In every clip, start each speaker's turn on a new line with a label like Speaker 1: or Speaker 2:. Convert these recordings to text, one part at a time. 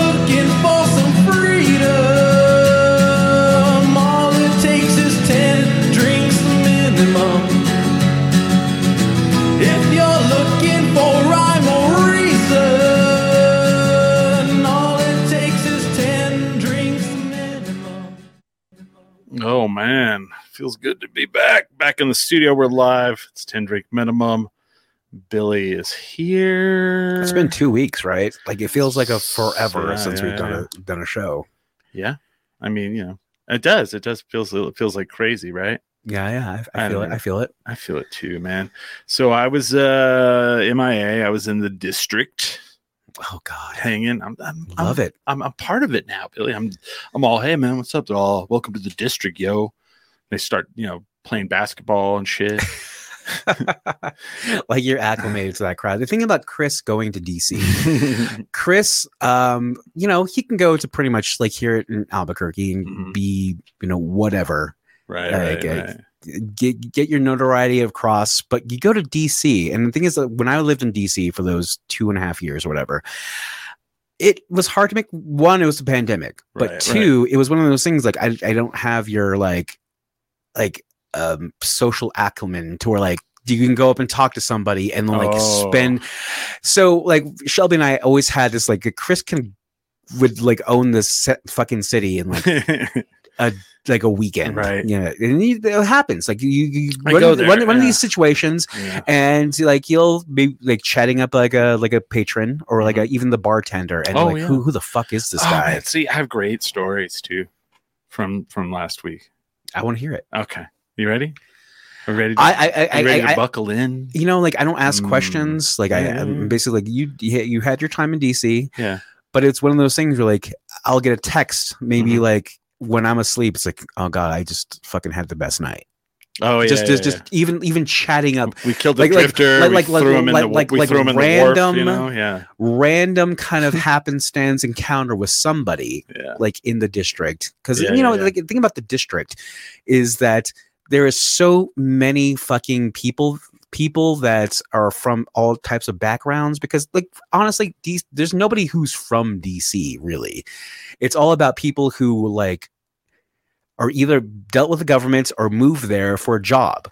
Speaker 1: looking for some freedom, all it takes is 10 drinks minimum. If you're looking for rhyme or reason, all it takes is 10 drinks minimum.
Speaker 2: Oh man, feels good to be back. Back in the studio, we're live. It's ten drink minimum. Billy is here.
Speaker 3: It's been two weeks, right? Like it feels like a forever
Speaker 2: Yeah,
Speaker 3: since
Speaker 2: yeah,
Speaker 3: we've done a done a show.
Speaker 2: yeah. I mean, you know, it does. It does feels it feels like crazy, right?
Speaker 3: Yeah, yeah, I, I,
Speaker 2: I
Speaker 3: feel
Speaker 2: don't
Speaker 3: it.
Speaker 2: know.
Speaker 3: I feel it.
Speaker 2: I feel it too, man. So I was uh MIA. I was in the district
Speaker 3: Oh God,
Speaker 2: hanging. I'm I'm I'm,
Speaker 3: love it.
Speaker 2: I'm a part of it now, Billy. I'm I'm all hey man, what's up? They're all welcome to the district, yo. They start, you know, playing basketball and shit.
Speaker 3: like you're acclimated to that crowd. The thing about Chris going to DC,
Speaker 2: Mm-hmm.
Speaker 3: Chris, um, you know, he can go to pretty much like here in Albuquerque and
Speaker 2: Mhm.
Speaker 3: be, you know, whatever.
Speaker 2: right,
Speaker 3: Yeah,
Speaker 2: right,
Speaker 3: okay.
Speaker 2: right.
Speaker 3: get get your notoriety across, but you go to DC. And the thing is that when I lived in DC for those two and a half years or whatever, it was hard to make one, it was the pandemic.
Speaker 2: Right,
Speaker 3: but two, it was one of those things like I I don't have your like like um social acumen to where like you can go up and talk to somebody and like
Speaker 2: Oh.
Speaker 3: spend so like Shelby and I always had this like Chris can would like own this se- fucking city and like like a weekend,
Speaker 2: Right.
Speaker 3: Yeah, and you, it happens. Like you, you
Speaker 2: I
Speaker 3: run,
Speaker 2: go
Speaker 3: into- one,
Speaker 2: there,
Speaker 3: one of
Speaker 2: yeah.
Speaker 3: these situations,
Speaker 2: yeah.
Speaker 3: and like you'll be like chatting up like a like a patron or like a, even the bartender, and
Speaker 2: Mm-hmm. Oh,
Speaker 3: like
Speaker 2: yeah.
Speaker 3: who who the fuck is this
Speaker 2: Oh,
Speaker 3: guy?
Speaker 2: man, see, I have great stories too from from last week.
Speaker 3: I want to hear it.
Speaker 2: Okay, you ready? Are we ready? To,
Speaker 3: I I I,
Speaker 2: you ready
Speaker 3: I,
Speaker 2: to
Speaker 3: I,
Speaker 2: buckle in?
Speaker 3: you know, like I don't ask
Speaker 2: Mm.
Speaker 3: questions. Like I,
Speaker 2: Yeah, yeah, yeah.
Speaker 3: I'm basically like you, you you had your time in DC,
Speaker 2: Yeah.
Speaker 3: But it's one of those things where like I'll get a text, maybe
Speaker 2: Mhm.
Speaker 3: like when I'm asleep. It's like, oh god, I just fucking had the best night.
Speaker 2: Oh yeah,
Speaker 3: just
Speaker 2: yeah,
Speaker 3: just just even even chatting
Speaker 2: yeah.
Speaker 3: up
Speaker 2: We killed the
Speaker 3: like- like-
Speaker 2: drifter.
Speaker 3: like-
Speaker 2: we
Speaker 3: like- like-
Speaker 2: threw him in the
Speaker 3: like- like-
Speaker 2: we
Speaker 3: like
Speaker 2: threw him in the wharf. You
Speaker 3: random-
Speaker 2: know, yeah,
Speaker 3: random kind of happenstance encounter with somebody
Speaker 2: yeah.
Speaker 3: like in the district because
Speaker 2: Yeah,
Speaker 3: you know
Speaker 2: yeah, yeah.
Speaker 3: like the thing about the district is that there is so many fucking people people that are from all types of backgrounds because like honestly these there's nobody who's from dc really it's all about people who like are either dealt with the government or moved there for a job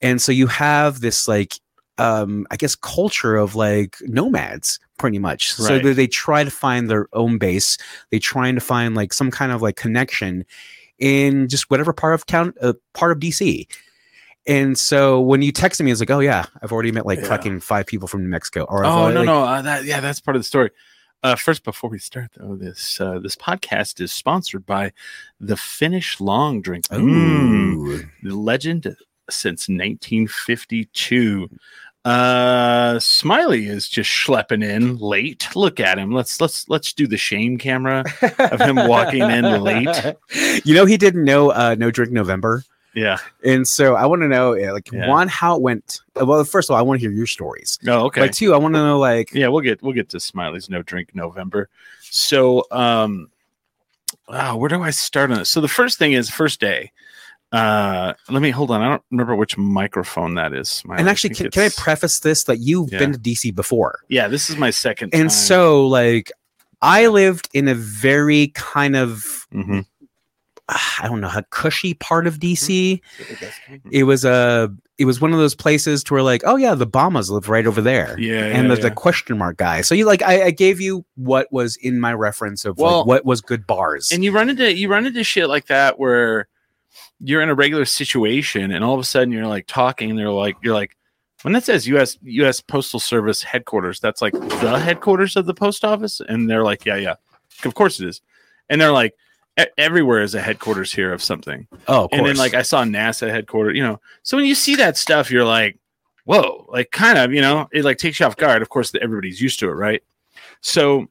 Speaker 3: and so you have this like um i guess culture of like nomads pretty much so
Speaker 2: Right.
Speaker 3: they, they try to find their own base they trying to find like some kind of like connection in just whatever part of town uh, part of dc and so when you texted me it's like oh yeah i've already met like
Speaker 2: Yeah.
Speaker 3: fucking five people from new mexico or I've
Speaker 2: Oh
Speaker 3: already,
Speaker 2: no,
Speaker 3: like-
Speaker 2: no, uh, that, yeah, that's part of the story. Uh, first, before we start though, this uh, this podcast is sponsored by the Finnish Long Drink. Mm.
Speaker 3: Ooh.
Speaker 2: the legend since 1952. Uh, Smiley is just schlepping in late. Look at him. Let's let's let's do the shame camera. Of him walking in late.
Speaker 3: You know, he didn't know uh, No Drink November.
Speaker 2: Yeah.
Speaker 3: And so I want to know, uh, like,
Speaker 2: Yeah.
Speaker 3: one, how it went. uh, Well, first of all, I want to hear your stories.
Speaker 2: Oh, okay.
Speaker 3: But two, I want to know, like,
Speaker 2: yeah, we'll get we'll get to Smiley's no drink November. So, um, wow, where do I start on this? So the first thing is first day. Uh, let me hold on. I don't remember which microphone that is. Smiley.
Speaker 3: and actually, can,
Speaker 2: think
Speaker 3: can I
Speaker 2: it's-
Speaker 3: preface this that you've
Speaker 2: Yeah.
Speaker 3: been to DC before?
Speaker 2: yeah, this is my second. time.
Speaker 3: And so, like, I lived in a very kind of,
Speaker 2: Mhm.
Speaker 3: ah, I don't know, a cushy part of DC.
Speaker 2: Mm-hmm.
Speaker 3: It was a, it was one of those places to where, like, oh yeah, the Bombers live right over there.
Speaker 2: yeah,
Speaker 3: and
Speaker 2: yeah,
Speaker 3: the, the question mark guy. So you like I, I gave you what was in my reference of
Speaker 2: Well-
Speaker 3: like what was good bars.
Speaker 2: and you run into you run into shit like that where you're in a regular situation and all of a sudden you're like talking and they're like you're like when that says US US Postal Service headquarters that's like the headquarters of the post office and they're like yeah yeah of course it is and they're like "E- everywhere is a headquarters here of something
Speaker 3: oh, of course.
Speaker 2: and then like I saw NASA headquarters you know so when you see that stuff you're like whoa like kind of you know it like takes you off guard of course that everybody's used to it right so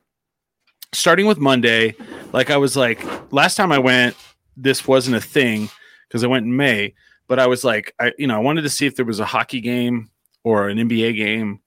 Speaker 2: starting with Monday, like I was like last time I went, this wasn't a thing because I went in May. but I was like, I you know, I wanted to see if there was a hockey game or an NBA game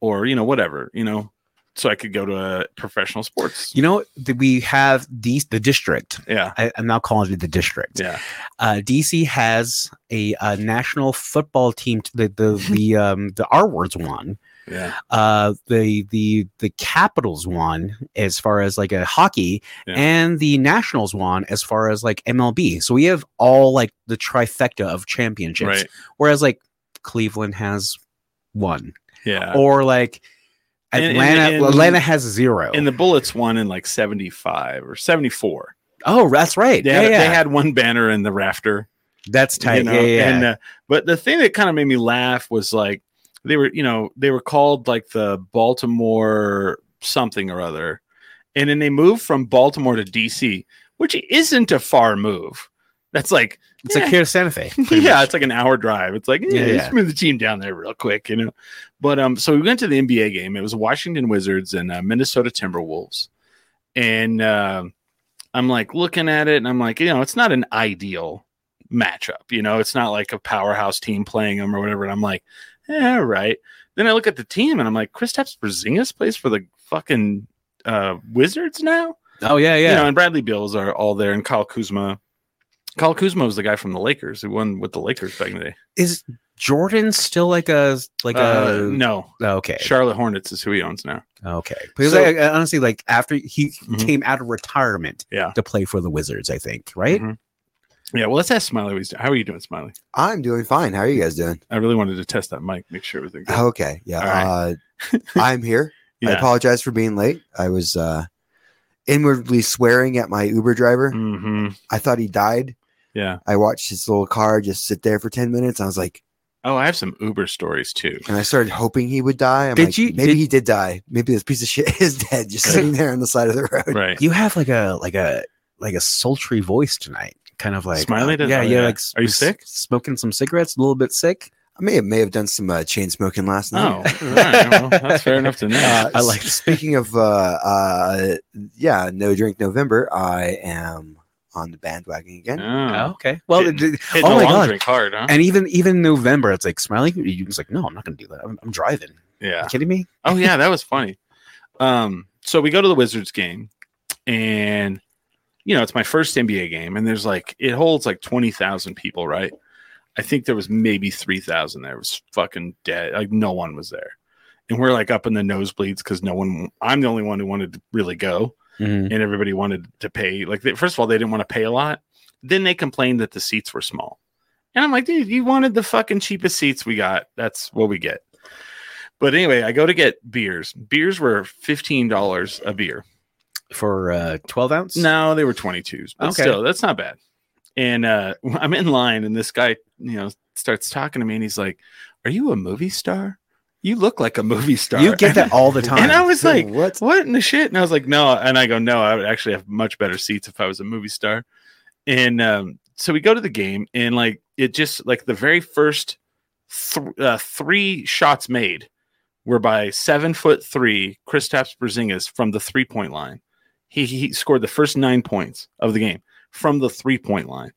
Speaker 2: or you know whatever, you know, so I could go to a professional sports.
Speaker 3: You know, th- we have these the district.
Speaker 2: Yeah,
Speaker 3: I, I'm now calling it the district.
Speaker 2: yeah,
Speaker 3: Uh, DC has a, uh national football team. t- The the the um, the R words one.
Speaker 2: yeah.
Speaker 3: Uh, the the the Capitals one as far as like a hockey,
Speaker 2: Yeah.
Speaker 3: and the Nationals one as far as like MLB. So we have all like the trifecta of championships.
Speaker 2: Right.
Speaker 3: Whereas like Cleveland has one,
Speaker 2: Yeah.
Speaker 3: or like
Speaker 2: Uh, And- and-
Speaker 3: Atlanta
Speaker 2: and-
Speaker 3: Atlanta has zero.
Speaker 2: and the Bullets won in like 75 or 74.
Speaker 3: oh, that's right.
Speaker 2: They
Speaker 3: Yeah,
Speaker 2: had,
Speaker 3: yeah.
Speaker 2: they had one banner in the rafter.
Speaker 3: that's
Speaker 2: you
Speaker 3: tight.
Speaker 2: know,
Speaker 3: yeah, yeah.
Speaker 2: And, uh, but the thing that kind of made me laugh was like they were, you know, they were called like the Baltimore something or other. And then they moved from Baltimore to DC, which isn't a far move. That's like
Speaker 3: it's like here to Santa Fe. pretty
Speaker 2: yeah,
Speaker 3: much.
Speaker 2: it's like an hour drive. It's like, yeah,
Speaker 3: Yeah,
Speaker 2: let's
Speaker 3: yeah.
Speaker 2: move the team down there real quick, you know. But um, so we went to the NBA game. It was Washington Wizards and uh, Minnesota Timberwolves, and um I'm like looking at it, and I'm like, you know, it's not an ideal matchup. You know, it's not like a powerhouse team playing them or whatever. And I'm like, yeah, all right. Then I look at the team, and I'm like, Kristaps Porzingis plays for the fucking uh, Wizards now
Speaker 3: Oh yeah, yeah.
Speaker 2: you know, and Bradley Beals are all there, and Kyle Kuzma. Kyle Kuzma was the guy from the Lakers who won with the Lakers back in the day.
Speaker 3: Is Jordan still like a like
Speaker 2: Uh,
Speaker 3: a
Speaker 2: no,
Speaker 3: okay
Speaker 2: Charlotte Hornets is who he owns now.
Speaker 3: okay? Because
Speaker 2: So-
Speaker 3: I, I honestly like after he
Speaker 2: Mhm.
Speaker 3: came out of retirement,
Speaker 2: Yeah.
Speaker 3: to play for the Wizards, I think right.
Speaker 2: Mhm. Yeah, well, let's ask Smiley. what he's doing. How are you doing, Smiley?
Speaker 4: I'm doing fine. How are you guys doing?
Speaker 2: I really wanted to test that mic, make sure everything. Good.
Speaker 4: Okay. Yeah.
Speaker 2: All
Speaker 4: Uh, I'm here. I
Speaker 2: Yeah.
Speaker 4: apologize for being late. I was uh, inwardly swearing at my Uber driver.
Speaker 3: Mm.
Speaker 2: hmm
Speaker 4: I thought he died.
Speaker 2: Yeah.
Speaker 4: I watched his little car just sit there for 10 minutes. I was like,
Speaker 2: Oh, I have some Uber stories too.
Speaker 4: and I started hoping he would die. I'm
Speaker 3: Did
Speaker 4: like,
Speaker 3: you-
Speaker 4: maybe
Speaker 3: did-
Speaker 4: he did die. Maybe this piece of shit is dead, just sitting there on the side of the road.
Speaker 2: Right.
Speaker 3: Uh, You have like a like a like a sultry voice tonight, kind of like
Speaker 2: Smiley
Speaker 3: Uh,
Speaker 2: does-
Speaker 3: yeah,
Speaker 2: oh,
Speaker 3: yeah.
Speaker 2: yeah.
Speaker 3: Like s-
Speaker 2: Are you
Speaker 3: s-
Speaker 2: sick?
Speaker 3: Smoking some cigarettes, a little bit sick.
Speaker 4: I may have, may have done some uh, chain smoking last
Speaker 2: Oh,
Speaker 4: night.
Speaker 2: all right. well, that's fair enough to know.
Speaker 4: Uh,
Speaker 3: I like
Speaker 4: Speaking of, uh, uh, yeah, no drink November. I am on the bandwagon again.
Speaker 2: oh,
Speaker 3: okay. Well,
Speaker 2: Hitting-
Speaker 3: it- it-
Speaker 2: Hitting
Speaker 3: oh
Speaker 2: the
Speaker 3: my
Speaker 2: long
Speaker 3: god.
Speaker 2: drink hard, huh?
Speaker 3: And even even November, it's like Smiley. He was like, "No, I'm not going to do that. I'm, I'm driving."
Speaker 2: yeah.
Speaker 3: You kidding me?
Speaker 2: Oh yeah, that was funny. Um, so we go to the Wizards game, and you know it's my first NBA game, and there's like it holds like twenty thousand people, right? I think there was maybe three thousand there. It was fucking dead. Like no one was there, and we're like up in the nosebleeds because no one. I'm the only one who wanted to really go, and everybody wanted to pay. Like they, first of all, they didn't want to pay a lot. Then they complained that the seats were small, and I'm like, dude, you wanted the fucking cheapest seats we got. That's what we get. But anyway, I go to get beers. Beers were fifteen dollars a beer.
Speaker 3: For uh, 12 ounce?
Speaker 2: No, they were twenty twos. But
Speaker 3: Okay.
Speaker 2: still, that's not bad. And uh, I'm in line, and this guy, you know, starts talking to me, and he's like, "Are you a movie star? You look like a movie star."
Speaker 3: you get that all the time.
Speaker 2: And I was
Speaker 4: So
Speaker 2: like,
Speaker 4: what?
Speaker 2: what in the shit? And I was like, no. And I go, no, I would actually have much better seats if I was a movie star. And um, so we go to the game, and like it just like the very first th- uh, three shots made were by seven foot three Kristaps Porzingis from the three point line. He, he scored the first nine points of the game from the three point line.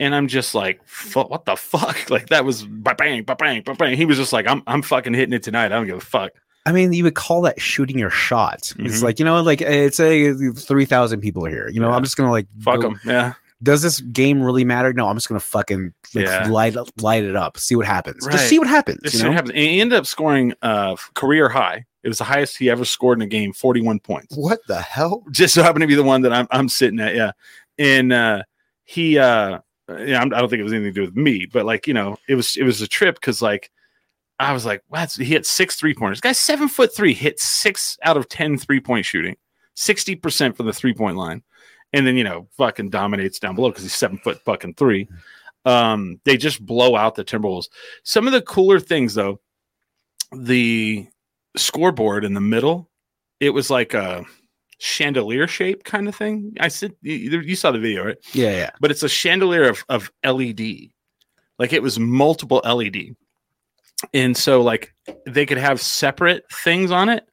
Speaker 2: And I'm just like, "Fu- what the fuck? Like that was ba bang, ba bang, ba bang. He was just like, I'm, I'm fucking hitting it tonight. I don't give a fuck.
Speaker 3: I mean, you would call that shooting your shot.
Speaker 2: Mhm.
Speaker 3: It's like, you know, like it's a 3,000 people are here. You know,
Speaker 2: Yeah.
Speaker 3: I'm just going to like,
Speaker 2: Fuck
Speaker 3: go-
Speaker 2: him. Yeah.
Speaker 3: Does this game really matter? No, I'm just going to fucking like,
Speaker 2: Yeah.
Speaker 3: light, up- light it up, see what happens.
Speaker 2: Right.
Speaker 3: Just see what happens.
Speaker 2: This
Speaker 3: you
Speaker 2: shit
Speaker 3: know?
Speaker 2: happens. And he ended up scoring uh, career high. It was the highest he ever scored in a game, 41 points.
Speaker 4: What the hell?
Speaker 2: Just so happened to be the one that I'm, I'm sitting at. Yeah. And uh, he, uh, yeah, I'm, I don't think it was anything to do with me, but like, you know, it was, it was a trip because like, I was like, wow, that's- he hit six three pointers. Guy seven foot three hit six out of 10 three point shooting, 60% from the three point line. And then, you know, fucking dominates down below because he's seven foot fucking three. Um, they just blow out the Timberwolves. Some of the cooler things though, the scoreboard in the middle, it was like uh, a chandelier shape kind of thing. I said, you, you saw the video, right?
Speaker 3: Yeah, yeah.
Speaker 2: but it's a chandelier of, of LED. Like it was multiple LED. And so like they could have separate things on it.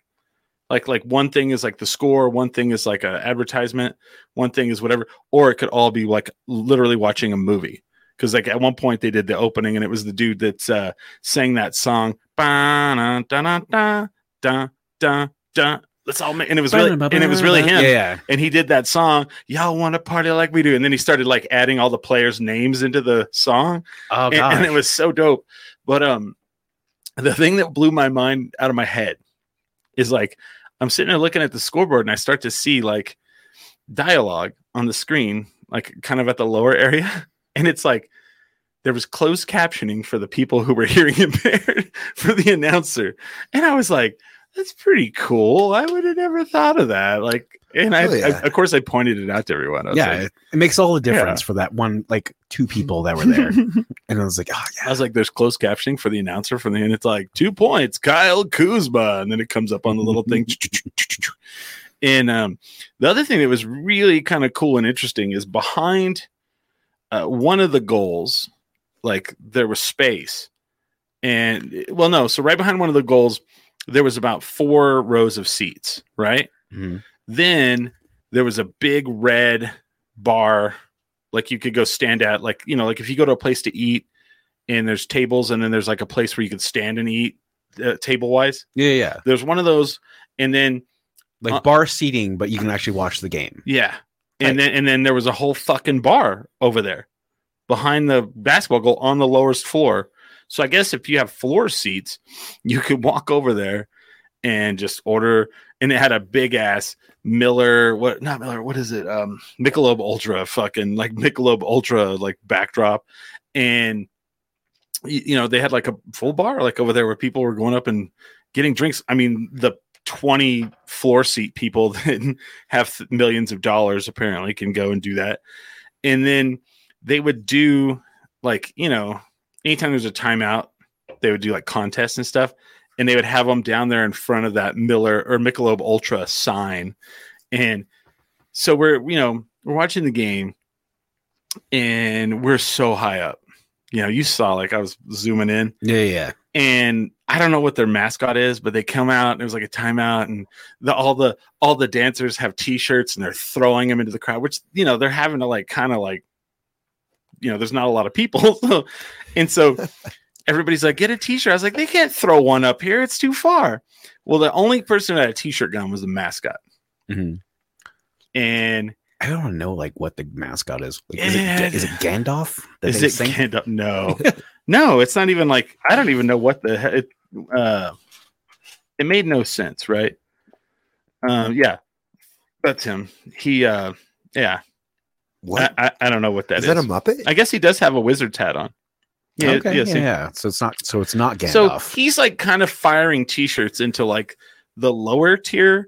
Speaker 2: Like like one thing is like the score, one thing is like a advertisement, one thing is whatever, or it could all be like literally watching a movie. because like at one point they did the opening and it was the dude that's uh sang that song "Ba-na, da-na-da, da-da, da." let's all ma-" and it was really and it was really him
Speaker 3: Yeah, yeah.
Speaker 2: and he did that song y'all want to party like we do and then he started like adding all the players names into the song
Speaker 3: Oh
Speaker 2: and,
Speaker 3: god.
Speaker 2: and it was so dope. But um, the thing that blew my mind out of my head is like I'm sitting there looking at the scoreboard and I start to see like dialogue on the screen, like kind of at the lower area, and it's like there was closed captioning for the people who were hearing impaired for the announcer, and I was like. That's pretty cool. I would have never thought of that. Like, and I,
Speaker 4: Oh, yeah.
Speaker 2: I- of course, I pointed it out to everyone. I was
Speaker 3: yeah,
Speaker 2: like,
Speaker 3: it, it makes all the difference for that one, like two people that were there. and I was like, oh
Speaker 2: I
Speaker 3: yeah,
Speaker 2: was like, there's closed captioning for the announcer from the end. It's like two points, Kyle Kuzma. And then it comes up on the little thing. And um, the other thing that was really kind of cool and interesting is behind uh, one of the goals, like there was space. And well, no, so right behind one of the goals, there was about four rows of seats, right?
Speaker 3: Mhm.
Speaker 2: then there was a big red bar like you could go stand at like you know like if you go to a place to eat and there's tables and then there's like a place where you could stand and eat uh, table wise
Speaker 3: yeah, yeah.
Speaker 2: there's one of those and then
Speaker 3: Like
Speaker 2: Uh,
Speaker 3: bar seating, but you can actually watch the game.
Speaker 2: yeah and then and then there was a whole fucking bar over there behind the basketball goal on the lowest floor so i guess if you have floor seats you could walk over there and just order and it had a big ass Miller, what not Miller, what is it? Um Michelob Ultra fucking like Michelob Ultra like backdrop. And y- you know, they had like a full bar like over there where people were going up and getting drinks. I mean, the 20 floor seat people that have th- millions of dollars apparently can go and do that. And then they would do like, you know, anytime there's a timeout, they would do like contests and stuff. And they would have them down there in front of that Miller or Michelob Ultra sign. And so we're, you know, we're watching the game and we're so high up. You know, you saw like I was zooming in
Speaker 3: Yeah, yeah.
Speaker 2: and I don't know what their mascot is, but they come out and it was like a timeout, and the all the all the dancers have T-shirts and they're throwing them into the crowd, which you know they're having to like kind of like, you know, there's not a lot of people, so, and so everybody's like, get a T-shirt. I was like, they can't throw one up here; it's too far. Well, the only person who had a T-shirt gun was the mascot, Mm-hmm.
Speaker 3: Mhm.
Speaker 2: and
Speaker 3: I don't know, like what the mascot is. Like,
Speaker 2: Yeah.
Speaker 3: Is, it, is it Gandalf? that
Speaker 2: is
Speaker 3: they
Speaker 2: it
Speaker 3: sing?
Speaker 2: Gandalf? No, no, it's not even like I don't even know what the he- it, uh, it made no sense, right? Um, yeah, that's him. He, uh, yeah,
Speaker 4: What is
Speaker 2: I, I, I don't know what Uh, that is.
Speaker 4: that a Muppet?
Speaker 2: I guess he does have a wizard's hat on. Yeah,
Speaker 3: okay,
Speaker 2: yes,
Speaker 3: yeah,
Speaker 2: he-
Speaker 3: yeah. So it's not. So it's not
Speaker 2: so
Speaker 3: Gandalf.
Speaker 2: he's like kind of firing t-shirts into like the lower tier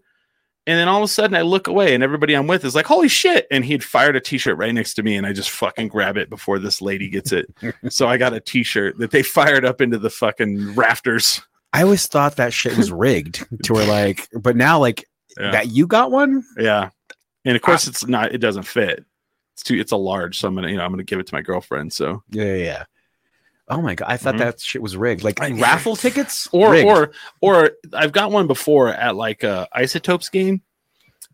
Speaker 2: and then all of a sudden i look away and everybody i'm with is like holy shit and he'd fired a t-shirt right next to me and i just fucking grab it before this lady gets it so i got a t-shirt that they fired up into the fucking rafters
Speaker 3: I always thought that shit was rigged to where like, but now like
Speaker 2: Yeah.
Speaker 3: that you got one.
Speaker 2: yeah and of course it's not it doesn't fit it's too it's a large so i'm gonna you know i'm gonna give it to my girlfriend so
Speaker 3: Yeah, yeah. yeah. Oh my god, I thought
Speaker 2: Mhm.
Speaker 3: that shit was rigged. Like
Speaker 2: I-
Speaker 3: raffle tickets
Speaker 2: or
Speaker 3: Rigged.
Speaker 2: or or I've got one before at like a isotopes game,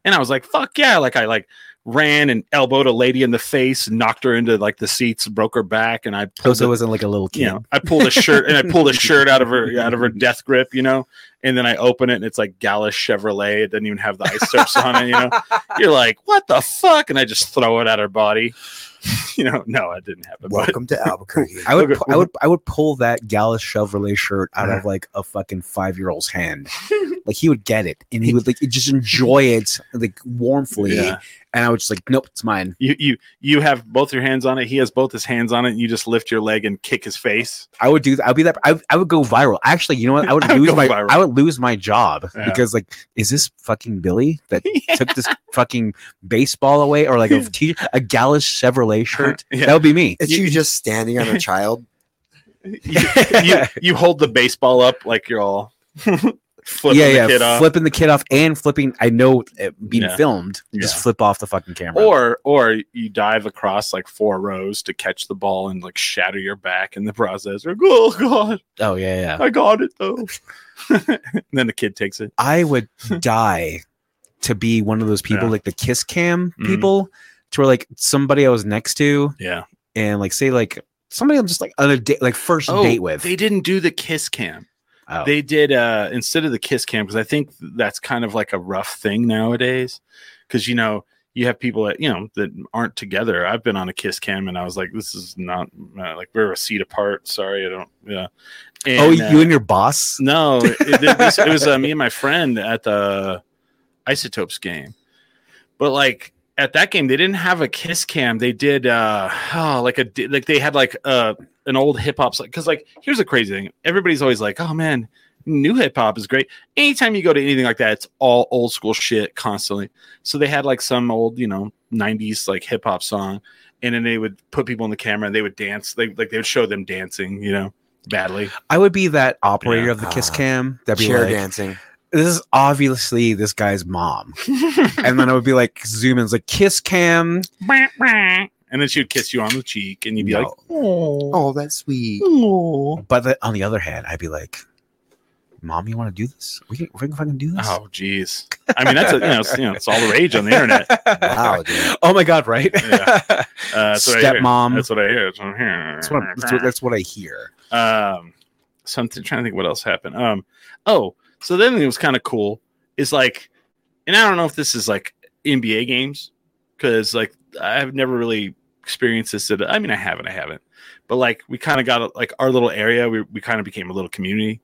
Speaker 2: and I was like, "Fuck yeah!" Like I like ran and elbowed a lady in the face, and knocked her into like the seats, broke her back, and I
Speaker 3: Oh,
Speaker 2: pulled
Speaker 3: so it
Speaker 2: a,
Speaker 3: wasn't like a little kid.
Speaker 2: you know I pulled a shirt and I pulled a shirt out of her out of her death grip, you know, and then I open it and it's like Gallus Chevrolet. It doesn't even have the isotopes on it, you know. You're like, "What the fuck?" And I just throw it at her body. you know, no, it didn't happen. But
Speaker 4: Welcome to Albuquerque.
Speaker 3: I would,
Speaker 2: Look at- Uh-huh.
Speaker 3: pu- I would, I would pull that Gallus Chevrolet shirt out
Speaker 2: Yeah.
Speaker 3: of like a fucking five year old's hand. like he would get it, and he would like just enjoy it like warmly.
Speaker 2: yeah.
Speaker 3: And I was just like, nope, it's mine.
Speaker 2: you you you have both your hands on it. He has both his hands on it. And you just lift your leg and kick his face.
Speaker 3: I would do. that. I'd be that. I, I would go viral. Actually, you know what? I would,
Speaker 2: I would
Speaker 3: lose
Speaker 2: go
Speaker 3: my.
Speaker 2: viral.
Speaker 3: I would lose my job
Speaker 2: Yeah.
Speaker 3: because like, is this fucking Billy that took this fucking baseball away, or like a t- a Gallus Chevrolet shirt?
Speaker 2: Yeah.
Speaker 3: That would be me.
Speaker 4: It's you, just standing on a child.
Speaker 2: You, you, you hold the baseball up like you're all flipping
Speaker 3: yeah,
Speaker 2: the
Speaker 3: yeah,
Speaker 2: kid off.
Speaker 3: flipping the kid off and flipping. I know it being
Speaker 2: Yeah.
Speaker 3: filmed. Just
Speaker 2: Yeah.
Speaker 3: flip off the fucking camera.
Speaker 2: Or or you dive across like four rows to catch the ball and like shatter your back in the process. Or oh god,
Speaker 3: oh yeah, yeah.
Speaker 2: I got it though. and then the kid takes it.
Speaker 3: I would die to be one of those people,
Speaker 2: Yeah.
Speaker 3: like the kiss cam
Speaker 2: Mhm.
Speaker 3: people, to where like somebody I was next to,
Speaker 2: Yeah.
Speaker 3: and like say like somebody I'm just like on a date, like first date with.
Speaker 2: Oh, They didn't do the kiss cam.
Speaker 3: Oh.
Speaker 2: They did uh instead of the kiss cam because I think that's kind of like a rough thing nowadays. Because you know you have people that you know that aren't together. I've been on a kiss cam and I was like, this is not uh, like we're a seat apart. Sorry, I don't. Yeah. And,
Speaker 3: oh,
Speaker 2: uh,
Speaker 3: you and your boss.
Speaker 2: No, it, it was, it was uh, me and my friend at the Isotopes game. But like at that game, they didn't have a kiss cam. They did uh, oh, like a di- like they had like uh, an old hip hop because like here's the crazy thing. Everybody's always like, oh man, new hip hop is great. Anytime you go to anything like that, it's all old school shit constantly. So they had like some old you know '90s like hip hop song. And then they would put people in the camera and they would dance. They like they would show them dancing, you know, badly.
Speaker 3: I would be that operator
Speaker 2: Yeah.
Speaker 3: of the kiss
Speaker 4: Ah.
Speaker 3: cam. That'd be
Speaker 4: Chair
Speaker 3: like,
Speaker 4: dancing.
Speaker 3: this is obviously this guy's mom. and then I would be like, zoom in, it's like kiss cam.
Speaker 2: and then she would kiss you on the cheek, and you'd be like,
Speaker 3: No. Oh.
Speaker 4: Oh, that's sweet.
Speaker 3: But the, on the other hand, I'd be like, mom, you want to do this? We can, we can fucking do this.
Speaker 2: "Oh, jeez." I mean, that's a, you, know, it's, you know, it's all the rage on the internet.
Speaker 4: Wow, dude.
Speaker 3: Oh my God, right?
Speaker 2: Yeah. Uh, that's what I hear.
Speaker 3: Stepmom.
Speaker 2: That's what I hear. That's what I hear.
Speaker 3: That's, what, I'm- that's, what, that's what I hear.
Speaker 2: um, so I'm t- trying to think what else happened. Um, oh, so then it was kind of cool. Is like, and I don't know if this is like NBA games because like I've never really experienced this. At, I mean, I haven't, I haven't, but like we kind of got a- like our little area. We we kind of became a little community.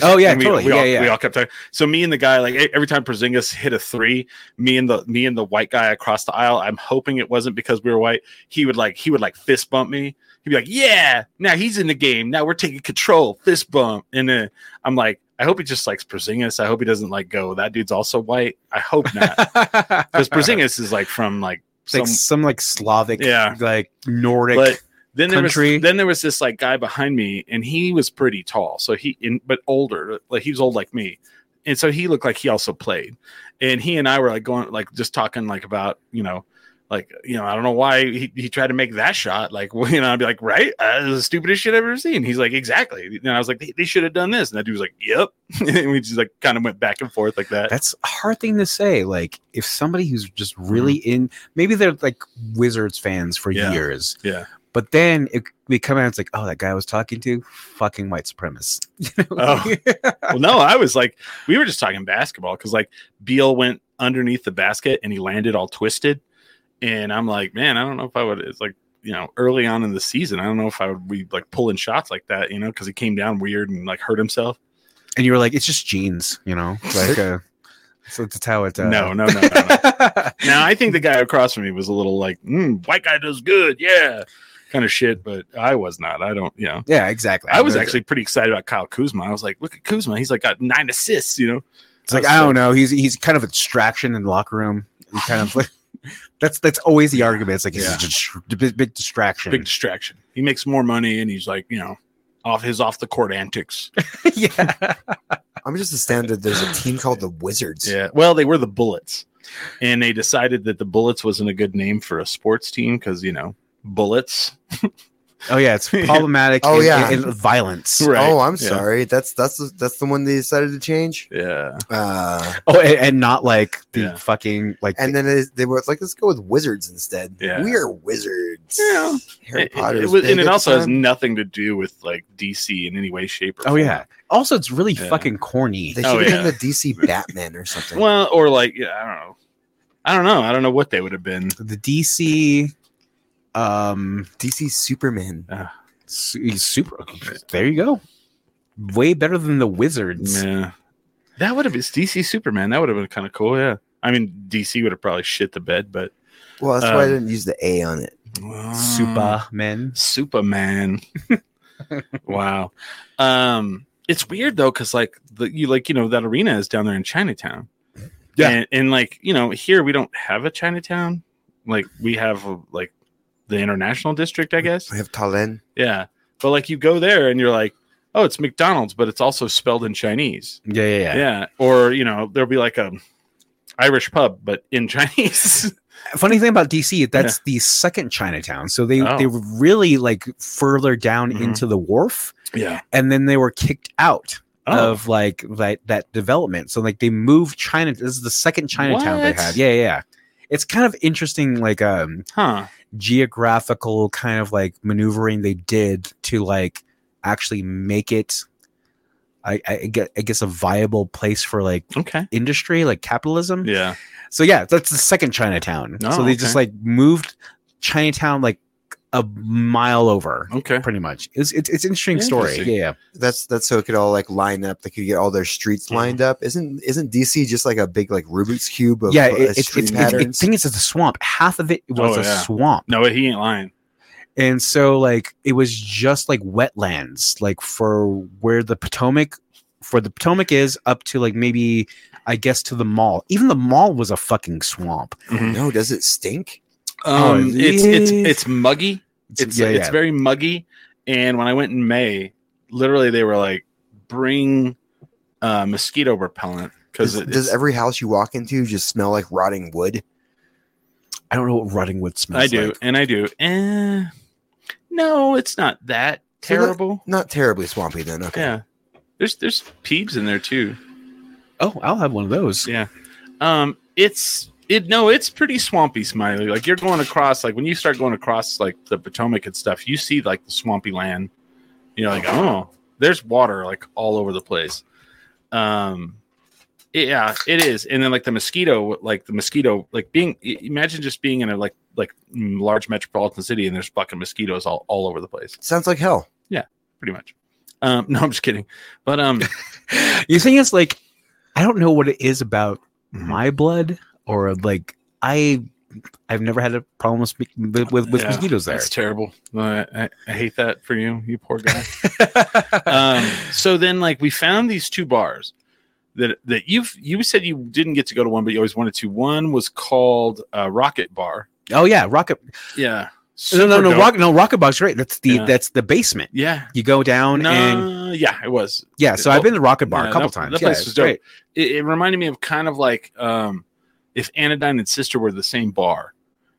Speaker 3: Oh yeah,
Speaker 2: And we,
Speaker 3: totally.
Speaker 2: we
Speaker 3: yeah,
Speaker 2: all,
Speaker 3: yeah.
Speaker 2: we all kept talking. So me and the guy, like e- every time Porzingis hit a three, me and the me and the white guy across the aisle. I'm hoping it wasn't because we were white. He would like he would like fist bump me. He'd be like, "Yeah, now he's in the game. Now we're taking control." Fist bump, and then I'm like, "I hope he just likes Porzingis. I hope he doesn't like go. That dude's also white. I hope not, because Porzingis is like from like some."
Speaker 3: like some like Slavic,
Speaker 2: Yeah.
Speaker 3: like Nordic.
Speaker 2: but then there
Speaker 3: country.
Speaker 2: was then there was this like guy behind me, and he was pretty tall. So he in, but older, like he was old like me, and so he looked like he also played. And he and I were like going like just talking like about you know. Like you know, I don't know why he, he tried to make that shot. Like well, you know, I'd be like, right, uh, this is the stupidest shit I've ever seen. He's like, exactly. And I was like, they, they should have done this. And that dude was like, yep. and we just like kind of went back and forth like that.
Speaker 3: that's a hard thing to say. Like if somebody who's just
Speaker 2: Mm-hmm.
Speaker 3: really in, maybe they're like Wizards fans for
Speaker 2: Yeah.
Speaker 3: years.
Speaker 2: Yeah.
Speaker 3: But then it, we come out, it's like, oh, that guy I was talking to, fucking white supremacist. You know?
Speaker 2: Oh. well, no, I was like, we were just talking basketball because like Beal went underneath the basket and he landed all twisted, and I'm like, man, I don't know if I would. It's like you know, early on in the season, I don't know if I would be like pulling shots like that, you know, because he came down weird and like hurt himself.
Speaker 3: and you were like, it's just jeans, you know, like uh, so that's how it. Uh,
Speaker 2: No, no, no, no. no. now I think the guy across from me was a little like, mm, white guy does good, yeah, kind of shit, but I was not. I don't, you know.
Speaker 3: yeah, exactly.
Speaker 2: I was
Speaker 3: But
Speaker 2: actually pretty excited about Kyle Kuzma. I was like, look at Kuzma. He's like got nine assists, you know.
Speaker 3: It's like I don't know. He's he's kind of a distraction in the locker room. He kind of like that's that's always the argument. It's like he's
Speaker 2: Yeah.
Speaker 3: just a big, big distraction.
Speaker 2: big distraction. He makes more money and he's like, you know, off his off the court antics.
Speaker 3: yeah.
Speaker 4: I'm just astounded that there's a team called the Wizards.
Speaker 2: Yeah. Well, they were the Bullets. And they decided that the Bullets wasn't a good name for a sports team because, you know, bullets.
Speaker 3: Oh yeah, it's problematic.
Speaker 4: Oh,
Speaker 3: in-
Speaker 4: yeah.
Speaker 3: in, in violence.
Speaker 4: Oh, I'm
Speaker 2: Yeah.
Speaker 4: sorry. That's that's the, that's the one they decided to change.
Speaker 2: Yeah.
Speaker 4: Uh,
Speaker 3: Oh, and, and not like the
Speaker 2: Yeah.
Speaker 3: fucking like.
Speaker 4: and then it, they were like, let's go with wizards instead.
Speaker 2: Yeah.
Speaker 4: We are wizards.
Speaker 2: Yeah.
Speaker 4: Harry
Speaker 2: It- it-
Speaker 4: Potter.
Speaker 2: it
Speaker 4: was
Speaker 2: was-
Speaker 4: big
Speaker 2: and it
Speaker 4: at the
Speaker 2: also has
Speaker 4: time.
Speaker 2: nothing to do with like DC in any way, shape, or
Speaker 3: oh
Speaker 2: form.
Speaker 3: yeah. Also, it's really
Speaker 2: Yeah.
Speaker 3: fucking corny.
Speaker 4: They should
Speaker 2: Oh,
Speaker 4: have done
Speaker 2: yeah.
Speaker 4: the DC Batman or something.
Speaker 2: Well, or like, yeah, I don't know. I don't know. I don't know what they would have been.
Speaker 3: The DC, um,
Speaker 4: DC Superman.
Speaker 3: su- super. There you go. Way better than the Wizards.
Speaker 2: Yeah. That would have been DC Superman. That would have been kind of cool. Yeah. I mean, DC would have probably shit the bed, but
Speaker 4: Well, that's why I
Speaker 2: Um,
Speaker 4: didn't use the A on it.
Speaker 3: Supermen.
Speaker 2: Superman. wow. Um, it's weird though, because like the you like you know that arena is down there in Chinatown.
Speaker 3: Yeah.
Speaker 2: and, and like you know here we don't have a Chinatown. Like we have a, like the international district, I guess.
Speaker 4: I have Talen.
Speaker 2: Yeah, but like you go there and you're like, oh, it's McDonald's, but it's also spelled in Chinese.
Speaker 3: Yeah, yeah, yeah,
Speaker 2: Yeah, or you know there'll be like a Irish pub, but in Chinese.
Speaker 3: Funny thing about DC, that's the second Chinatown. So they
Speaker 2: Oh.
Speaker 3: they were really like further down
Speaker 2: Mhm.
Speaker 3: into the wharf,
Speaker 2: yeah.
Speaker 3: and then they were kicked out
Speaker 2: Oh,
Speaker 3: of like that that development. So like they moved China. This is the second Chinatown
Speaker 2: What?
Speaker 3: they had. Yeah, yeah. yeah. It's kind of interesting. Like um,
Speaker 2: huh.
Speaker 3: geographical kind of like maneuvering they did to like actually make it I, I gue- I guess a viable place for like
Speaker 2: Okay.
Speaker 3: industry, like capitalism.
Speaker 2: Yeah.
Speaker 3: So yeah, that's the second Chinatown.
Speaker 2: Oh,
Speaker 3: so they just like moved Chinatown like a mile over,
Speaker 2: Okay.
Speaker 3: pretty much. It's it's, it's an interesting story.
Speaker 2: Interesting.
Speaker 3: Yeah,
Speaker 4: That's that's so it could all like line up. They could get all their streets lined up. Isn't isn't DC just like a big like Rubik's cube
Speaker 3: yeah,
Speaker 4: of
Speaker 3: yeah.
Speaker 4: uh,
Speaker 3: It, it's it's,
Speaker 4: street
Speaker 3: it's, it's,
Speaker 4: patterns?
Speaker 3: it's thing is it's a swamp. Half of it was
Speaker 2: Oh,
Speaker 3: a
Speaker 2: yeah.
Speaker 3: swamp.
Speaker 2: No, he ain't lying.
Speaker 3: and so like it was just like wetlands like for where the potomac for the potomac is up to like maybe i guess to the mall even the mall was a fucking swamp
Speaker 2: Mm-hmm.
Speaker 4: no, does it stink?
Speaker 2: Um,
Speaker 3: Oh,
Speaker 2: it's it's
Speaker 3: yeah.
Speaker 2: it's muggy. It's
Speaker 3: yeah,
Speaker 2: it's
Speaker 3: yeah.
Speaker 2: very muggy. And when I went in May, literally they were like, bring uh, mosquito repellent because
Speaker 4: Does,
Speaker 2: it,
Speaker 4: does
Speaker 2: it's-
Speaker 4: every house you walk into just smell like rotting wood?
Speaker 3: i don't know what rotting wood smells
Speaker 2: I do
Speaker 3: like.
Speaker 2: and I do. Eh, no, it's not that
Speaker 4: So that-
Speaker 2: terrible.
Speaker 4: Not terribly swampy then. Okay.
Speaker 2: yeah, there's there's peeps in there too.
Speaker 3: oh i'll have one of those
Speaker 2: Yeah. Um, it's it no, it's pretty swampy, Smiley. Like you're going across, like when you start going across like the Potomac and stuff, you see like the swampy land. You're like, oh, there's water like all over the place. Um, yeah, it is. And then like the mosquito, like the mosquito, like being i- imagine just being in a like like mm, large metropolitan city and there's fucking mosquitoes all all over the place,
Speaker 4: Sounds like hell.
Speaker 2: pretty much. Um, no, I'm just kidding. But um,
Speaker 3: you think it's like i don't know what it is about
Speaker 2: Mm-hmm.
Speaker 3: my blood or like i i've never had a problem with spe- with, with, with
Speaker 2: Yeah,
Speaker 3: mosquitoes there
Speaker 2: That's terrible. Uh, I, I hate that for you, you poor guy.
Speaker 4: Uh,
Speaker 2: um, so then, like, we found these two bars that that you've you said you didn't get to go to one, but you always wanted to. One was called uh, Rocket Bar.
Speaker 3: oh yeah rocket
Speaker 2: Yeah.
Speaker 3: no no
Speaker 2: Super
Speaker 3: no
Speaker 2: dope.
Speaker 3: rocket no rocket box great that's the
Speaker 2: Yeah.
Speaker 3: that's the basement
Speaker 2: Yeah.
Speaker 3: you go down and
Speaker 2: No, yeah, it was.
Speaker 3: Yeah, so
Speaker 2: Well,
Speaker 3: I've been to Rocket Bar
Speaker 2: yeah,
Speaker 3: a couple
Speaker 2: that-
Speaker 3: times.
Speaker 2: that
Speaker 3: yeah,
Speaker 2: place
Speaker 3: it's
Speaker 2: was dope.
Speaker 3: great.
Speaker 2: It, it reminded me of kind of like um, if Anodyne and Sister were the same bar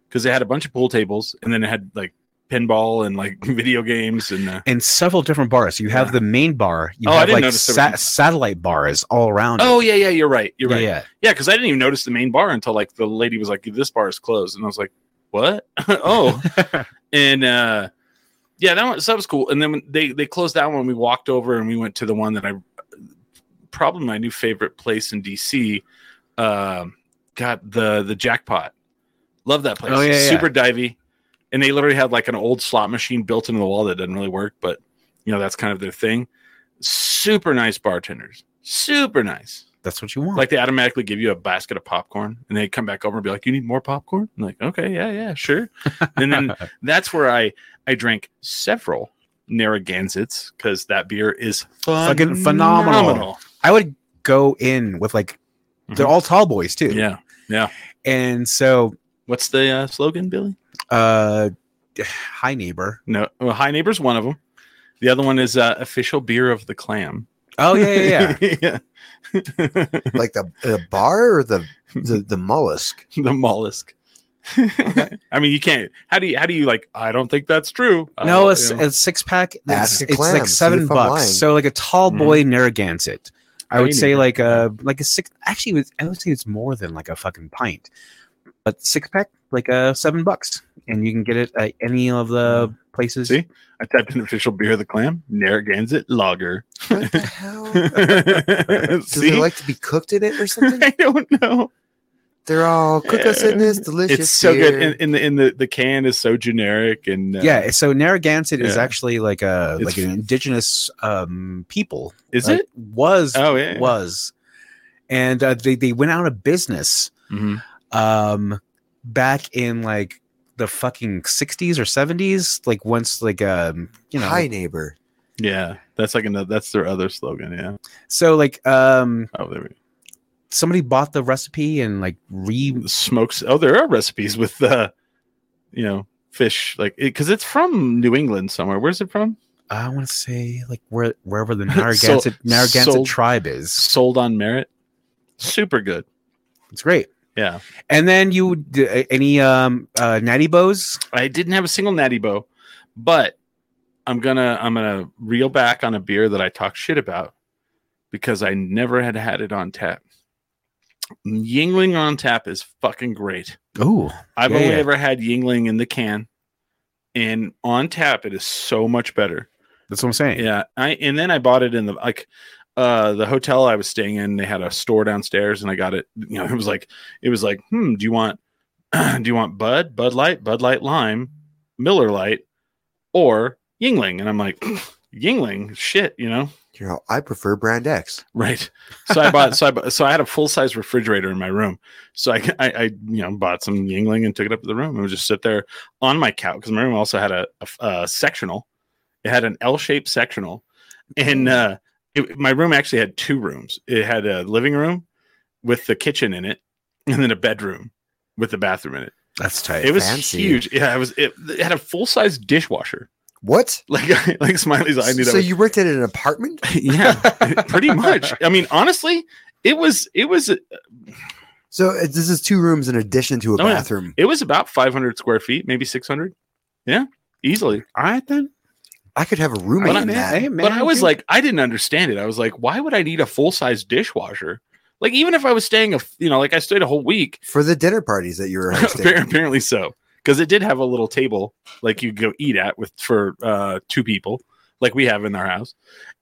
Speaker 2: because they had a bunch of pool tables and then it had like pinball and like video games and uh,
Speaker 3: And several different bars. You have
Speaker 2: Yeah.
Speaker 3: the main bar. You
Speaker 2: Oh, I
Speaker 3: have
Speaker 2: didn't
Speaker 3: like
Speaker 2: notice there
Speaker 3: sa-
Speaker 2: was-
Speaker 3: satellite bars all around.
Speaker 2: oh yeah, yeah, you're right, you're
Speaker 3: yeah,
Speaker 2: right.
Speaker 3: yeah.
Speaker 2: Yeah, because I didn't even notice the main bar until like the lady was like, "This bar is closed," and I was like, "What? oh." and uh, yeah, that one so that was cool. And then when they they closed that one. We walked over and we went to the one that I probably my new favorite place in DC. Um, got the the jackpot. Love that place.
Speaker 3: Oh, yeah, yeah.
Speaker 2: Super divey. And they literally had like an old slot machine built into the wall that doesn't really work, but you know that's kind of their thing. Super nice bartenders. Super nice
Speaker 3: That's what you want.
Speaker 2: like they automatically give you a basket of popcorn and they come back over and be like you need more popcorn I'm like okay yeah yeah sure and then that's where i i drank several narragansetts because that beer is
Speaker 3: Fucking
Speaker 2: phenomenal.
Speaker 3: phenomenal. I would go in with like they're all tall boys too.
Speaker 2: Mm-hmm. yeah
Speaker 3: And so
Speaker 2: what's the uh, slogan billy
Speaker 3: uh hi neighbor.
Speaker 2: no well, high neighbors one of them the other one is uh, official beer of the clam
Speaker 3: Oh yeah, yeah, yeah.
Speaker 2: yeah
Speaker 4: like the, the bar or the, the the mollusk.
Speaker 2: the mollusk i mean you can't how do you how do you like i don't think that's true I
Speaker 3: no,
Speaker 2: don't-
Speaker 3: it's
Speaker 2: you know.
Speaker 3: a six pack. It's,
Speaker 4: Ask a
Speaker 3: it's
Speaker 4: clam,
Speaker 3: like
Speaker 4: see
Speaker 3: seven
Speaker 4: if I'm
Speaker 3: bucks.
Speaker 4: lying. Mm.
Speaker 3: So like a tall
Speaker 2: Mhm.
Speaker 3: boy Narragansett. I would
Speaker 2: Tiny
Speaker 3: say
Speaker 2: bit,
Speaker 3: like
Speaker 2: yeah.
Speaker 3: a like a six. Actually, it was- I would say it's more than like a fucking pint, but six pack like uh seven bucks, and you can get it at any of
Speaker 4: Mm.
Speaker 3: the places.
Speaker 2: See? I typed in official beer of the clam, Narragansett Lager.
Speaker 4: What the hell? Do
Speaker 2: See?
Speaker 4: they like to be cooked in it or something?
Speaker 2: I don't know.
Speaker 4: They're all cook us in this delicious.
Speaker 2: It's so good.
Speaker 4: beer."
Speaker 2: And, and the and the, the can is so generic and uh,
Speaker 3: Yeah, so Narragansett is
Speaker 2: Yeah.
Speaker 3: actually like a
Speaker 2: It's
Speaker 3: like an
Speaker 2: f-
Speaker 3: indigenous um people.
Speaker 2: Is
Speaker 3: Like,
Speaker 2: it?
Speaker 3: was
Speaker 2: Oh yeah.
Speaker 3: was, and uh, they they went out of business
Speaker 2: Mhm.
Speaker 3: um back in like the fucking sixties or seventies. Like once like um you know
Speaker 4: Hi neighbor.
Speaker 2: Yeah. That's like another that's their other slogan, yeah.
Speaker 3: so like um
Speaker 2: Oh there we
Speaker 3: somebody bought the recipe and like re
Speaker 2: go. Smokes oh there are recipes with uh you know fish like because it's from New England somewhere. Where's it from?
Speaker 3: I want to say like where wherever the Narragansett Narragansett
Speaker 2: sold-
Speaker 3: tribe is.
Speaker 2: Sold on merit. Super good.
Speaker 3: It's great.
Speaker 2: Yeah.
Speaker 3: And then you d- any um uh natty bows?
Speaker 2: I didn't have a single natty bow, but I'm gonna I'm gonna reel back on a beer that I talked shit about because I never had had it on tap. Yingling on tap is fucking great.
Speaker 3: Oh,
Speaker 2: I've
Speaker 3: Yeah,
Speaker 2: only
Speaker 3: yeah.
Speaker 2: ever had Yingling in the can, and on tap it is so much better.
Speaker 3: that's what I'm saying.
Speaker 2: Yeah, I and then I bought it in the like uh the hotel I was staying in. They had a store downstairs, and I got it. You know, it was like it was like, hmm, do you want do you want Bud, Bud Light, Bud Light Lime, Miller Light, or Yingling? And I'm like, Yingling, shit, you know,
Speaker 4: You know, I prefer brand X.
Speaker 2: right? So I bought so I bought, so I had a full size refrigerator in my room. So I, I I you know bought some Yingling and took it up to the room and would just sit there on my couch because my room also had a, a f- a sectional. It had an L shaped sectional, and
Speaker 4: Mm.
Speaker 2: uh, it, my room actually had two rooms. It had a living room with the kitchen in it, and then a bedroom with the bathroom in it.
Speaker 3: That's tight.
Speaker 2: It was
Speaker 4: fancy.
Speaker 2: huge. Yeah, it was. It, it had a full size dishwasher.
Speaker 4: What?
Speaker 2: Like like Smiley's. I knew that.
Speaker 4: so
Speaker 2: was-
Speaker 4: you worked at an apartment?
Speaker 2: yeah, pretty much. I mean, honestly, it was it was
Speaker 4: So uh, this is two rooms in addition to a
Speaker 2: Oh, yeah.
Speaker 4: bathroom.
Speaker 2: It was about 500 square feet, maybe 600. Yeah, easily.
Speaker 3: All right then.
Speaker 4: I could have a
Speaker 2: But
Speaker 4: roommate
Speaker 2: I-
Speaker 4: in that.
Speaker 3: Hey, man,
Speaker 2: but I was
Speaker 3: dude.
Speaker 2: like, I didn't understand it. I was like, why would I need a full size dishwasher? Like, even if I was staying a, f- you know, like I stayed a whole week,
Speaker 4: for the dinner parties that you were hosting.
Speaker 2: appar- apparently so, because it did have a little table like you go eat at with for uh, two people, like we have in our house,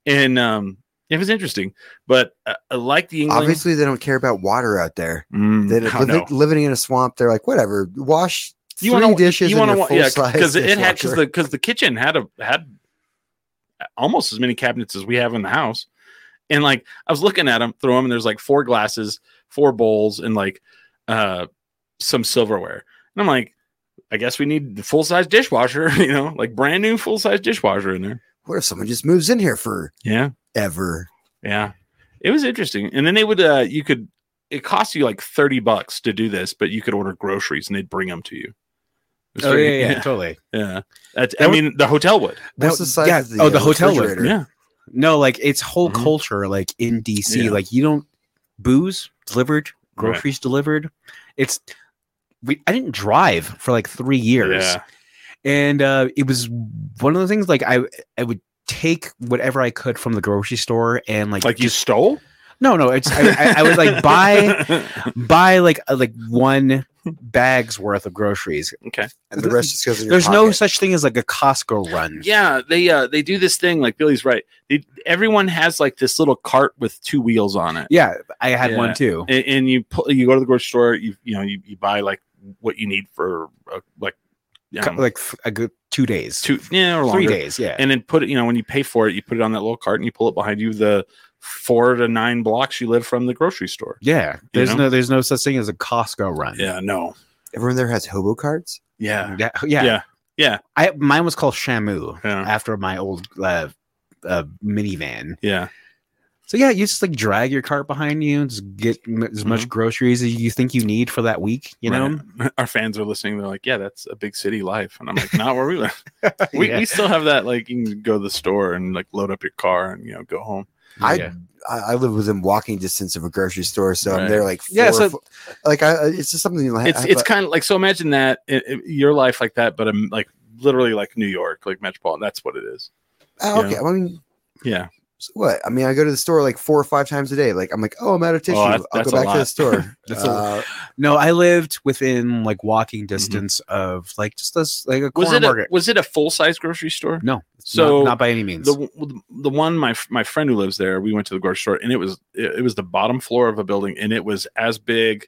Speaker 2: and um, it was interesting. But uh, uh, like the England,
Speaker 4: Obviously, they don't care about water out there.
Speaker 2: Mm,
Speaker 4: They
Speaker 2: I don't
Speaker 4: live,
Speaker 2: know.
Speaker 4: living in a swamp. They're like, whatever. Wash
Speaker 2: you
Speaker 4: 3
Speaker 2: want to
Speaker 4: dishes.
Speaker 2: you
Speaker 4: want to
Speaker 2: want to yeah because it had because the because the kitchen had a had almost as many cabinets as we have in the house and like i was looking at them through them and there's like four glasses four bowls and like uh some silverware and i'm like i guess we need the full size dishwasher you know like brand new full size dishwasher in there
Speaker 4: What if someone just moves in here for
Speaker 2: yeah
Speaker 4: ever?
Speaker 2: yeah it was interesting and then they would uh you could it cost you like 30 bucks to do this but you could order groceries and they'd bring them to you It was
Speaker 3: Oh yeah,
Speaker 2: very-
Speaker 3: yeah, totally.
Speaker 2: yeah. That's, I
Speaker 3: That was-
Speaker 2: mean, the hotel would.
Speaker 4: What's
Speaker 3: That-
Speaker 4: the size
Speaker 3: yeah,
Speaker 4: of the,
Speaker 3: oh,
Speaker 4: uh,
Speaker 3: the hotel was-
Speaker 4: refrigerator?
Speaker 2: Yeah.
Speaker 3: No, like its whole
Speaker 2: Mhm.
Speaker 3: culture, like in DC,
Speaker 2: Yeah.
Speaker 3: like you don't booze delivered,
Speaker 2: Right.
Speaker 3: groceries delivered. It's we. I didn't drive for like three years,
Speaker 2: Yeah.
Speaker 3: and uh, it was one of those things. Like I, I would take whatever I could from the grocery store and like
Speaker 2: Like you
Speaker 3: just
Speaker 2: stole?
Speaker 3: no no. It's I, I, I would like buy buy like uh, like one bag's worth of groceries.
Speaker 2: okay.
Speaker 4: And the rest just goes in your
Speaker 3: There's no
Speaker 4: pocket.
Speaker 3: such thing as like a Costco run.
Speaker 2: Yeah, they uh they do this thing like Billy's right. They, everyone has like this little cart with two wheels on it.
Speaker 3: yeah. I had
Speaker 2: Yeah.
Speaker 3: one too.
Speaker 2: And, and you pull, you go to the grocery store, you you know, you, you buy like what you need for uh, like you
Speaker 3: Cu-
Speaker 2: know,
Speaker 3: like f- a good two days,
Speaker 2: two yeah, or
Speaker 3: three
Speaker 2: longer.
Speaker 3: days. Yeah.
Speaker 2: And then put it, you know, when you pay for it, you put it on that little cart and you pull it behind you the four to nine blocks you live from the grocery store.
Speaker 3: Yeah, there's
Speaker 2: know?
Speaker 3: no there's no such thing as a Costco run.
Speaker 2: Yeah, no.
Speaker 4: Everyone there has hobo cards.
Speaker 2: Yeah.
Speaker 3: yeah, yeah.
Speaker 2: Yeah. Yeah. Uh-huh.
Speaker 3: I mine was called Shamu
Speaker 2: Yeah.
Speaker 3: after my old uh, uh, minivan.
Speaker 2: Yeah.
Speaker 3: So yeah, you just like drag your cart behind you, and just get m- as much groceries as you think you need for that week. You know,
Speaker 2: Mm-hmm. Right. our fans are listening. They're like, "Yeah, that's a big city life," and I'm like, "Not where we live. We,
Speaker 3: Yeah.
Speaker 2: we still have that. Like, you can go to the store and like load up your car and you know go home.
Speaker 4: I-
Speaker 3: yeah.
Speaker 4: I, I live within walking distance of a grocery store, so
Speaker 2: Right.
Speaker 4: I'm there like four
Speaker 3: Yeah, so-
Speaker 4: fo- like I, I- it's just something. Like,
Speaker 2: It's it's kind of like so. Imagine that i i- your life like that, but I'm like literally like New York, like metropolitan. That's what it is.
Speaker 4: oh, okay.
Speaker 2: yeah.
Speaker 4: I mean,
Speaker 2: Yeah,
Speaker 4: so what? I mean, I go to the store like four or five times a day. Like I'm like, oh, I'm out of tissue.
Speaker 2: that's-
Speaker 4: I'll
Speaker 2: that's
Speaker 4: go
Speaker 2: a
Speaker 4: back to the
Speaker 2: lot.
Speaker 4: store.
Speaker 3: That's a-
Speaker 4: uh,
Speaker 3: no, I lived within like walking distance of like just this like a
Speaker 2: Mm-hmm. was
Speaker 3: corner
Speaker 2: it a,
Speaker 3: market.
Speaker 2: was it a full size grocery store?
Speaker 3: no, so
Speaker 2: So
Speaker 3: not, not by any means.
Speaker 2: The the one my my friend who lives there, we went to the grocery store, and it was it, it was the bottom floor of a building, and it was as big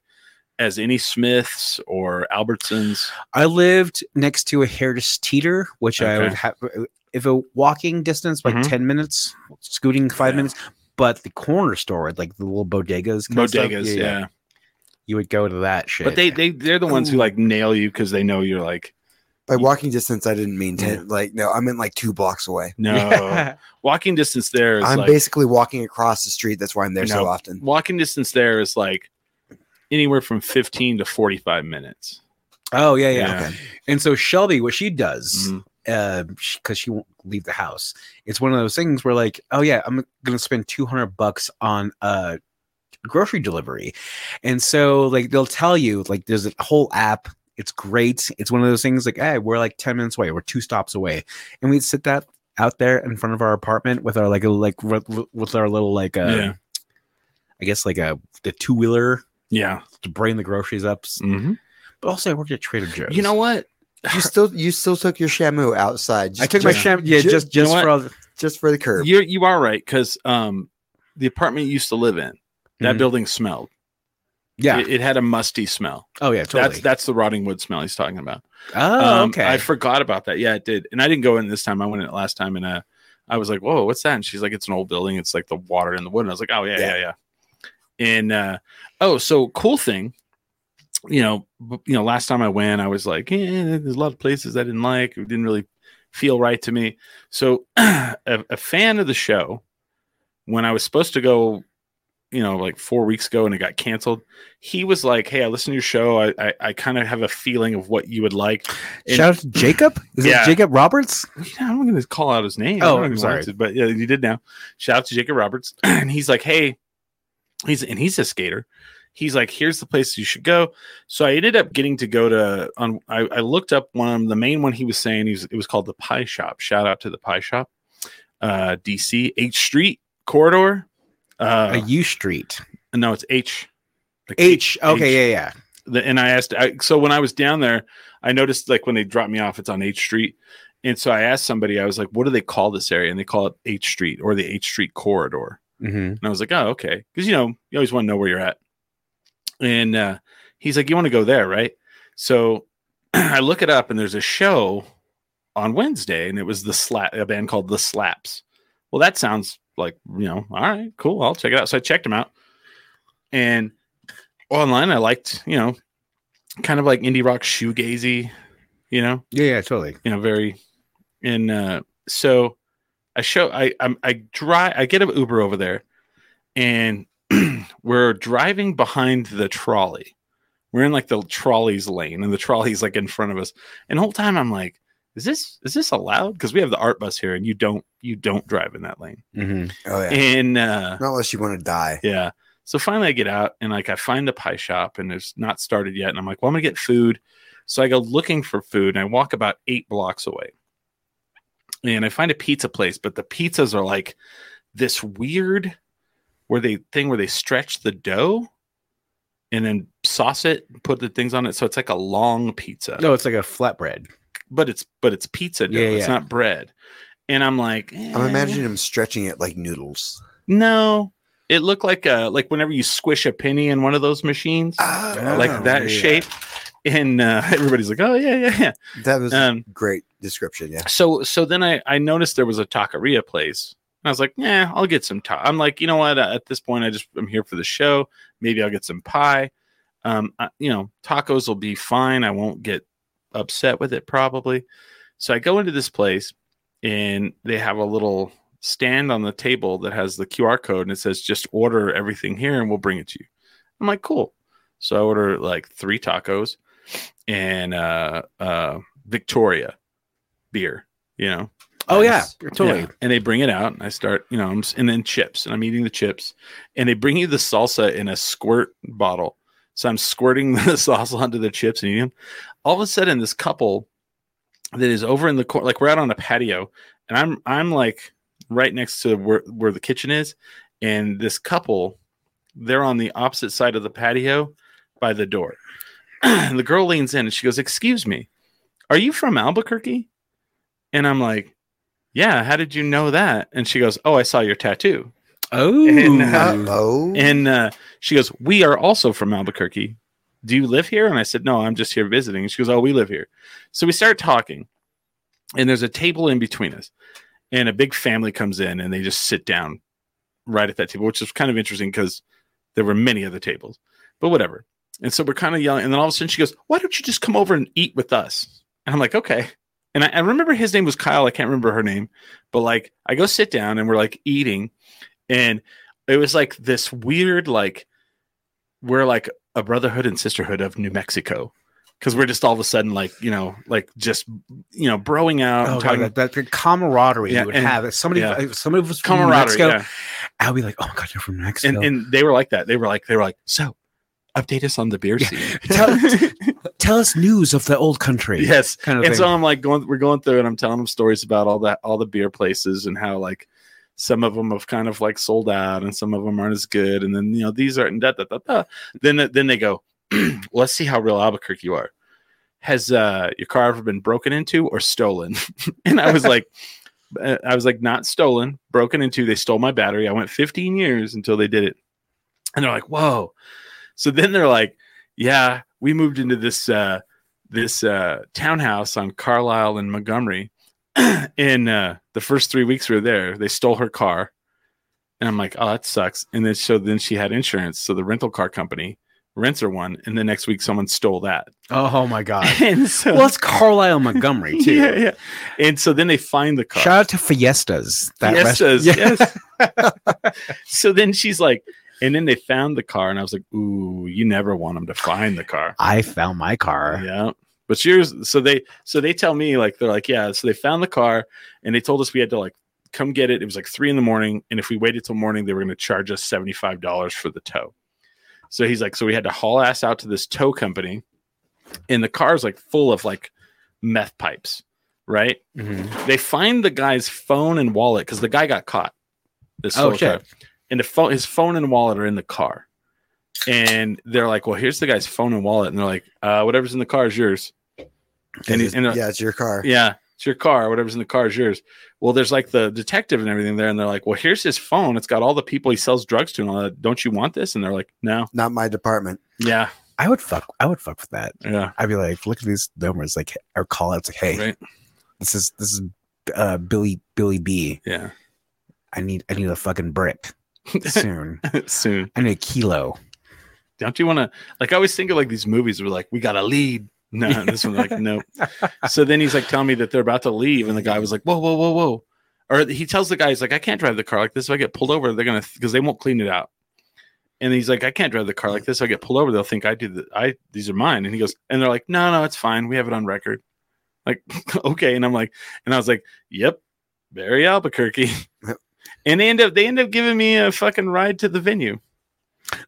Speaker 2: as any Smiths or Albertsons.
Speaker 3: I lived next to a Heritage Teeter, which I
Speaker 2: Okay.
Speaker 3: would have if a walking distance, like
Speaker 2: Mhm.
Speaker 3: ten minutes, scooting five
Speaker 2: Yeah.
Speaker 3: minutes. But the corner store, like the little bodegas, kind of stuff,
Speaker 2: Bodegas, yeah.
Speaker 3: you would go to that shit.
Speaker 2: But they they they're the ones who
Speaker 4: Ooh.
Speaker 2: like nail you because they know you're like
Speaker 4: by walking distance, I didn't mean ten. Like no, I meant like two blocks away.
Speaker 2: no walking distance there is
Speaker 4: I'm
Speaker 2: like
Speaker 4: basically walking across the street. That's why I'm there so
Speaker 2: No.
Speaker 4: often.
Speaker 2: walking distance there is like anywhere from 15 to 45 minutes.
Speaker 3: oh yeah, yeah,
Speaker 2: Yeah.
Speaker 4: Okay.
Speaker 3: And so Shelby, what she does,
Speaker 2: Mhm.
Speaker 3: because um, she won't leave the house, it's one of those things where like, oh yeah, I'm gonna spend two hundred bucks on uh grocery delivery, and so like they'll tell you like there's a whole app. It's great. It's one of those things like, hey, we're like ten minutes away. We're two stops away, and we'd sit that out there in front of our apartment with our like a- like with with our little like uh,
Speaker 2: Yeah.
Speaker 3: I guess like a the two wheeler
Speaker 2: Yeah.
Speaker 3: to bring the groceries up. But also, I worked at Trader Joe's.
Speaker 2: You know what?
Speaker 4: You still you still took your shamu outside.
Speaker 3: I took my
Speaker 4: just,
Speaker 3: sham. Yeah,
Speaker 4: ju-
Speaker 3: just
Speaker 2: you know
Speaker 3: just
Speaker 2: what?
Speaker 3: for all the-
Speaker 4: just for the curb.
Speaker 2: You're you are right because um the apartment you used to live in that
Speaker 3: Mhm.
Speaker 2: building smelled.
Speaker 3: yeah.
Speaker 2: It, it had a musty smell.
Speaker 3: oh yeah, totally.
Speaker 2: That's that's the rotting wood smell he's talking about.
Speaker 3: oh
Speaker 2: Um,
Speaker 3: okay.
Speaker 2: I forgot about that. Yeah, it did. And I didn't go in this time. I went in it last time and uh I was like, Whoa, what's that? And she's like, It's an old building, it's like the water in the wood. And I was like, Oh yeah, yeah,
Speaker 4: Yeah.
Speaker 2: yeah. And uh oh, so cool thing. You know, b- you know, last time I went, I was like, eh, there's a lot of places I didn't like. It didn't really feel right to me. So a, a fan of the show, when I was supposed to go, you know, like four weeks ago and it got canceled, he was like, Hey, I listened to your show. I I, I kind of have a feeling of what you would like. and-
Speaker 3: Shout out to Jacob. Is
Speaker 2: Yeah.
Speaker 3: it Jacob Roberts?
Speaker 2: I'm going to call out his name.
Speaker 3: Oh,
Speaker 2: I don't know
Speaker 3: I'm
Speaker 2: if he
Speaker 3: sorry.
Speaker 2: wants it, but yeah, you did now. Shout out to Jacob Roberts, and he's like, "Hey, he's and he's a skater. He's like, here's the place you should go." So I ended up getting to go to on. I, I looked up one the main one he was saying. He was, it was called the Pie Shop. Shout out to the Pie Shop, uh, DC H Street corridor.
Speaker 3: a
Speaker 2: Uh,
Speaker 3: U Street.
Speaker 2: no, it's H. Like
Speaker 3: H. Okay, yeah, yeah.
Speaker 2: the, and I asked, I, so when I was down there, I noticed like when they dropped me off, it's on H Street. And so I asked somebody, I was like, what do they call this area? And they call it H Street or the H Street corridor.
Speaker 3: Mm-hmm.
Speaker 2: And I was like, oh, okay. Cause you know, you always want to know where you're at. And uh, he's like, you want to go there, right? So I look it up and there's a show on Wednesday and it was the slap, a band called The Slaps. Well, that sounds like, you know, all right, cool. I'll check it out. So I checked them out and online I liked, you know, kind of like indie rock shoegazy, you know,
Speaker 3: Yeah, yeah, totally.
Speaker 2: you know, very and uh so I show I I'm, I drive I get an Uber over there and we're driving behind the trolley. We're in like the trolley's lane and the trolley's like in front of us. And the whole time I'm like, is this is this allowed? Because we have the art bus here and you don't you don't drive in that lane.
Speaker 3: Mm-hmm.
Speaker 4: oh yeah.
Speaker 2: And uh
Speaker 4: Not unless you want to die.
Speaker 2: yeah. So finally I get out and like I find a pie shop and it's not started yet. And I'm like, well, I'm gonna get food. So I go looking for food and I walk about eight blocks away. And I find a pizza place, but the pizzas are like this weird where they thing where they stretch the dough and then sauce it, put the things on it. So it's like a long pizza
Speaker 3: No, it's like a flatbread.
Speaker 2: but it's but it's pizza dough.
Speaker 3: Yeah,
Speaker 2: It's
Speaker 3: yeah.
Speaker 2: not bread. And I'm like,
Speaker 4: I'm
Speaker 2: eh,
Speaker 4: imagining him stretching it like noodles.
Speaker 2: No, it looked like a like whenever you squish a penny in one of those machines,
Speaker 4: Ah,
Speaker 2: Uh, like that
Speaker 4: yeah.
Speaker 2: shape. And uh, everybody's like, oh yeah, yeah,
Speaker 4: That was
Speaker 2: yeah. Um,
Speaker 4: a great description. Yeah.
Speaker 2: so so then I I noticed there was a taqueria place. And I was like, yeah, I'll get some ta I'm like, you know what? At this point, I just I'm here for the show. Maybe I'll get some pie. Um, I- you know, tacos will be fine. I won't get upset with it probably. So I go into this place, and they have a little stand on the table that has the QR code, and it says just order everything here, and we'll bring it to you. I'm like, cool. So I order like three tacos and uh, uh, Victoria beer. You know,
Speaker 3: Oh yeah,
Speaker 4: Nice.
Speaker 3: totally.
Speaker 2: yeah. And they bring it out, and I start, you know, I'm, s- and then chips, and I'm eating the chips, and they bring you the salsa in a squirt bottle. So I'm squirting the salsa onto the chips and eating them. All of a sudden, this couple that is over in the corner, like we're out on a patio, and I'm I'm like right next to where where the kitchen is, and this couple, they're on the opposite side of the patio by the door. and the girl leans in and she goes, "Excuse me, are you from Albuquerque?" And I'm like, yeah how did you know that and she goes oh i saw your tattoo
Speaker 3: Oh,
Speaker 2: And, uh,
Speaker 4: Oh,
Speaker 2: and uh, she goes we are also from albuquerque do you live here and i said no i'm just here visiting and she goes oh we live here so we start talking and there's a table in between us and a big family comes in and they just sit down right at that table which is kind of interesting because there were many other tables but whatever and so we're kind of yelling and then all of a sudden she goes why don't you just come over and eat with us and i'm like okay and I, I remember his name was Kyle. I can't remember her name, but like I go sit down and we're like eating, and it was like this weird like we're like a brotherhood and sisterhood of New Mexico because we're just all of a sudden like you know like just you know broing out
Speaker 3: Oh,
Speaker 2: and
Speaker 3: God,
Speaker 2: talking
Speaker 3: that, that, that camaraderie
Speaker 2: Yeah,
Speaker 3: you would
Speaker 2: and-
Speaker 3: have. If somebody,
Speaker 2: yeah.
Speaker 3: if somebody was from
Speaker 2: camaraderie.
Speaker 3: Mexico,
Speaker 2: yeah.
Speaker 3: I'd be like, "Oh my God, you're from Mexico."
Speaker 2: And and they were like that. They were like they were like so update us on the beer scene.
Speaker 3: Tell- Tell us news of the old country.
Speaker 2: yes,
Speaker 3: kind of
Speaker 2: and
Speaker 3: thing.
Speaker 2: so I'm like going, we're going through, and I'm telling them stories about all that, all the beer places, and how like Some of them have kind of like sold out, and some of them aren't as good. And then you know these aren't. and Da, da, da, da. Then then they go, let's see how real Albuquerque you are. Has uh, your car ever been broken into or stolen? and I was like, uh, I was like, not stolen, broken into. They stole my battery. I went 15 years until they did it. And they're like, whoa. So then they're like, yeah, we moved into this uh, this uh, townhouse on Carlisle and Montgomery. and uh, the first three weeks we were there, they stole her car. And I'm like, oh, that sucks. And then so then she had insurance, so the rental car company rents her one, and the next week someone stole that.
Speaker 3: Oh my god.
Speaker 2: and so
Speaker 3: well, it's Carlisle Montgomery too.
Speaker 2: yeah, yeah. And so then they find the car.
Speaker 3: Shout out to Fiestas. That
Speaker 2: yes,
Speaker 3: rest-
Speaker 2: does,
Speaker 3: Yeah.
Speaker 2: yes. so then she's like, and then they found the car, and I was like, ooh, you never want them to find the car.
Speaker 3: I found my car.
Speaker 2: Yeah. But yours, so they, so they tell me like they're like, yeah. So they found the car, and they told us we had to like come get it. It was like three in the morning, and if we waited till morning, they were going to charge us seventy five dollars for the tow. So he's like, so we had to haul ass out to this tow company, and the car's like full of like meth pipes, right?
Speaker 3: Mhm.
Speaker 2: they find the guy's phone and wallet because the guy got caught. This
Speaker 3: Oh,
Speaker 2: whole
Speaker 3: shit.
Speaker 2: time. And the phone, his phone and wallet are in the car. And they're like, "Well, here's the guy's phone and wallet." And they're like, uh, "Whatever's in the car is yours." And he's in a, yeah.
Speaker 4: yeah, it's your car.
Speaker 2: it's your car. Whatever's in the car is yours. Well, there's like the detective and everything there, and they're like, "Well, here's his phone. It's got all the people he sells drugs to and all that. Don't you want this?" And they're like, "No."
Speaker 4: Not my department.
Speaker 2: Yeah,
Speaker 3: I would fuck. I would fuck with that.
Speaker 2: yeah.
Speaker 3: I'd be like, look at these numbers, like or call outs, like, hey,
Speaker 2: Right.
Speaker 3: this is this is uh, Billy Billy B.
Speaker 2: Yeah.
Speaker 3: I need I need a fucking brick soon.
Speaker 2: Soon.
Speaker 3: I need a kilo.
Speaker 2: don't you want to like i always think of like these movies where like we got a lead no this one's like nope so then he's like telling me that they're about to leave and the guy was like whoa whoa whoa whoa or he tells the guy he's like i can't drive the car like this if i get pulled over they're gonna because they won't clean it out and he's like i can't drive the car like this if i get pulled over they'll think i did the i these are mine and he goes and they're like no no it's fine we have it on record like okay and i'm like and i was like yep barry albuquerque
Speaker 4: Yep.
Speaker 2: and they end up they end up giving me a fucking ride to the venue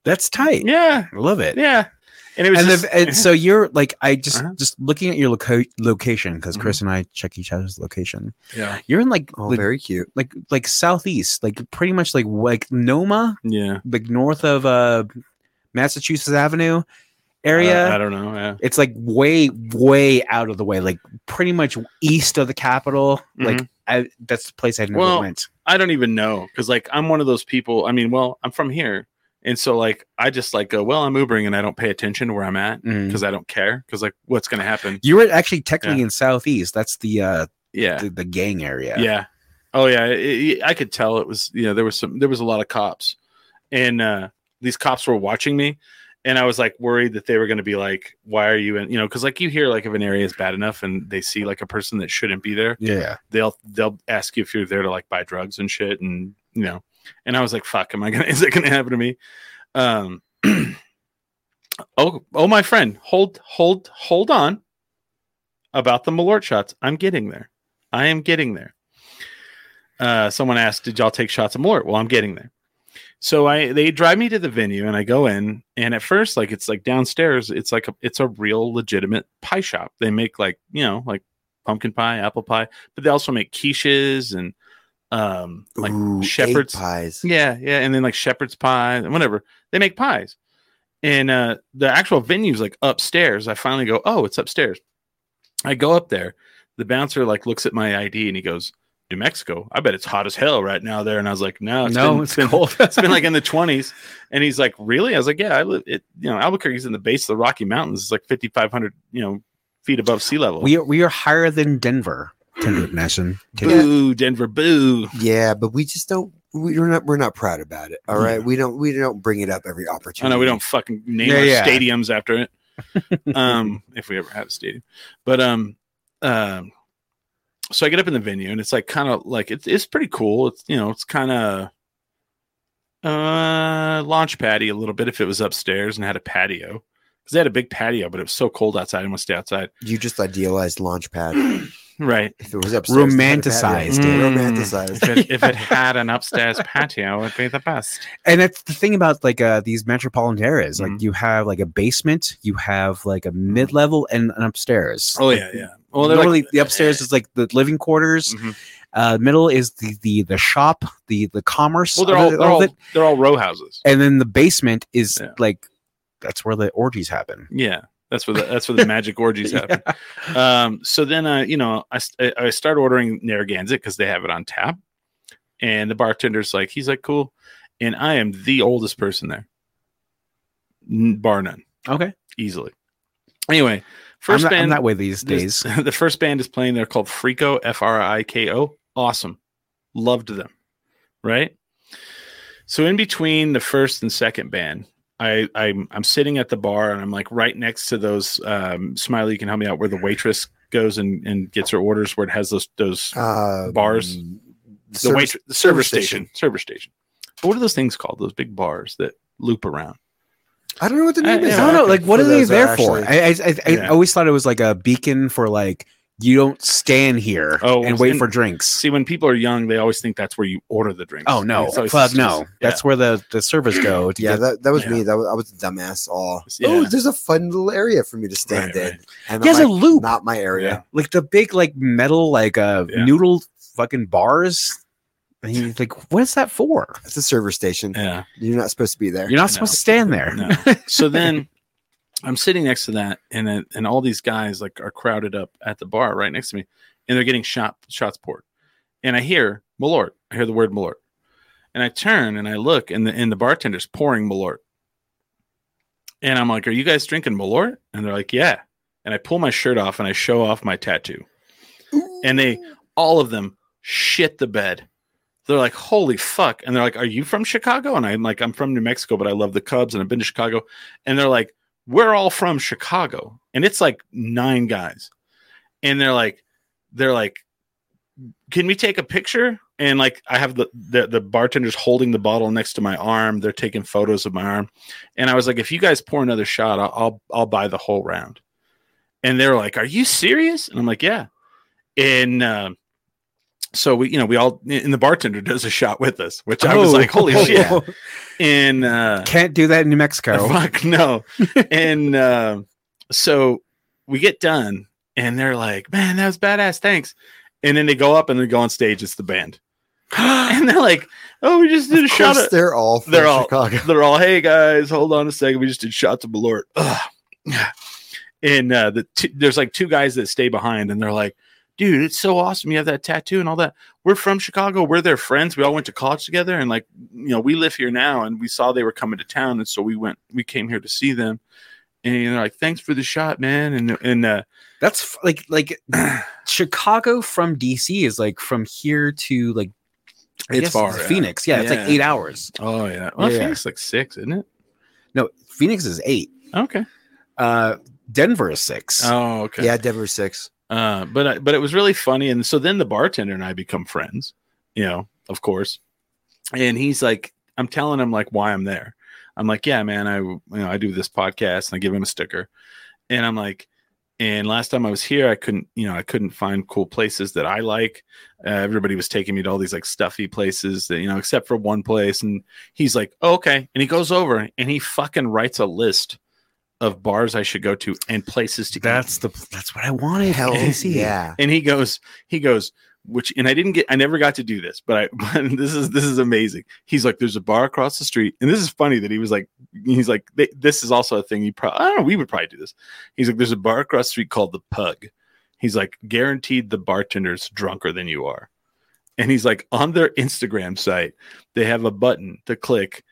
Speaker 3: That's tight.
Speaker 2: yeah
Speaker 3: I love it.
Speaker 2: yeah and it was
Speaker 3: And,
Speaker 2: just-
Speaker 3: the, and so you're like, I just
Speaker 2: Uh-huh. Mm-hmm.
Speaker 3: just looking at your loco- location because Chris and I check each other's location.
Speaker 2: Yeah.
Speaker 3: You're in like
Speaker 4: Oh,
Speaker 3: like,
Speaker 4: very cute.
Speaker 3: like like southeast, like pretty much like like Noma,
Speaker 2: Yeah.
Speaker 3: like north of uh Massachusetts Avenue area.
Speaker 2: I, don't know. Yeah.
Speaker 3: it's like way way out of the way, like pretty much east of the capital. Like I, that's the place I never
Speaker 2: Mm-hmm. Well,
Speaker 3: went.
Speaker 2: I don't even know because like I'm one of those people. I mean, well, I'm from here, and so like I just like go, well, I'm Ubering and I don't pay attention to where I'm at
Speaker 3: Mm.
Speaker 2: because I don't care because like what's gonna happen?
Speaker 3: You were actually technically in southeast. That's the uh
Speaker 2: Yeah.
Speaker 3: the, the gang area.
Speaker 2: Yeah. Oh yeah. It- it- I could tell it was you know there was some there was a lot of cops, and uh these cops were watching me. And I was like worried that they were going to be like, "Why are you in?" You know, because like you hear like if an area is bad enough and they see like a person that shouldn't be there,
Speaker 3: Yeah.
Speaker 2: they'll they'll ask you if you're there to like buy drugs and shit and you know and i was like fuck am i gonna is it gonna happen to me um oh oh my friend hold hold hold on about the malort shots i'm getting there i am getting there uh someone asked did y'all take shots of malort well i'm getting there so i they drive me to the venue and i go in and at first like it's like downstairs it's like a, it's a real legitimate pie shop they make like you know like pumpkin pie apple pie but they also make quiches and um like
Speaker 4: Ooh, egg
Speaker 2: shepherd's
Speaker 4: pies.
Speaker 2: yeah, yeah, and then like shepherd's pie and whatever. They make pies. And uh the actual venue's like upstairs. I finally go, "Oh, it's upstairs." I go up there. The bouncer like looks at my ID and he goes, "New Mexico. I bet it's hot as hell right now there." And I was like, "No, it's
Speaker 3: no,
Speaker 2: been-
Speaker 3: it's
Speaker 2: been-
Speaker 3: cold.
Speaker 2: it's been like in the 20s." And he's like, "Really?" I was like, "Yeah, I live it, you know, Albuquerque's in the base of the Rocky Mountains. It's like 5500, you know, feet above sea level."
Speaker 3: we are we are higher than Denver. Kendrick Nation.
Speaker 2: boo, Denver, boo.
Speaker 4: Yeah, but we just don't. we- We're not. We're not proud about it. All right, we don't. We don't bring it up every
Speaker 2: I
Speaker 4: opportunity.
Speaker 2: know we don't fucking name
Speaker 3: Yeah,
Speaker 2: our
Speaker 3: yeah.
Speaker 2: stadiums after it. um, if we ever have a stadium. But um um so I get up in the venue and it's like kind of like it's it's pretty cool. It's you know, it's kind of uh launch patty a little bit if it was upstairs and had a patio. Because they had a big patio, but it was so cold outside I want to stay outside.
Speaker 4: You just idealized Launchpad.
Speaker 2: Right.
Speaker 4: If it was upstairs, it had a patio.
Speaker 3: Romanticized
Speaker 2: it.
Speaker 4: Romanticized.
Speaker 2: If it, if it had an upstairs patio, it'd be the best.
Speaker 3: and that's the thing about like uh these metropolitan areas. Like
Speaker 2: Mhm.
Speaker 3: you have like a basement, you have like a mid level and an upstairs.
Speaker 2: Oh yeah, yeah. Well,
Speaker 3: Well,
Speaker 2: they're like,
Speaker 3: literally the upstairs is like the living quarters,
Speaker 2: Mhm.
Speaker 3: Uh, middle is the the the shop, the the commerce.
Speaker 2: Well, they're
Speaker 3: of
Speaker 2: all
Speaker 3: it-
Speaker 2: they're
Speaker 3: of
Speaker 2: all,
Speaker 3: it.
Speaker 2: they're all row houses.
Speaker 3: and then the basement is
Speaker 2: Yeah.
Speaker 3: like that's where the orgies happen.
Speaker 2: Yeah, that's where the, that's where the magic orgies happen. Um, so then, uh, you know, I s- I, I start ordering Narragansett because they have it on tap, and the bartender's like, he's like, cool, and I am the oldest person there, N- bar none,
Speaker 3: Okay,
Speaker 2: easily. Anyway, 1st
Speaker 3: I'm, not, I'm
Speaker 2: band
Speaker 3: that way these
Speaker 2: this-
Speaker 3: days.
Speaker 2: the first band is playing. They're called Frico, F R I K O. Awesome. Loved them. Right. So in between the first and second band, I, I'm I'm sitting at the bar and I'm like right next to those um Smiley, you can help me out where the waitress goes and, and gets her orders where it has those those
Speaker 4: Uh,
Speaker 2: Bars.
Speaker 4: The
Speaker 2: the wait
Speaker 4: service-
Speaker 2: the server
Speaker 4: service
Speaker 2: station.
Speaker 4: station.
Speaker 2: Server station. What are those things called? Those big bars that loop around.
Speaker 4: I don't know what the
Speaker 2: I-
Speaker 4: name is.
Speaker 2: yeah,
Speaker 3: I don't know,
Speaker 4: for
Speaker 3: like what are they
Speaker 4: those
Speaker 3: there
Speaker 4: that
Speaker 3: for?
Speaker 4: actually-
Speaker 3: I I, I, I
Speaker 2: Yeah.
Speaker 3: always thought it was like a beacon for like you don't stand here
Speaker 2: Oh,
Speaker 3: and wait
Speaker 2: and-
Speaker 3: for drinks.
Speaker 2: See, when people are young, they always think that's where you order the drinks.
Speaker 3: Oh no,
Speaker 2: It's always
Speaker 3: fuck
Speaker 2: just-
Speaker 3: no!
Speaker 2: yeah.
Speaker 3: That's where the the servers go to
Speaker 4: Yeah,
Speaker 3: get
Speaker 4: that, that was
Speaker 2: yeah.
Speaker 4: me. That was, I was a dumbass. All
Speaker 2: Yeah.
Speaker 4: oh, there's a fun little area for me to stand
Speaker 2: Right,
Speaker 4: in.
Speaker 2: right.
Speaker 4: And
Speaker 3: He
Speaker 4: I'm
Speaker 3: has a
Speaker 4: like,
Speaker 3: loop.
Speaker 4: not my area.
Speaker 3: like the big like metal like uh
Speaker 2: Yeah.
Speaker 3: noodle fucking bars. And you're like, what is that for?
Speaker 4: It's a server station.
Speaker 2: yeah.
Speaker 4: You're not supposed to be there.
Speaker 3: You're not
Speaker 2: No.
Speaker 3: supposed to stand there.
Speaker 2: No. so then I'm sitting next to that, and then- and all these guys like are crowded up at the bar right next to me, and they're getting shot shots poured, and I hear Malort. I hear the word Malort, and I turn and I look, and the and the bartender's pouring Malort, and I'm like, "Are you guys drinking Malort?" And they're like, "Yeah." And I pull my shirt off and I show off my tattoo. And they all of them shit the bed. They're like, holy fuck. And they're like, are you from Chicago? And I'm like, I'm from New Mexico, but I love the Cubs and I've been to Chicago. And they're like, we're all from Chicago. And it's like nine guys. And they're like, they're like, can we take a picture? And like, I have the, the, the bartender's holding the bottle next to my arm. They're taking photos of my arm. And I was like, if you guys pour another shot, I'll, I'll, I'll buy the whole round. And they're like, are you serious? And I'm like, yeah. And, um, so we, you know, we all and the bartender does a shot with us, which I was
Speaker 3: Oh.
Speaker 2: like, "Holy
Speaker 4: Oh,
Speaker 2: shit!"
Speaker 4: yeah.
Speaker 2: and uh
Speaker 3: Can't do that in New Mexico.
Speaker 2: fuck no and uh, so we get done and they're like man that was badass thanks and then they go up and they go on stage it's the band and they're like oh we just did a
Speaker 4: Of
Speaker 2: shot
Speaker 4: course
Speaker 2: of
Speaker 4: they're all from
Speaker 2: they're all-
Speaker 4: Chicago.
Speaker 2: they're all hey guys hold on a second we just did shots of Malort Ugh. and uh the two there's like two guys that stay behind and they're like dude it's so awesome you have that tattoo and all that we're from Chicago we're their friends we all went to college together and like you know we live here now and we saw they were coming to town and so we went we came here to see them and they're like thanks for the shot man and and uh
Speaker 3: That's f- like like Chicago from DC is like from here to like I
Speaker 2: It's
Speaker 3: guess
Speaker 2: far, yeah.
Speaker 3: Phoenix. Yeah, it's like
Speaker 2: Yeah.
Speaker 3: eight hours.
Speaker 2: oh yeah well
Speaker 3: Yeah.
Speaker 2: I think it's like six isn't it
Speaker 3: No, Phoenix is eight.
Speaker 2: okay
Speaker 3: Uh, Denver is six.
Speaker 2: oh okay
Speaker 4: Yeah, Denver six.
Speaker 2: Uh, but I- but it was really funny, and so then the bartender and I become friends, you know, of course. And he's like, I'm telling him like why I'm there. I'm like, yeah, man, I you know I do this podcast, and I give him a sticker, and I'm like, and last time I was here, I couldn't you know I couldn't find cool places that I like. Uh, everybody was taking me to all these like stuffy places that you know, except for one place, and he's like, oh, okay, and he goes over and he fucking writes a list of bars I should go to and places to eat
Speaker 3: that's the that's what I wanted.
Speaker 4: Hell
Speaker 3: DC.
Speaker 4: yeah.
Speaker 2: and he goes he goes which and i didn't get i never got to do this but i this is this is amazing he's like there's a bar across the street and this is funny that he was like he's like "Th- this is also a thing you probably i don't know we would probably do this he's like there's a bar across the street called the pug he's like guaranteed the bartender's drunker than you are and he's like on their instagram site they have a button to click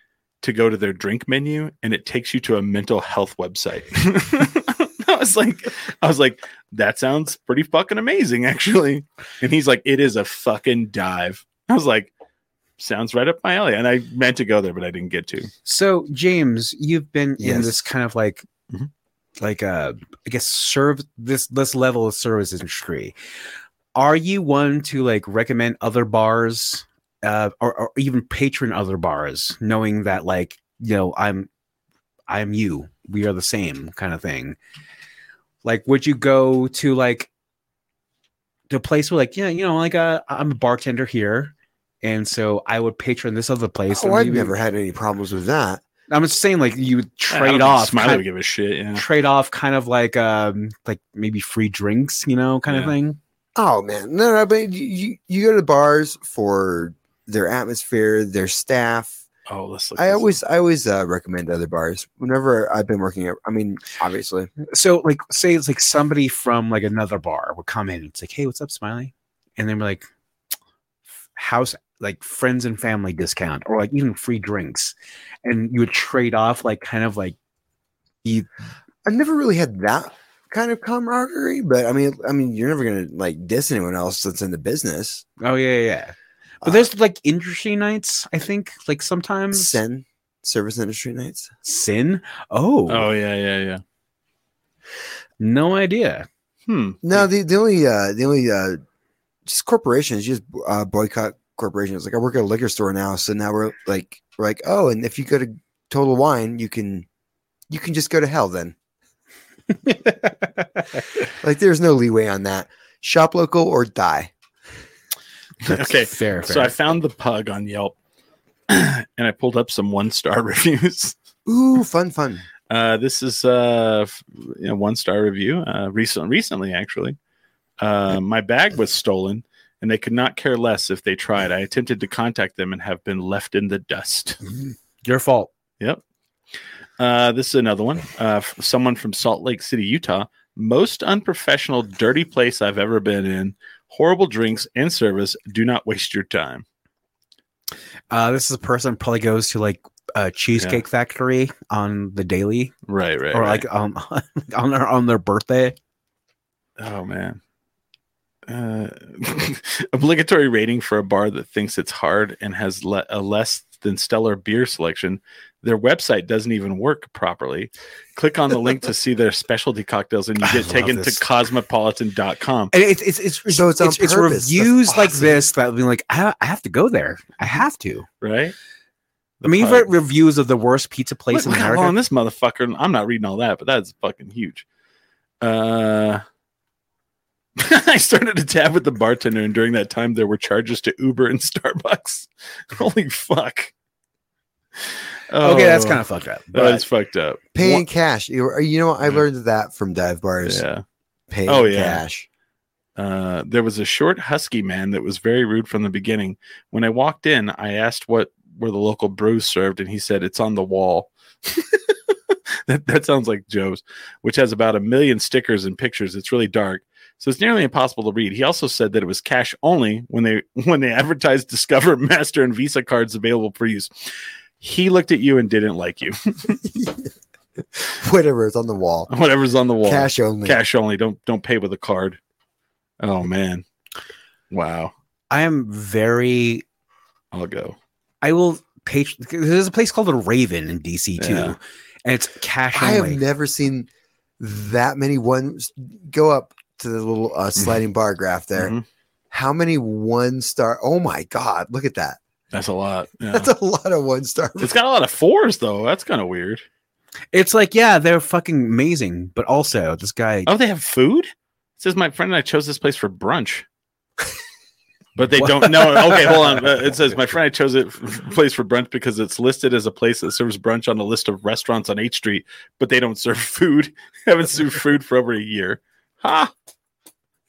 Speaker 2: to go to their drink menu and it takes you to a mental health website i was like i was like that sounds pretty fucking amazing actually and he's like it is a fucking dive i was like sounds right up my alley and i meant to go there but i didn't get to
Speaker 3: So James, you've been in
Speaker 4: Yes. Mm-hmm.
Speaker 3: this kind of like
Speaker 2: Mhm.
Speaker 3: like uh I guess serve this this level of service industry. Are you one to like recommend other bars uh or, or even patron other bars knowing that like you know I'm I'm you. We are the same kind of thing. Like would you go to like the place where like yeah, you know, like uh, I'm a bartender here and so I would patron this other place.
Speaker 4: Oh,
Speaker 3: and
Speaker 4: I've
Speaker 3: you-
Speaker 4: never had any problems with that.
Speaker 3: I'm just saying, like you
Speaker 2: I
Speaker 3: would
Speaker 2: don't
Speaker 3: trade
Speaker 2: think
Speaker 3: off,
Speaker 2: smiley
Speaker 3: kind
Speaker 2: would give a shit yeah
Speaker 3: trade off, kind of like um, like maybe free drinks, you know, kind
Speaker 2: Yeah.
Speaker 3: of thing.
Speaker 4: Oh man, no, no, but you, you, you go to bars for their atmosphere, their staff.
Speaker 2: Oh, let's look.
Speaker 4: I
Speaker 2: this up.
Speaker 4: always, I always uh, recommend other bars whenever I've been working. At, I mean, obviously,
Speaker 3: so like say it's like somebody from like another bar would come in and it's like hey what's up smiley and then we're like house like friends and family discount or like even free drinks and you would trade off like kind of like
Speaker 4: I've never really had that kind of camaraderie. But I mean, I mean, you're never gonna like diss anyone else that's in the business.
Speaker 3: oh yeah yeah, yeah but
Speaker 4: Uh,
Speaker 3: there's like industry nights i think like sometimes sin,
Speaker 4: Sen service industry nights.
Speaker 3: oh,
Speaker 2: Oh yeah, yeah, yeah.
Speaker 3: no idea
Speaker 2: Hmm.
Speaker 4: No, the the only uh, the only uh, just corporations you just uh, boycott corporations. Like I work at a liquor store now, so now we're like we're like oh, and if you go to Total Wine, you can you can just go to hell then. Like there's no leeway on that. Shop local or die.
Speaker 3: That's
Speaker 2: Okay,
Speaker 3: fair, fair.
Speaker 2: So I found the pug on Yelp, and I pulled up some one star reviews.
Speaker 4: Ooh, fun, fun.
Speaker 2: Uh, this is uh, f- you know, one star review uh, recent, recently, actually. Uh, my bag was stolen, and they could not care less if they tried. I attempted to contact them and have been left in the dust.
Speaker 3: your fault
Speaker 2: Uh, this is another one. Uh, f- someone from Salt Lake City, Utah. Most unprofessional, dirty place I've ever been in. Horrible drinks and service. Do not waste your time.
Speaker 3: uh this is a person probably goes to like a cheesecake factory on the daily
Speaker 2: Right, right.
Speaker 3: or
Speaker 2: right.
Speaker 3: like um on their on their birthday.
Speaker 2: Oh man. Uh, obligatory rating for a bar that thinks it's hard and has le- a less than stellar beer selection. Their website doesn't even work properly. Click on the link to see their specialty cocktails and you
Speaker 3: I
Speaker 2: get
Speaker 3: love
Speaker 2: taken
Speaker 3: this.
Speaker 2: to cosmopolitan.com.
Speaker 3: And it's it's it's
Speaker 4: So it's on
Speaker 3: it's, it's
Speaker 4: purpose. That's
Speaker 3: reviews like
Speaker 4: awesome.
Speaker 3: this that be like I, I have to go there. I have to.
Speaker 2: Right?
Speaker 3: I mean, you've
Speaker 2: pub.
Speaker 3: read reviews of the worst pizza place
Speaker 2: Look, look
Speaker 3: in
Speaker 2: how
Speaker 3: America.
Speaker 2: long this motherfucker. I'm not reading all that, but that's fucking huge. Uh, I started a tab with the bartender, and during that time, there were charges to Uber and Starbucks. Holy fuck!
Speaker 3: okay, that's kind of fucked up.
Speaker 2: Oh. that
Speaker 3: But
Speaker 2: is fucked up.
Speaker 4: Paying
Speaker 2: One-
Speaker 4: cash. You, you know, what? I
Speaker 2: Yeah.
Speaker 4: learned that from dive bars.
Speaker 2: yeah.
Speaker 4: Paying
Speaker 2: Oh, yeah.
Speaker 4: cash.
Speaker 2: Uh, there was a short, husky man that was very rude from the beginning. When I walked in, I asked what were the local brews served, and he said it's on the wall. that that sounds like Joe's, which has about a million stickers and pictures. It's really dark, so it's nearly impossible to read. He also said that it was cash only when they when they advertised Discover, Master, and Visa cards available for use. He looked at you and didn't like you.
Speaker 4: Whatever. It's on the wall.
Speaker 2: Whatever's on the wall,
Speaker 4: Cash only.
Speaker 2: cash only. Don't don't pay with a card. Oh man, wow.
Speaker 3: I am very.
Speaker 2: I'll go.
Speaker 3: I will page. There's a place called the Raven in DC too,
Speaker 2: Yeah.
Speaker 3: and it's cash
Speaker 4: I have
Speaker 3: only.
Speaker 4: never seen that many ones go up to the little uh, sliding bar graph there.
Speaker 2: Mhm.
Speaker 4: How many one star? Oh my god, look at that.
Speaker 2: That's a lot. Yeah.
Speaker 4: That's a lot of one star.
Speaker 2: it's got a lot of fours though. That's kind of weird.
Speaker 3: it's like yeah, they're fucking amazing, but also this guy.
Speaker 2: Oh, they have food. It says my friend and I chose this place for brunch. But they
Speaker 3: What?
Speaker 2: don't know. Okay, hold on. Uh, It says my friend I chose it f- place for brunch because it's listed as a place that serves brunch on a list of restaurants on H Street, but they don't serve food. Haven't served food for over a year. Ha!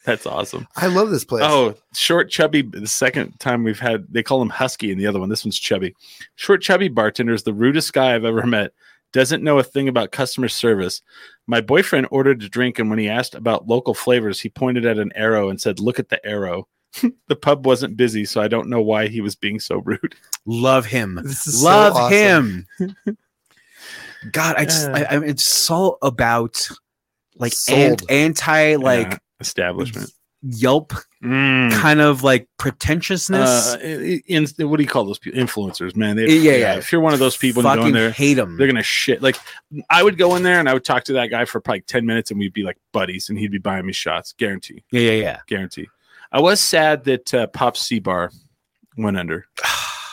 Speaker 2: That's awesome.
Speaker 4: I love this place.
Speaker 2: Oh, short, chubby. The second time we've had, they call him Husky in the other one. This one's chubby. Short, chubby bartender is the rudest guy I've ever met. Doesn't know a thing about customer service. My boyfriend ordered a drink, and when he asked about local flavors, he pointed at an arrow and said, Look at the arrow. the pub wasn't busy, so I don't know why he was being so rude.
Speaker 3: Love him.
Speaker 4: this is so
Speaker 3: love
Speaker 4: awesome.
Speaker 3: him. God, I just I,
Speaker 2: Yeah.
Speaker 3: I'm it's all about like an,
Speaker 4: Sold.
Speaker 3: anti like
Speaker 2: Yeah, establishment.
Speaker 3: Yelp
Speaker 2: Mm.
Speaker 3: kind of like pretentiousness.
Speaker 2: Uh, i- i- in- what do you call those people? Influencers, man. They,
Speaker 3: Yeah, yeah.
Speaker 2: If you're one of those people and you
Speaker 3: fucking
Speaker 2: go in there,
Speaker 3: hate him.
Speaker 2: they're gonna shit. Like I would go in there and I would talk to that guy for probably ten minutes, and we'd be like buddies, and he'd be buying me shots, guarantee,
Speaker 3: yeah, yeah, yeah.
Speaker 2: guarantee. I was sad that uh, Pop C Bar went under.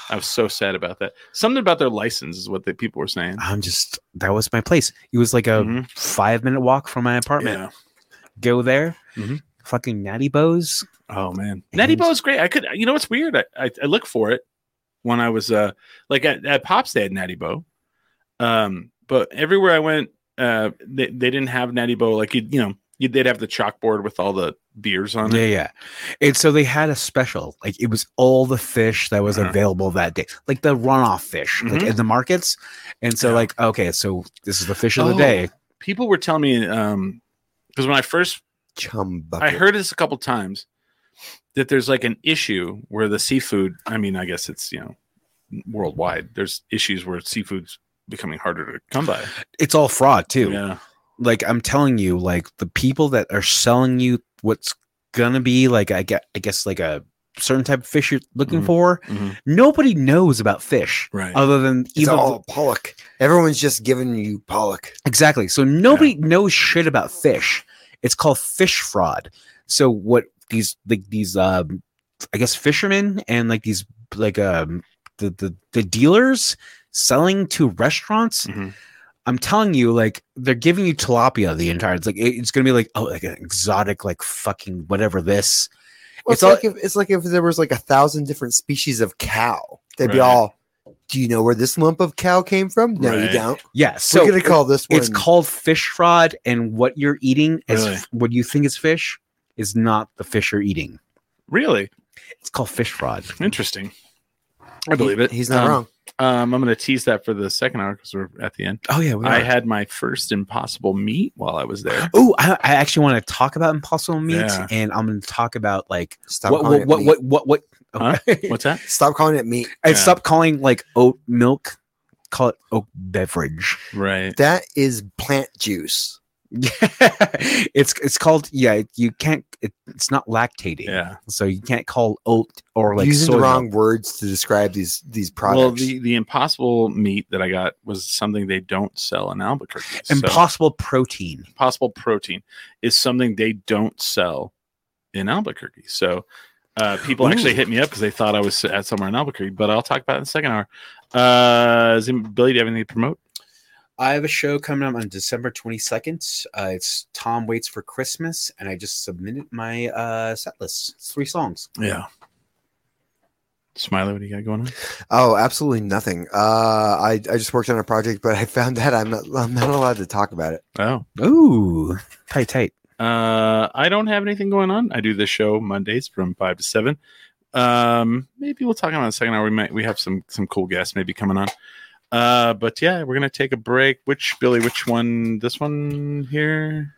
Speaker 2: I was so sad about that. Something about their license is what the people were saying.
Speaker 3: I'm just that was my place. It was like a
Speaker 2: Mhm.
Speaker 3: five minute walk from my apartment.
Speaker 2: Yeah.
Speaker 3: Go there,
Speaker 2: Mhm.
Speaker 3: fucking natty bows.
Speaker 2: Oh man,
Speaker 3: And-
Speaker 2: Natty Bo is great. I could, you know, what's weird? I, I, I look for it when I was uh like at, at Pops they had Natty Bo, um, but everywhere I went, uh, they, they didn't have Natty Bo. Like you, you know, you, they'd have the chalkboard with all the beers on
Speaker 3: Yeah,
Speaker 2: it.
Speaker 3: yeah. And so they had a special. Like it was all the fish that was
Speaker 2: Uh-huh.
Speaker 3: available that day, like the runoff fish, like
Speaker 2: Mhm.
Speaker 3: in the markets. And so,
Speaker 2: Yeah.
Speaker 3: like, okay, so this is the fish of the
Speaker 2: Oh.
Speaker 3: day.
Speaker 2: People were telling me um because when I first
Speaker 4: Chum bucket.
Speaker 2: I heard this a couple times that there's like an issue where the seafood. I mean, I guess it's you know worldwide. There's issues where seafood's becoming harder to come by.
Speaker 3: It's all fraud too.
Speaker 2: Yeah,
Speaker 3: Like I'm telling you, like the people that are selling you what's gonna be like, I guess, I guess like a certain type of fish you're looking
Speaker 2: Mhm.
Speaker 3: for.
Speaker 2: Mhm.
Speaker 3: nobody knows about fish
Speaker 2: right.
Speaker 3: other than
Speaker 4: It's
Speaker 3: evil.
Speaker 4: all pollock. Everyone's just giving you pollock.
Speaker 3: Exactly. So nobody knows shit about fish. It's called fish fraud. So what these like these um I guess fishermen and like these like um the the, the dealers selling to restaurants
Speaker 2: Mhm.
Speaker 3: I'm telling you, like they're giving you tilapia the entire. It's like it- it's gonna be like oh, like an exotic, like fucking whatever this.
Speaker 4: Well,
Speaker 3: It's
Speaker 4: it's,
Speaker 3: all-
Speaker 4: like if, it's like if there was like a thousand different species of cow. They'd be
Speaker 2: Right.
Speaker 4: all, do you know where this lump of cow came from? No,
Speaker 2: Right.
Speaker 4: you don't.
Speaker 3: Yeah, so
Speaker 4: We're going to call this one.
Speaker 3: it's called fish fraud, and what you're eating is
Speaker 2: Really?
Speaker 3: what you think is fish is not the fish you're eating.
Speaker 2: Really
Speaker 3: It's called fish fraud.
Speaker 2: interesting. I believe it.
Speaker 4: He's not
Speaker 2: Um,
Speaker 4: wrong.
Speaker 2: Um, I'm going to tease that for the second hour because we're at the end.
Speaker 3: Oh yeah, we
Speaker 2: I had my first impossible meat while I was there.
Speaker 3: Oh, I, I actually want to talk about impossible meat,
Speaker 2: Yeah.
Speaker 3: and I'm going to talk about like
Speaker 4: Stop
Speaker 3: what
Speaker 4: calling
Speaker 3: what
Speaker 4: it
Speaker 3: what,
Speaker 4: meat.
Speaker 3: what what what
Speaker 2: Huh?
Speaker 3: okay.
Speaker 2: What's that?
Speaker 4: Stop calling it meat.
Speaker 3: Oh. and
Speaker 2: Yeah.
Speaker 3: stop calling like oat milk. Call it oat beverage.
Speaker 2: Right.
Speaker 4: That is plant juice.
Speaker 3: it's it's called yeah. You can't. It, it's not lactating,
Speaker 2: Yeah.
Speaker 3: so you can't call oat or like
Speaker 4: Using
Speaker 3: soy
Speaker 4: the
Speaker 3: milk.
Speaker 4: wrong words to describe these these products.
Speaker 2: Well, the, the impossible meat that I got was something they don't sell in Albuquerque. So-
Speaker 3: impossible protein.
Speaker 2: impossible protein is something they don't sell in Albuquerque. So uh, people actually
Speaker 3: Ooh.
Speaker 2: hit me up because they thought I was at somewhere in Albuquerque, but I'll talk about it in the second hour. Uh, is any- Billy, do you have anything to promote?
Speaker 3: I have a show coming up on December 22nd. Uh, it's Tom Waits for Christmas, and I just submitted my uh, set list. It's three songs.
Speaker 2: Yeah. Smiley, what do you got going on?
Speaker 4: oh, absolutely nothing. Uh, I I just worked on a project, but I found that I'm not I'm not allowed to talk about it.
Speaker 2: Oh,
Speaker 3: Ooh, tight, tight.
Speaker 2: Uh, I don't have anything going on. I do this show Mondays from five to seven. Um, maybe we'll talk about it in the second hour. We might we have some some cool guests maybe coming on. Uh, but yeah, we're gonna take a break. Which Billy? Which one? This one here.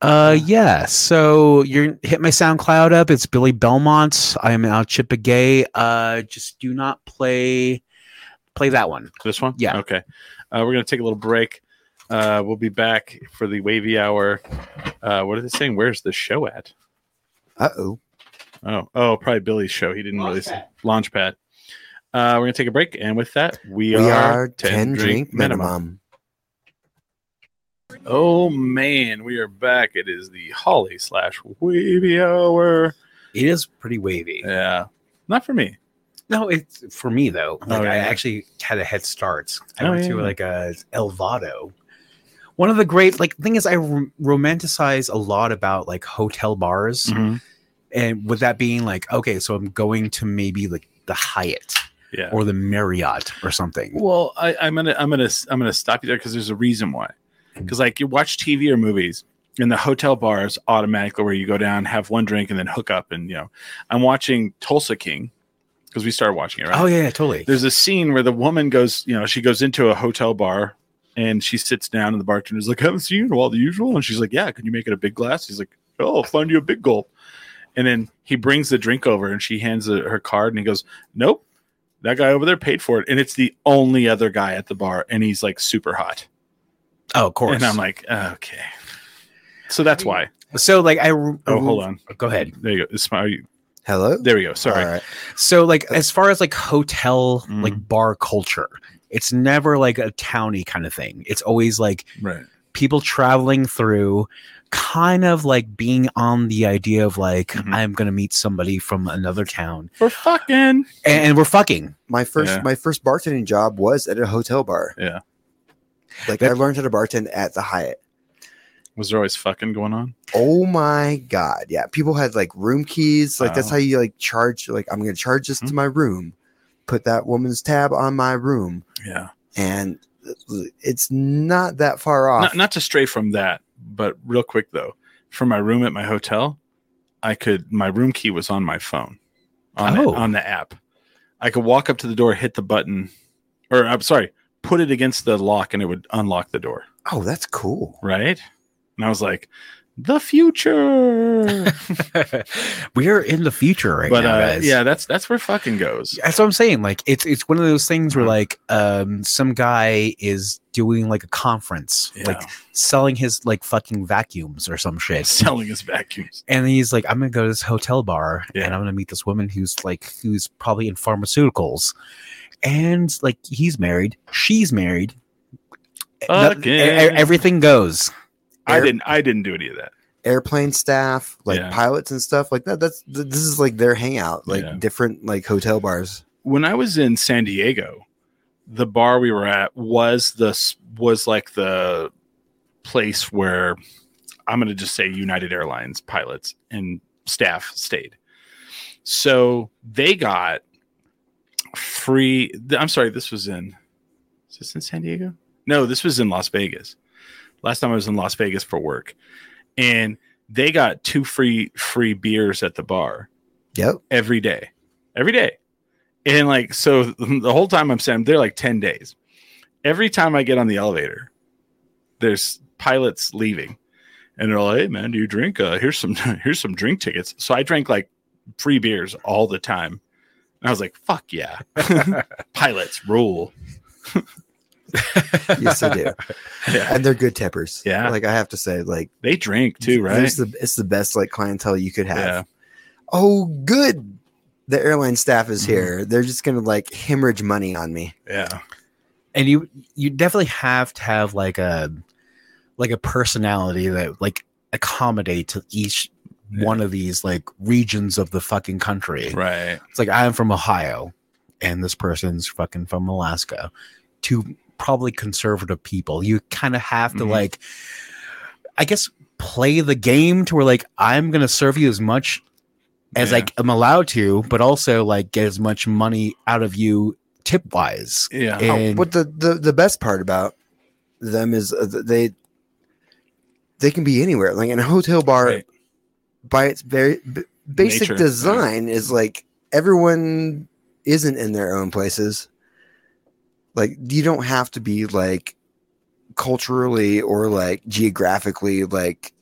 Speaker 3: Uh, yeah. So you're hit my SoundCloud up. It's Billy Belmont. I am out Chippa Gay. Uh, just do not play, play that one.
Speaker 2: This one?
Speaker 3: Yeah.
Speaker 2: Okay. Uh, we're going to take a little break. Uh, we'll be back for the wavy hour. Uh, what are they saying? Where's the show at?
Speaker 4: Uh oh.
Speaker 2: Oh, oh, probably Billy's show. He didn't really say Launchpad. Uh, we're going to take a break. And with that, we,
Speaker 4: We
Speaker 2: are,
Speaker 4: are ten drink minimum.
Speaker 2: Oh, man. We are back. It is the Holly slash wavy hour.
Speaker 3: It is pretty wavy.
Speaker 2: Yeah. Not for me.
Speaker 3: No, it's for me though. Like
Speaker 2: Oh,
Speaker 3: I
Speaker 2: yeah.
Speaker 3: actually had a head start. I
Speaker 2: Oh,
Speaker 3: went
Speaker 2: yeah,
Speaker 3: to
Speaker 2: yeah.
Speaker 3: like a Elvado. One of the great like thing is I rom- romanticize a lot about like hotel bars and with that being like okay, so I'm going to maybe like the Hyatt
Speaker 2: Yeah.
Speaker 3: or the Marriott or something.
Speaker 2: Well, I, I'm gonna I'm gonna I'm gonna stop you there because there's a reason why.
Speaker 4: Mm-hmm.
Speaker 2: Because like you watch TV or movies, and the hotel bars automatically where you go down, have one drink, and then hook up. And you know, I'm watching Tulsa King because we started watching it. Right?
Speaker 3: Oh yeah, yeah, totally.
Speaker 2: There's a scene where the woman goes, you know, she goes into a hotel bar and she sits down, and the bartender's like, "Haven't seen you in a while, the usual." And she's like, "Yeah, can you make it a big glass?" He's like, "Oh, I'll find you a big gulp." And then he brings the drink over, and she hands the, her card, and he goes, "Nope, that guy over there paid for it." And it's the only other guy at the bar, and he's like super hot.
Speaker 3: oh, of course.
Speaker 2: And I'm like, okay. So that's why.
Speaker 3: so like I oh,
Speaker 2: Oh, hold on.
Speaker 3: Go ahead.
Speaker 2: There you go. It's my-
Speaker 4: Hello.
Speaker 2: There we go. Sorry.
Speaker 4: All right.
Speaker 3: So like as far as like hotel
Speaker 2: Mhm.
Speaker 3: like bar culture, it's never like a towny kind of thing. It's always like
Speaker 2: Right.
Speaker 3: people traveling through kind of like being on the idea of like
Speaker 2: Mhm.
Speaker 3: i'm gonna meet somebody from another town
Speaker 2: We're fucking.
Speaker 3: and, and we're fucking
Speaker 4: My first
Speaker 2: Yeah.
Speaker 4: my first bartending job was at a hotel bar.
Speaker 2: Yeah.
Speaker 4: Like
Speaker 3: That-
Speaker 4: I learned how to bartend at the Hyatt.
Speaker 2: Was there always fucking going on?
Speaker 4: Oh my god. Yeah. People had like room keys. Like that's
Speaker 2: Wow.
Speaker 4: how you like charge like I'm gonna charge this to
Speaker 2: Oh. Hmm.
Speaker 4: my room. Put that woman's tab on my room.
Speaker 2: Yeah.
Speaker 4: And it's not that far off.
Speaker 2: Not, not to stray from that, but real quick though, for my room at my hotel, I could my room key was on my phone, on
Speaker 3: Oh.
Speaker 2: it, on the app. I could walk up to the door, hit the button, or I'm sorry, put it against the lock, and it would unlock the door.
Speaker 4: Oh, that's cool.
Speaker 2: Right? And I was like, the future.
Speaker 3: We're in the future right
Speaker 2: but
Speaker 3: now,
Speaker 2: uh,
Speaker 3: guys.
Speaker 2: yeah, that's that's where fucking goes.
Speaker 3: that's what I'm saying. Like it's it's one of those things
Speaker 2: Mm.
Speaker 3: where like um some guy is doing like a conference,
Speaker 2: Yeah.
Speaker 3: like selling his like fucking vacuums or some shit.
Speaker 2: selling his vacuums.
Speaker 3: And he's like, I'm gonna go to this hotel bar
Speaker 2: Yeah.
Speaker 3: and I'm gonna meet this woman who's like who's probably in pharmaceuticals. And like he's married, she's married. Noth- e- e-
Speaker 2: Again.
Speaker 3: everything goes.
Speaker 2: I
Speaker 4: Air-
Speaker 2: didn't I didn't do any of that.
Speaker 4: Airplane staff, like
Speaker 2: Yeah.
Speaker 4: pilots and stuff like that. That's th- this is like their hangout, like
Speaker 2: Yeah.
Speaker 4: different like hotel bars.
Speaker 2: When I was in San Diego, the bar we were at was the s- was like the place where I'm going to just say United Airlines pilots and staff stayed. So they got free. th- I'm sorry, this was in. Is this in San Diego? No, this was in Las Vegas. Last time I was in Las Vegas for work, and they got two free free beers at the bar.
Speaker 4: Yep.
Speaker 2: every day, every day. And like, so the whole time I'm saying they're like 10 days. Every time I get on the elevator, there's pilots leaving and they're like, Hey man, do you drink? Uh, here's some, here's some drink tickets. So I drank like free beers all the time. And I was like, fuck yeah. pilots rule.
Speaker 4: Yes, they do.
Speaker 2: Yeah.
Speaker 4: and they're good tippers.
Speaker 2: Yeah.
Speaker 4: Like I have to say, like
Speaker 2: They drink too, right?
Speaker 4: There's the it's the best like clientele you could have.
Speaker 2: Yeah.
Speaker 4: Oh, good. The airline staff
Speaker 2: Mm-hmm.
Speaker 4: is here. They're just gonna like hemorrhage money on me.
Speaker 2: Yeah.
Speaker 3: and you you definitely have to have like a like a personality that like accommodate to each
Speaker 2: Yeah.
Speaker 3: one of these like regions of the fucking country.
Speaker 2: Right.
Speaker 3: It's like I'm from Ohio and this person's fucking from Alaska. Two probably conservative people. You kind of have to
Speaker 2: Mhm.
Speaker 3: like I guess play the game to where like I'm going to serve you as much as
Speaker 2: Yeah.
Speaker 3: I am allowed to, but also like get as much money out of you tip wise.
Speaker 2: Yeah.
Speaker 4: Oh,
Speaker 3: And-
Speaker 4: but the, the the best part about them is uh, th- they they can be anywhere. Like in a hotel bar,
Speaker 2: Right.
Speaker 4: by its very b- basic
Speaker 2: Nature, yeah.
Speaker 4: design, is like everyone isn't in their own places. Like you don't have to be like culturally or like geographically like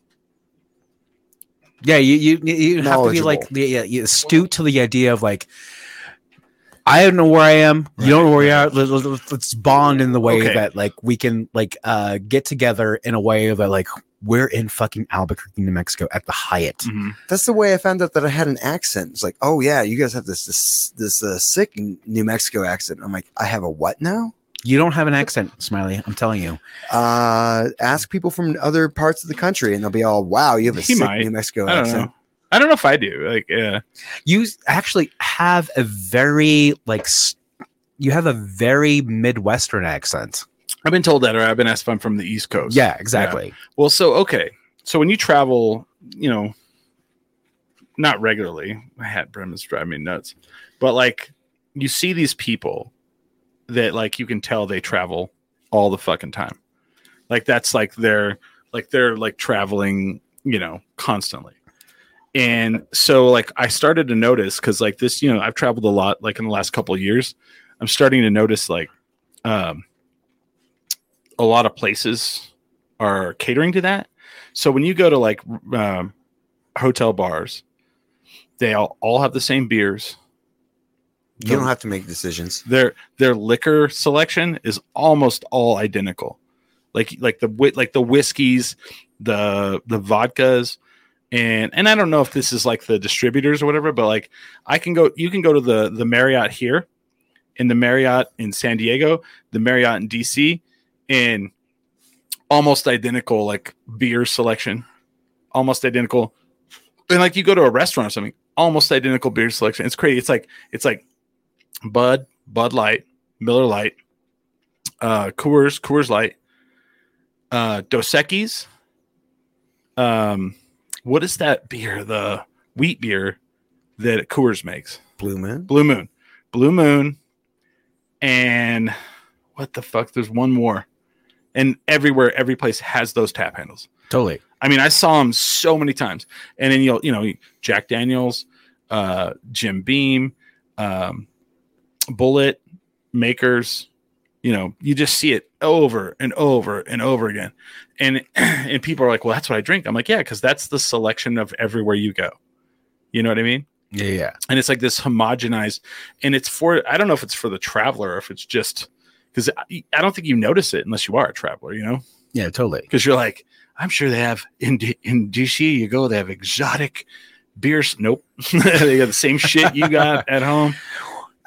Speaker 3: Yeah, you you you have to be
Speaker 4: Knowledgeable.
Speaker 3: like the- yeah, you astute to the idea of like I don't know where I am. You don't know where you are. Let, us bond in the way
Speaker 2: Okay.
Speaker 3: that like we can like uh get together in a way that like we're in fucking Albuquerque, New Mexico at the Hyatt.
Speaker 2: Mhm.
Speaker 4: That's the way I found out that I had an accent. It's like, oh yeah, you guys have this this this uh, sick New Mexico accent. I'm like, I have a what now?
Speaker 3: You don't have an accent, Smiley. I'm telling you.
Speaker 4: Uh, ask people from other parts of the country, and they'll be all, wow, you have a
Speaker 2: He
Speaker 4: sick
Speaker 2: might.
Speaker 4: New Mexico
Speaker 2: I don't
Speaker 4: accent.
Speaker 2: know. I don't know if I do. Like, yeah.
Speaker 3: You s- actually have a very like s- you have a very Midwestern accent.
Speaker 2: I've been told that, or I've been asked if I'm from the East Coast.
Speaker 3: Yeah, exactly.
Speaker 2: Well, so okay. So when you travel, you know, not regularly, my hat brim is driving me nuts. But like you see these people that like you can tell they travel all the fucking time. Like that's like their like they're like traveling, you know, constantly. And so like I started to notice cuz like this, you know, I've traveled a lot like in the last couple of years. I'm starting to notice like um a lot of places are catering to that. So when you go to like r- um, hotel bars, they all, all have the same beers.
Speaker 4: You don't have to make decisions.
Speaker 2: Their their liquor selection is almost all identical. Like like the whi- like the whiskeys, the the vodkas, and and I don't know if this is like the distributors or whatever, but like I can go you can go to the the Marriott here, and the Marriott in San Diego, the Marriott in DC, and almost identical like beer selection, almost identical. And like you go to a restaurant or something, almost identical beer selection. It's crazy. It's like it's like Bud, Bud Light, Miller Light, uh, Coors, Coors Light, uh, Dos Equis. Um, what is that beer? The wheat beer that Coors makes.
Speaker 4: Blue Moon.
Speaker 2: Blue Moon, Blue Moon, and what the fuck? There's one more, and everywhere, every place has those tap handles.
Speaker 3: Totally.
Speaker 2: I mean, I saw him so many times. And then you'll, you know, Jack Daniels, uh, Jim Beam, um, Bullet, Makers, you know, you just see it over and over and over again. And and people are like, "Well, that's what I drink." I'm like, "Yeah, cuz that's the selection of everywhere you go." You know what I mean?
Speaker 3: Yeah, yeah.
Speaker 2: and it's like this homogenized and it's for i don't know if it's for the traveler or if it's just because I, I don't think you notice it unless you are a traveler you know
Speaker 3: Yeah, totally.
Speaker 2: because you're like i'm sure they have in, D- in dc you go they have exotic beers nope they got the same shit you got at home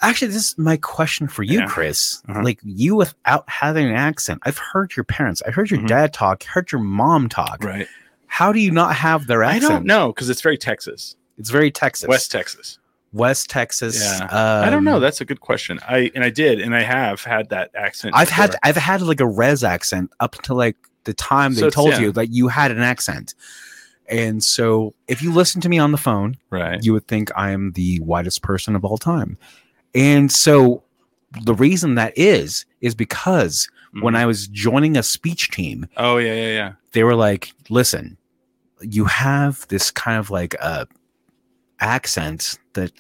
Speaker 3: Actually, this is my question for you,
Speaker 2: Yeah.
Speaker 3: Chris.
Speaker 2: Uh-huh.
Speaker 3: Like you without having an accent, I've heard your parents, I heard your
Speaker 2: Mhm.
Speaker 3: dad talk, heard your mom talk.
Speaker 2: right
Speaker 3: How do you not have their
Speaker 2: i
Speaker 3: accent?
Speaker 2: don't know because it's very texas
Speaker 3: It's very Texas.
Speaker 2: west texas
Speaker 3: West Texas.
Speaker 2: Yeah.
Speaker 3: Um,
Speaker 2: i don't know that's a good question i and i did and i have had that accent
Speaker 3: I've had
Speaker 2: before.
Speaker 3: I've had like a res accent up until like the time they
Speaker 2: So it's-
Speaker 3: told
Speaker 2: yeah.
Speaker 3: you that you had an accent. And so if you listen to me on the phone,
Speaker 2: right
Speaker 3: you would think I am the whitest person of all time. And so the reason that is is because
Speaker 2: Mm-hmm.
Speaker 3: when I was joining a speech team,
Speaker 2: oh yeah yeah yeah
Speaker 3: they were like, "Listen, you have this kind of like uh, accent that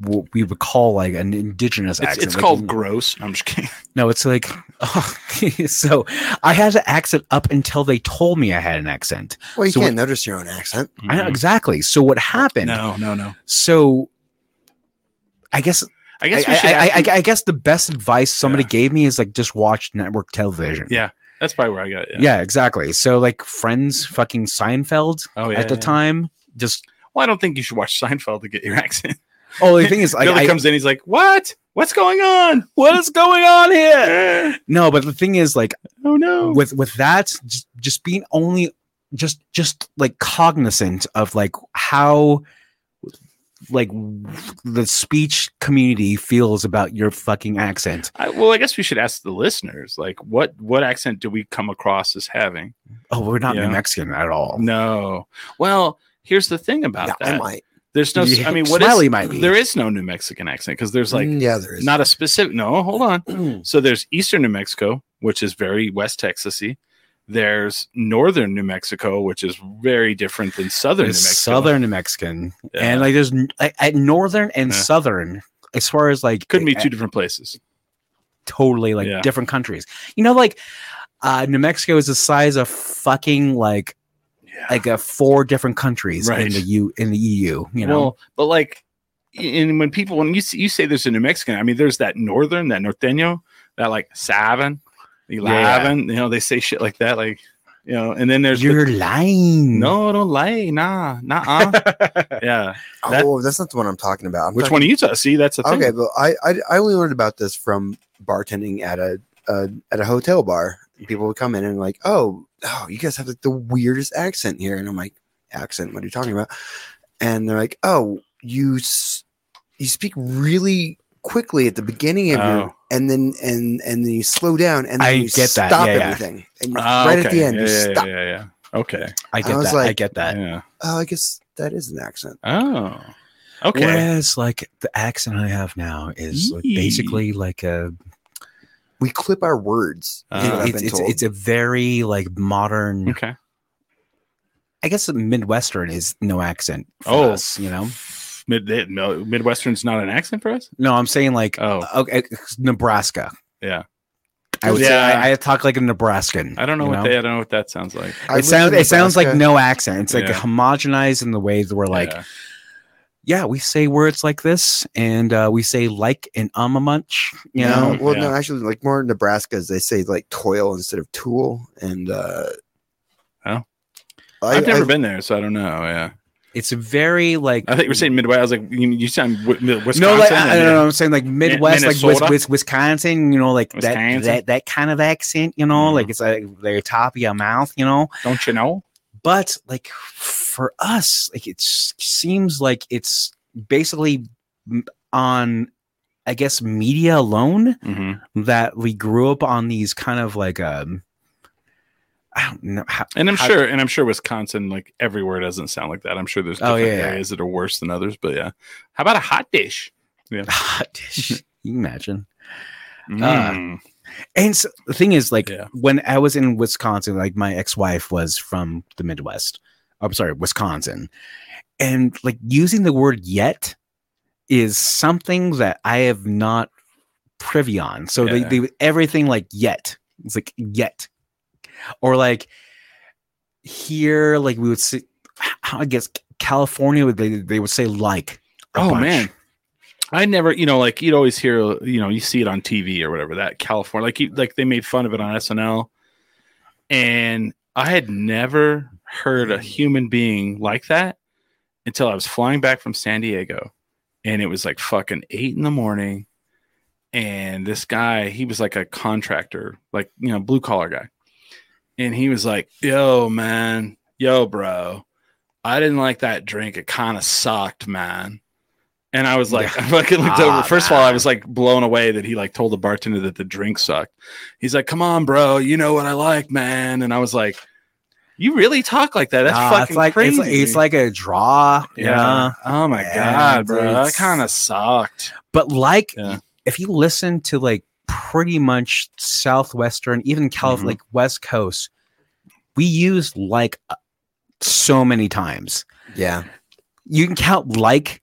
Speaker 3: w- we would call like an indigenous
Speaker 2: it's,
Speaker 3: accent.
Speaker 2: it's
Speaker 3: like-
Speaker 2: called gross i'm just kidding
Speaker 3: no, it's like oh, so. I had an accent up until they told me I had an accent.
Speaker 4: Well, you
Speaker 3: So
Speaker 4: can't notice your own accent.
Speaker 3: I know exactly. So what happened?
Speaker 2: Mm-hmm. no no no
Speaker 3: So I guess
Speaker 2: i
Speaker 3: I,
Speaker 2: guess we should
Speaker 3: I, I,
Speaker 2: ask-
Speaker 3: I, I guess the best advice somebody
Speaker 2: Yeah.
Speaker 3: gave me is like just watch network television.
Speaker 2: Yeah. That's probably where I got it.
Speaker 3: Yeah, exactly. So like Friends, fucking Seinfeld
Speaker 2: Oh,
Speaker 3: at the
Speaker 2: yeah.
Speaker 3: time. Just
Speaker 2: Well, I don't think you should watch Seinfeld to get your accent.
Speaker 3: oh, the thing is, like,
Speaker 2: Billy
Speaker 3: I,
Speaker 2: comes in, he's like, "What? What's going on? What is going on here?
Speaker 3: no, but the thing is, like,
Speaker 2: oh no!"
Speaker 3: with with that, just, just being only just just like cognizant of like how like the speech community feels about your fucking accent.
Speaker 2: I, well, I guess we should ask the listeners, like, what what accent do we come across as having?
Speaker 3: Oh, we're not
Speaker 2: Yeah.
Speaker 3: New Mexican at all.
Speaker 2: No. Well, here's the thing about
Speaker 4: Yeah, I
Speaker 2: that.
Speaker 4: might.
Speaker 2: There's no.
Speaker 3: Yeah,
Speaker 2: I mean, what
Speaker 3: Smiley
Speaker 2: is?
Speaker 3: might be.
Speaker 2: There is no New Mexican accent because there's like
Speaker 4: Mm, yeah, there is.
Speaker 2: not a specific. No, hold on. So there's eastern New Mexico, which is very West Texasy. There's northern New Mexico, which is very different than southern
Speaker 3: There's
Speaker 2: New Mexico.
Speaker 3: Southern New Mexican,
Speaker 2: Yeah.
Speaker 3: and like there's n- like, at northern and
Speaker 2: Yeah.
Speaker 3: southern as far as like
Speaker 2: couldn't be
Speaker 3: a-
Speaker 2: two different places.
Speaker 3: totally like
Speaker 2: Yeah.
Speaker 3: different countries. You know, like uh, New Mexico is the size of fucking like
Speaker 2: Yeah.
Speaker 3: like uh, four different countries in
Speaker 2: Right.
Speaker 3: the U in the EU. You know,
Speaker 2: Well, but like, and when people when you s- you say there's a New Mexican, I mean, there's that northern, that norteño, that like seven, eleven. You know, they say shit like that, like you know. And then there's the-
Speaker 3: you're lying.
Speaker 2: no, don't lie, nah, nah. uh yeah, that-
Speaker 4: oh, that's not the one I'm talking about. I'm
Speaker 2: which
Speaker 4: talking-
Speaker 2: one are you? T- see, that's the thing.
Speaker 4: Okay, but I, I I only learned about this from bartending at a uh, at a hotel bar. People would come in and like, oh, oh, you guys have like the weirdest accent here, and I'm like, accent? What are you talking about? And they're like, oh, you s- you speak really quickly at the beginning of
Speaker 2: Oh.
Speaker 4: your, and then and and then you slow down, and then
Speaker 3: I
Speaker 4: you
Speaker 3: get that.
Speaker 4: stop
Speaker 3: Yeah, yeah.
Speaker 4: everything, and you-
Speaker 2: Ah,
Speaker 4: right at
Speaker 2: okay.
Speaker 4: the end,
Speaker 2: yeah,
Speaker 4: you
Speaker 2: yeah,
Speaker 4: stop.
Speaker 2: yeah, yeah, yeah. Okay.
Speaker 3: I get
Speaker 4: I was
Speaker 3: that. I
Speaker 4: like-
Speaker 3: get that.
Speaker 2: Yeah.
Speaker 4: Oh, I guess that is an accent.
Speaker 2: Oh. Okay.
Speaker 3: Whereas, like the accent I have now is like,
Speaker 2: Yee.
Speaker 3: basically like a
Speaker 4: We clip our words. is
Speaker 2: Uh,
Speaker 4: what I've
Speaker 3: it's,
Speaker 4: been
Speaker 3: it's
Speaker 4: told.
Speaker 3: it's a very like modern.
Speaker 2: Okay.
Speaker 3: I guess Midwestern is no accent. For
Speaker 2: Oh.
Speaker 3: us, you know.
Speaker 2: Mid that- no, Midwestern's not an accent for us.
Speaker 3: No, I'm saying like uh,
Speaker 2: Oh,
Speaker 3: okay, Nebraska.
Speaker 2: Yeah.
Speaker 3: I would
Speaker 2: Yeah.
Speaker 3: say I, I talk like a Nebraskan.
Speaker 2: I don't know
Speaker 3: you
Speaker 2: what they, I don't know what that sounds like.
Speaker 4: I
Speaker 3: it
Speaker 4: lived in
Speaker 3: sounds it sounds like
Speaker 4: Nebraska.
Speaker 3: no accent. It's like
Speaker 2: Yeah.
Speaker 3: homogenized in the way that we're like,
Speaker 2: Yeah.
Speaker 3: yeah, we say words like this, and uh, we say like and um a munch. You
Speaker 4: no,
Speaker 3: know,
Speaker 4: well,
Speaker 2: Mm-hmm. Yeah.
Speaker 4: no, actually, like more Nebraskas, they say like toil instead of tool, and uh,
Speaker 2: Oh.
Speaker 4: I,
Speaker 2: I've never
Speaker 4: I-
Speaker 2: been there, so I don't know. Yeah.
Speaker 3: it's a very like
Speaker 2: I thought you were saying Midwest. I was like, you, you sound w- Mi- Wisconsin.
Speaker 3: no, like I, I
Speaker 2: and-
Speaker 3: don't know. I'm saying like Midwest, like Wis-
Speaker 2: Minnesota?
Speaker 3: Wis- Wisconsin. You know, like
Speaker 2: Wisconsin?
Speaker 3: that that that kind of accent. You know,
Speaker 2: Mhm.
Speaker 3: like it's like their top of your mouth. You know,
Speaker 2: Don't you know?
Speaker 3: but like for us like it s- seems like it's basically m- on i guess media alone that we grew up on these kind of like um i don't know how
Speaker 2: And I'm
Speaker 3: How-
Speaker 2: sure, and I'm sure Wisconsin, like everywhere, doesn't sound like that. I'm sure there's
Speaker 3: Oh,
Speaker 2: different
Speaker 3: yeah, yeah.
Speaker 2: areas that are worse than others. But yeah, how about a hot dish?
Speaker 3: hot dish you imagine
Speaker 2: Mm.
Speaker 3: And so, the thing is, like,
Speaker 2: Yeah.
Speaker 3: when I was in Wisconsin, like, my ex wife was from the Midwest. I'm sorry, Wisconsin. And, like, using the word yet is something that I have not privy on. So
Speaker 2: Yeah.
Speaker 3: they, they, everything like yet, it's like yet. Or, like, here, like, we would say, I guess California, would- they, they would say like. a
Speaker 2: oh
Speaker 3: bunch.
Speaker 2: man i never you know like you'd always hear you know you see it on tv or whatever that california like you, like they made fun of it on snl and i had never heard a human being like that until i was flying back from san diego and it was like fucking eight in the morning and this guy he was like a contractor like you know blue collar guy and he was like yo man yo bro i didn't like that drink it kind of sucked man and i was like i fucking looked
Speaker 3: Ah,
Speaker 2: over first of all i
Speaker 3: man.
Speaker 2: was like blown away that he like told the bartender that the drink sucked he's like come on bro you know what i like man and i was like you really talk like that that's
Speaker 3: Nah,
Speaker 2: fucking
Speaker 3: Ah, it's like,
Speaker 2: crazy
Speaker 3: It's like, it's like a draw.
Speaker 2: yeah.
Speaker 3: you know?
Speaker 2: Oh my
Speaker 3: Yeah,
Speaker 2: god, bro.
Speaker 3: dude,
Speaker 2: That
Speaker 3: it's-
Speaker 2: kind of sucked.
Speaker 3: but like
Speaker 2: Yeah.
Speaker 3: if you listen to like pretty much southwestern even Calif-
Speaker 2: Mhm.
Speaker 3: like west coast we use like uh, so many times
Speaker 4: Yeah.
Speaker 3: you can count like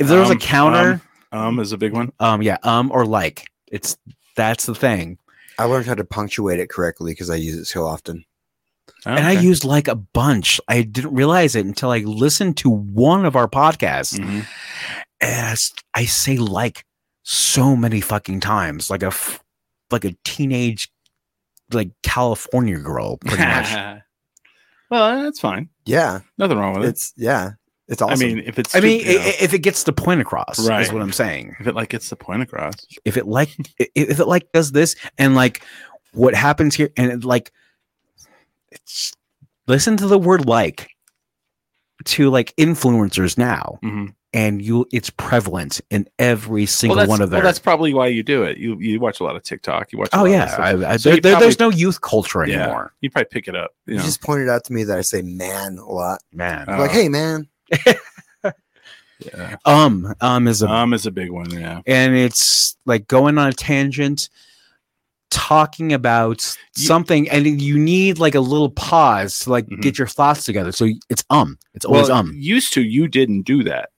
Speaker 3: if there was a
Speaker 2: Um,
Speaker 3: counter
Speaker 2: Um is a big one.
Speaker 3: um, yeah um or like it's that's the thing
Speaker 4: I learned how to punctuate it correctly because I use it so often.
Speaker 3: and i used like a bunch i didn't realize it until i listened to one of our podcasts
Speaker 2: Mhm.
Speaker 3: and I, s- I say like so many fucking times like a f- like a teenage like california girl pretty much
Speaker 2: well, that's fine.
Speaker 4: Yeah.
Speaker 2: Nothing wrong with it.
Speaker 4: It's yeah. It's awesome.
Speaker 2: I mean, if it's
Speaker 3: I mean,
Speaker 2: stupid, you know,
Speaker 3: i- i- if it gets the point across, is
Speaker 2: Right.
Speaker 3: what I'm saying.
Speaker 2: if it like gets the point across.
Speaker 3: If it like, i- if it like does this, and like what happens here, and it like, it's, listen to the word like to like influencers now,
Speaker 2: Mhm.
Speaker 3: and you, it's prevalent in every
Speaker 2: Well,
Speaker 3: single
Speaker 2: that's,
Speaker 3: one of
Speaker 2: well,
Speaker 3: their.
Speaker 2: that's probably why you do it. You you watch a lot of TikTok. You watch. A
Speaker 3: oh
Speaker 2: lot of
Speaker 3: yeah,
Speaker 2: stuff.
Speaker 3: I, I,
Speaker 2: So
Speaker 3: there-
Speaker 2: you
Speaker 3: there- there's no youth culture
Speaker 2: Yeah.
Speaker 3: anymore,
Speaker 2: you probably pick it up. You
Speaker 4: you
Speaker 2: know.
Speaker 4: just pointed out to me that I say man a lot.
Speaker 3: man.
Speaker 2: Uh,
Speaker 4: like, hey man.
Speaker 2: yeah.
Speaker 3: um, um is a
Speaker 2: Um is a big one. Yeah.
Speaker 3: and it's like going on a tangent talking about
Speaker 2: You-
Speaker 3: something and you need like a little pause to like
Speaker 2: Mhm.
Speaker 3: get your thoughts together so it's um it's always um
Speaker 2: used to you didn't do that.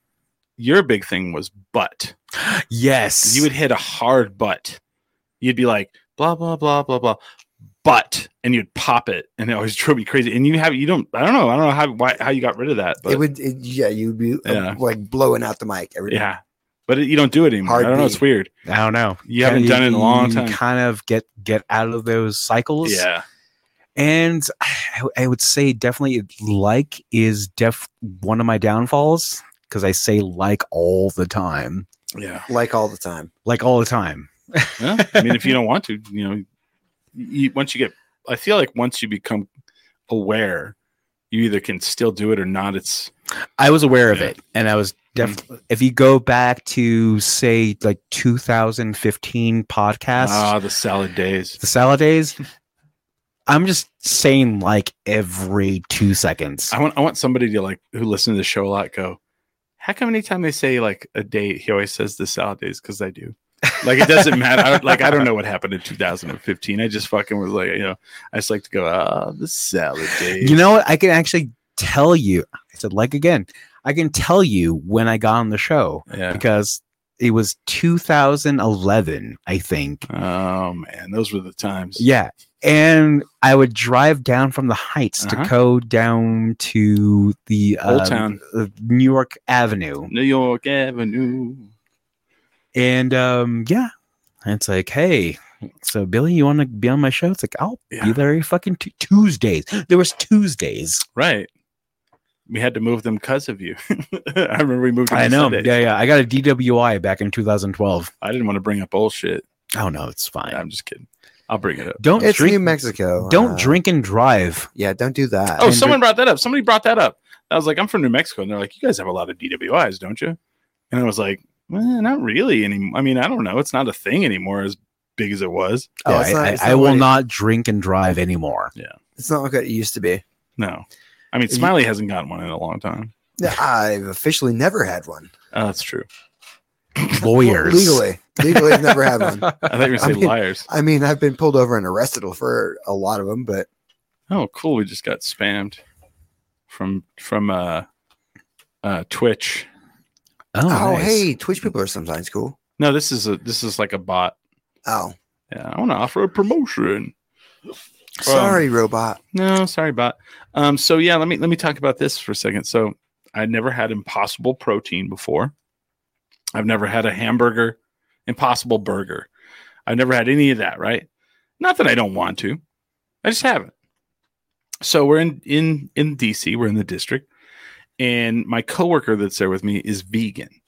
Speaker 2: Your big thing was but.
Speaker 3: yes
Speaker 2: you would hit a hard butt. You'd be like blah blah blah blah blah, butt, and you'd pop it, and it always drove me crazy. And you have you don't I don't know I don't know how why how you got rid of that, but
Speaker 4: it would it, yeah, you'd be uh,
Speaker 2: Yeah.
Speaker 4: like blowing out the mic every
Speaker 2: yeah, but it, you don't do it anymore.
Speaker 4: Hard
Speaker 2: I don't know,
Speaker 4: B.
Speaker 2: it's weird.
Speaker 3: i don't know
Speaker 2: You haven't
Speaker 3: Kinda-
Speaker 2: done it in a long
Speaker 3: you
Speaker 2: time.
Speaker 3: kind of get get out of those cycles
Speaker 2: Yeah,
Speaker 3: and I, I would say definitely like is def one of my downfalls because i say like all the time
Speaker 2: yeah.
Speaker 4: like all the time.
Speaker 3: like all the time
Speaker 2: Well, I mean, if you don't want to, you know, you, once you get, I feel like once you become aware, you either can still do it or not. It's
Speaker 3: I was aware of
Speaker 2: Yeah. Hmm.
Speaker 3: it, and I was definitely. If you go back to say like 2015 podcast,
Speaker 2: ah the salad days.
Speaker 3: the salad days, I'm just saying like every two seconds.
Speaker 2: I want I want somebody to like who listen to the show a lot go, how come anytime they say like a date, he always says the salad days because I do. Like it doesn't matter. I, like I don't know what happened in 2015. I just fucking was like, you know, I just like to go, ah, the salad days.
Speaker 3: You know what? I can actually tell you. I said like again. I can tell you when I got on the show
Speaker 2: yeah.
Speaker 3: because it was 2011, I think.
Speaker 2: Oh man, those were the times.
Speaker 3: Yeah. And I would drive down from the heights to
Speaker 2: Uh-huh.
Speaker 3: go down to the
Speaker 2: Old
Speaker 3: um,
Speaker 2: Town,
Speaker 3: uh, New York Avenue.
Speaker 2: New York Avenue.
Speaker 3: And um, yeah, And it's like, hey, so Billy, you want to be on my show? It's like, I'll
Speaker 2: Yeah.
Speaker 3: be there every fucking Tu- Tuesdays. There was Tuesdays.
Speaker 2: Right. We had to move them because of you. I remember we moved. Them to Sundays.
Speaker 3: Yeah, yeah. I got a DWI back in 2012.
Speaker 2: I didn't want to bring up bullshit.
Speaker 3: Oh no, it's fine.
Speaker 2: I'm just kidding. I'll bring it up.
Speaker 3: Don't
Speaker 4: it's
Speaker 3: drink.
Speaker 4: New Mexico.
Speaker 3: don't
Speaker 4: uh,
Speaker 3: drink and drive.
Speaker 4: Yeah, don't do that.
Speaker 2: Oh,
Speaker 3: And
Speaker 2: someone brought that up. Somebody brought that up. I was like, I'm from New Mexico. And they're like, you guys have a lot of DWIs, don't you? And I was like, well, not really anymore. I mean, I don't know. It's not a thing anymore as big as it was.
Speaker 3: Oh,
Speaker 4: Yeah,
Speaker 3: I,
Speaker 4: it's not-
Speaker 3: I-
Speaker 4: it's
Speaker 3: I
Speaker 4: not
Speaker 3: will
Speaker 4: what it-
Speaker 3: not drink and drive anymore.
Speaker 4: It's not like it used to be.
Speaker 2: No. I mean,
Speaker 4: You-
Speaker 2: Smiley hasn't gotten one in a long time.
Speaker 4: I've officially never had one.
Speaker 2: Oh, that's true.
Speaker 3: Lawyers.
Speaker 4: Legally. Legally, I've never had one.
Speaker 2: I think we
Speaker 4: I
Speaker 2: say
Speaker 4: mean-
Speaker 2: liars.
Speaker 4: I mean, I've been pulled over and arrested for a lot of them, but
Speaker 2: Oh, cool. We just got spammed from from uh uh Twitch.
Speaker 4: oh,
Speaker 3: nice.
Speaker 4: hey, Twitch people are sometimes cool.
Speaker 2: No, this is a this is like a bot.
Speaker 4: Oh,
Speaker 2: Yeah, I want to offer a promotion.
Speaker 4: sorry, robot.
Speaker 2: No, sorry, bot. Um, so yeah, let me let me talk about this for a second. So I never had impossible protein before. I've never had a hamburger, impossible burger. I've never had any of that, right? Not that I don't want to. I just haven't. So we're in in in DC, we're in the district, and my coworker that's there with me is vegan.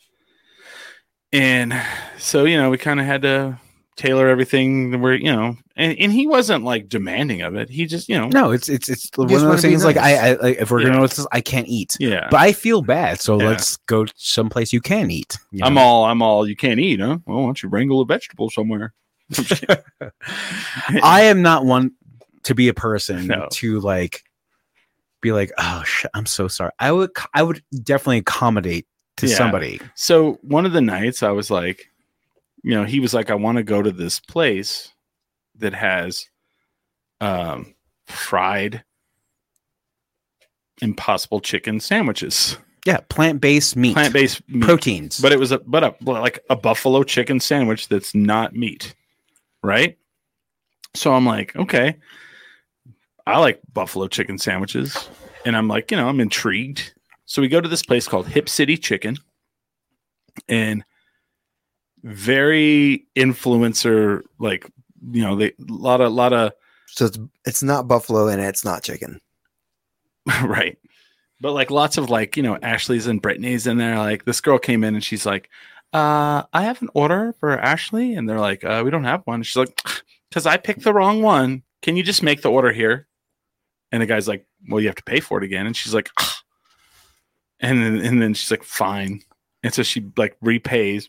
Speaker 2: And so, you know, we kind of had to tailor everything where, you know, and, and he wasn't like demanding of it. He just, you know,
Speaker 3: No, it's it's it's one of
Speaker 4: just wanna
Speaker 3: those
Speaker 4: be
Speaker 3: things like
Speaker 4: nice.
Speaker 3: I, I like, if we're
Speaker 2: Yeah.
Speaker 3: gonna notice this, I can't eat.
Speaker 2: yeah.
Speaker 3: But I feel bad, so
Speaker 2: Yeah.
Speaker 3: let's go someplace you can eat. you
Speaker 2: I'm
Speaker 3: know?
Speaker 2: all, I'm all, you can't eat, huh? Well, why don't you wrangle a vegetable somewhere?
Speaker 3: I am not one to be a person
Speaker 2: No.
Speaker 3: to like be like, oh shit, I'm so sorry. I would I would definitely accommodate to
Speaker 2: Yeah.
Speaker 3: somebody.
Speaker 2: so one of the nights I was like, you know, he was like, I want to go to this place that has um, fried impossible chicken sandwiches,
Speaker 3: Yeah, plant based meat,
Speaker 2: plant based
Speaker 3: proteins.
Speaker 2: but it was a but a like a buffalo chicken sandwich that's not meat right so i'm like okay i like buffalo chicken sandwiches and i'm like you know i'm intrigued so we go to this place called hip city chicken and very influencer like you know they lot of lot of
Speaker 4: So it's it's not buffalo and it's not chicken.
Speaker 2: right but like lots of like you know ashley's and brittany's in there like this girl came in and she's like uh i have an order for ashley and they're like uh we don't have one she's like because i picked the wrong one can you just make the order here and the guy's like well you have to pay for it again and she's like "Ah." and then and then she's like fine and so she like repays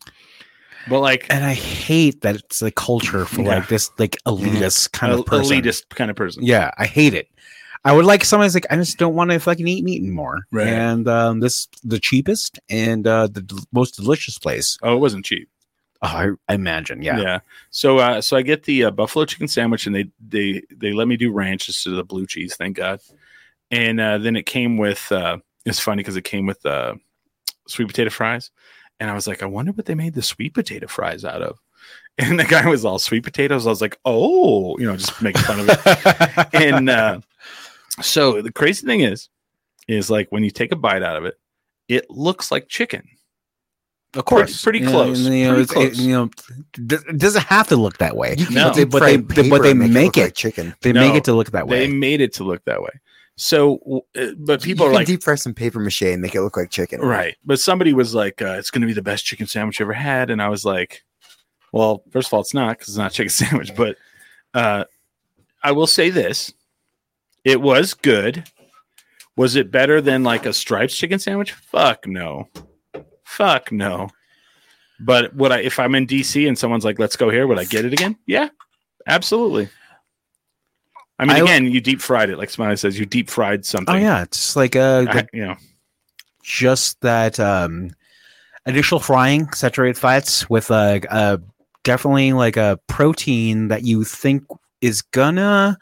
Speaker 2: but like
Speaker 3: and I hate that it's the culture for
Speaker 2: Yeah. Mm-hmm.
Speaker 3: like this like elitist kind
Speaker 2: el-
Speaker 3: of person.
Speaker 2: elitist kind of person
Speaker 3: Yeah, I hate it. I would like somebody's like, I just don't want to fucking eat meat anymore.
Speaker 2: Right.
Speaker 3: And um, this the cheapest and uh, the del- most delicious place.
Speaker 2: oh it wasn't cheap
Speaker 3: Oh, I, I imagine. Yeah.
Speaker 2: So uh, so I get the uh, buffalo chicken sandwich, and they they they let me do ranch instead of the blue cheese. Thank God. And uh, then it came with. Uh, it's funny because it came with uh, sweet potato fries, and I was like, I wonder what they made the sweet potato fries out of. And the guy was all sweet potatoes. I was like, oh, you know, just making fun of it. and uh, so the crazy thing is, is like when you take a bite out of it, it looks like chicken.
Speaker 3: of
Speaker 2: course. pretty
Speaker 3: You know,
Speaker 2: close,
Speaker 3: and, you know,
Speaker 2: pretty
Speaker 3: it's- it-
Speaker 2: close.
Speaker 3: you know, d- it doesn't have to look that way.
Speaker 4: You can
Speaker 2: No.
Speaker 4: take
Speaker 3: But they-
Speaker 4: fried
Speaker 3: they- but
Speaker 4: paper
Speaker 3: they
Speaker 4: and it
Speaker 3: make
Speaker 4: look like
Speaker 3: it.
Speaker 4: chicken.
Speaker 3: They
Speaker 2: No,
Speaker 3: make it to look that
Speaker 2: They
Speaker 3: way.
Speaker 2: made it to look that way. So, uh, but people
Speaker 4: you
Speaker 2: are
Speaker 4: can
Speaker 2: like,
Speaker 4: deep fry some paper mache and make it look like chicken.
Speaker 2: Right. But somebody was like, uh, it's going to be the best chicken sandwich you ever had. And I was like, well, first of all, it's not because it's not a chicken sandwich. But uh, I will say this it was good. Was it better than like a stripes chicken sandwich? Fuck no. Fuck no. But would I, if I'm in DC and someone's like, let's go here, would I get it again? Yeah, absolutely. I mean,
Speaker 3: I-
Speaker 2: again, you deep fried it. Like Smiley says, you deep fried something.
Speaker 3: Oh yeah, it's just like uh,
Speaker 2: I-
Speaker 3: like
Speaker 2: you know,
Speaker 3: just that um, initial frying, saturated fats with like uh, definitely like a protein that you think is gonna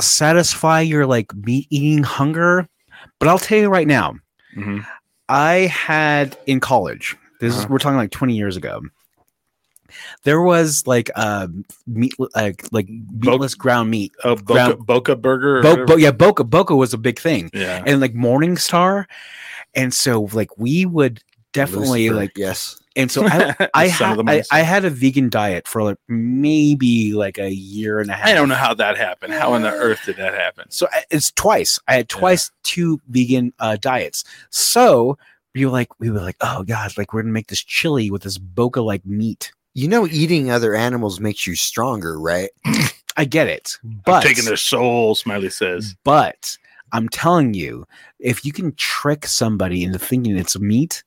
Speaker 3: satisfy your like meat eating hunger. But I'll tell you right now,
Speaker 2: mhm.
Speaker 3: I had in college. This is
Speaker 2: Uh-huh.
Speaker 3: we're talking like 20 years ago. There was like uh meat like like meatless ground meat.
Speaker 2: a boca,
Speaker 3: Ground-
Speaker 2: boca burger. or
Speaker 3: Bo-
Speaker 2: whatever.
Speaker 3: bo- yeah, Boca Boca was a big thing.
Speaker 2: Yeah.
Speaker 3: And like Morningstar. And so like we would definitely
Speaker 4: Lucifer,
Speaker 3: like
Speaker 4: yes.
Speaker 3: and so I I,
Speaker 2: Son of
Speaker 3: ha-
Speaker 2: the
Speaker 3: I
Speaker 2: mice.
Speaker 3: I had a vegan diet for like maybe like a year and a half.
Speaker 2: I don't know how that happened. How in the earth did that happen?
Speaker 3: So I- it's twice. I had
Speaker 2: Yeah.
Speaker 3: twice two vegan uh, diets. So we were like, we were like, oh god, like we're gonna make this chili with this boca like meat.
Speaker 4: You know, eating other animals makes you stronger, right?
Speaker 3: I get it, but
Speaker 2: I'm taking their soul, Smiley says.
Speaker 3: but I'm telling you, if you can trick somebody into thinking it's meat,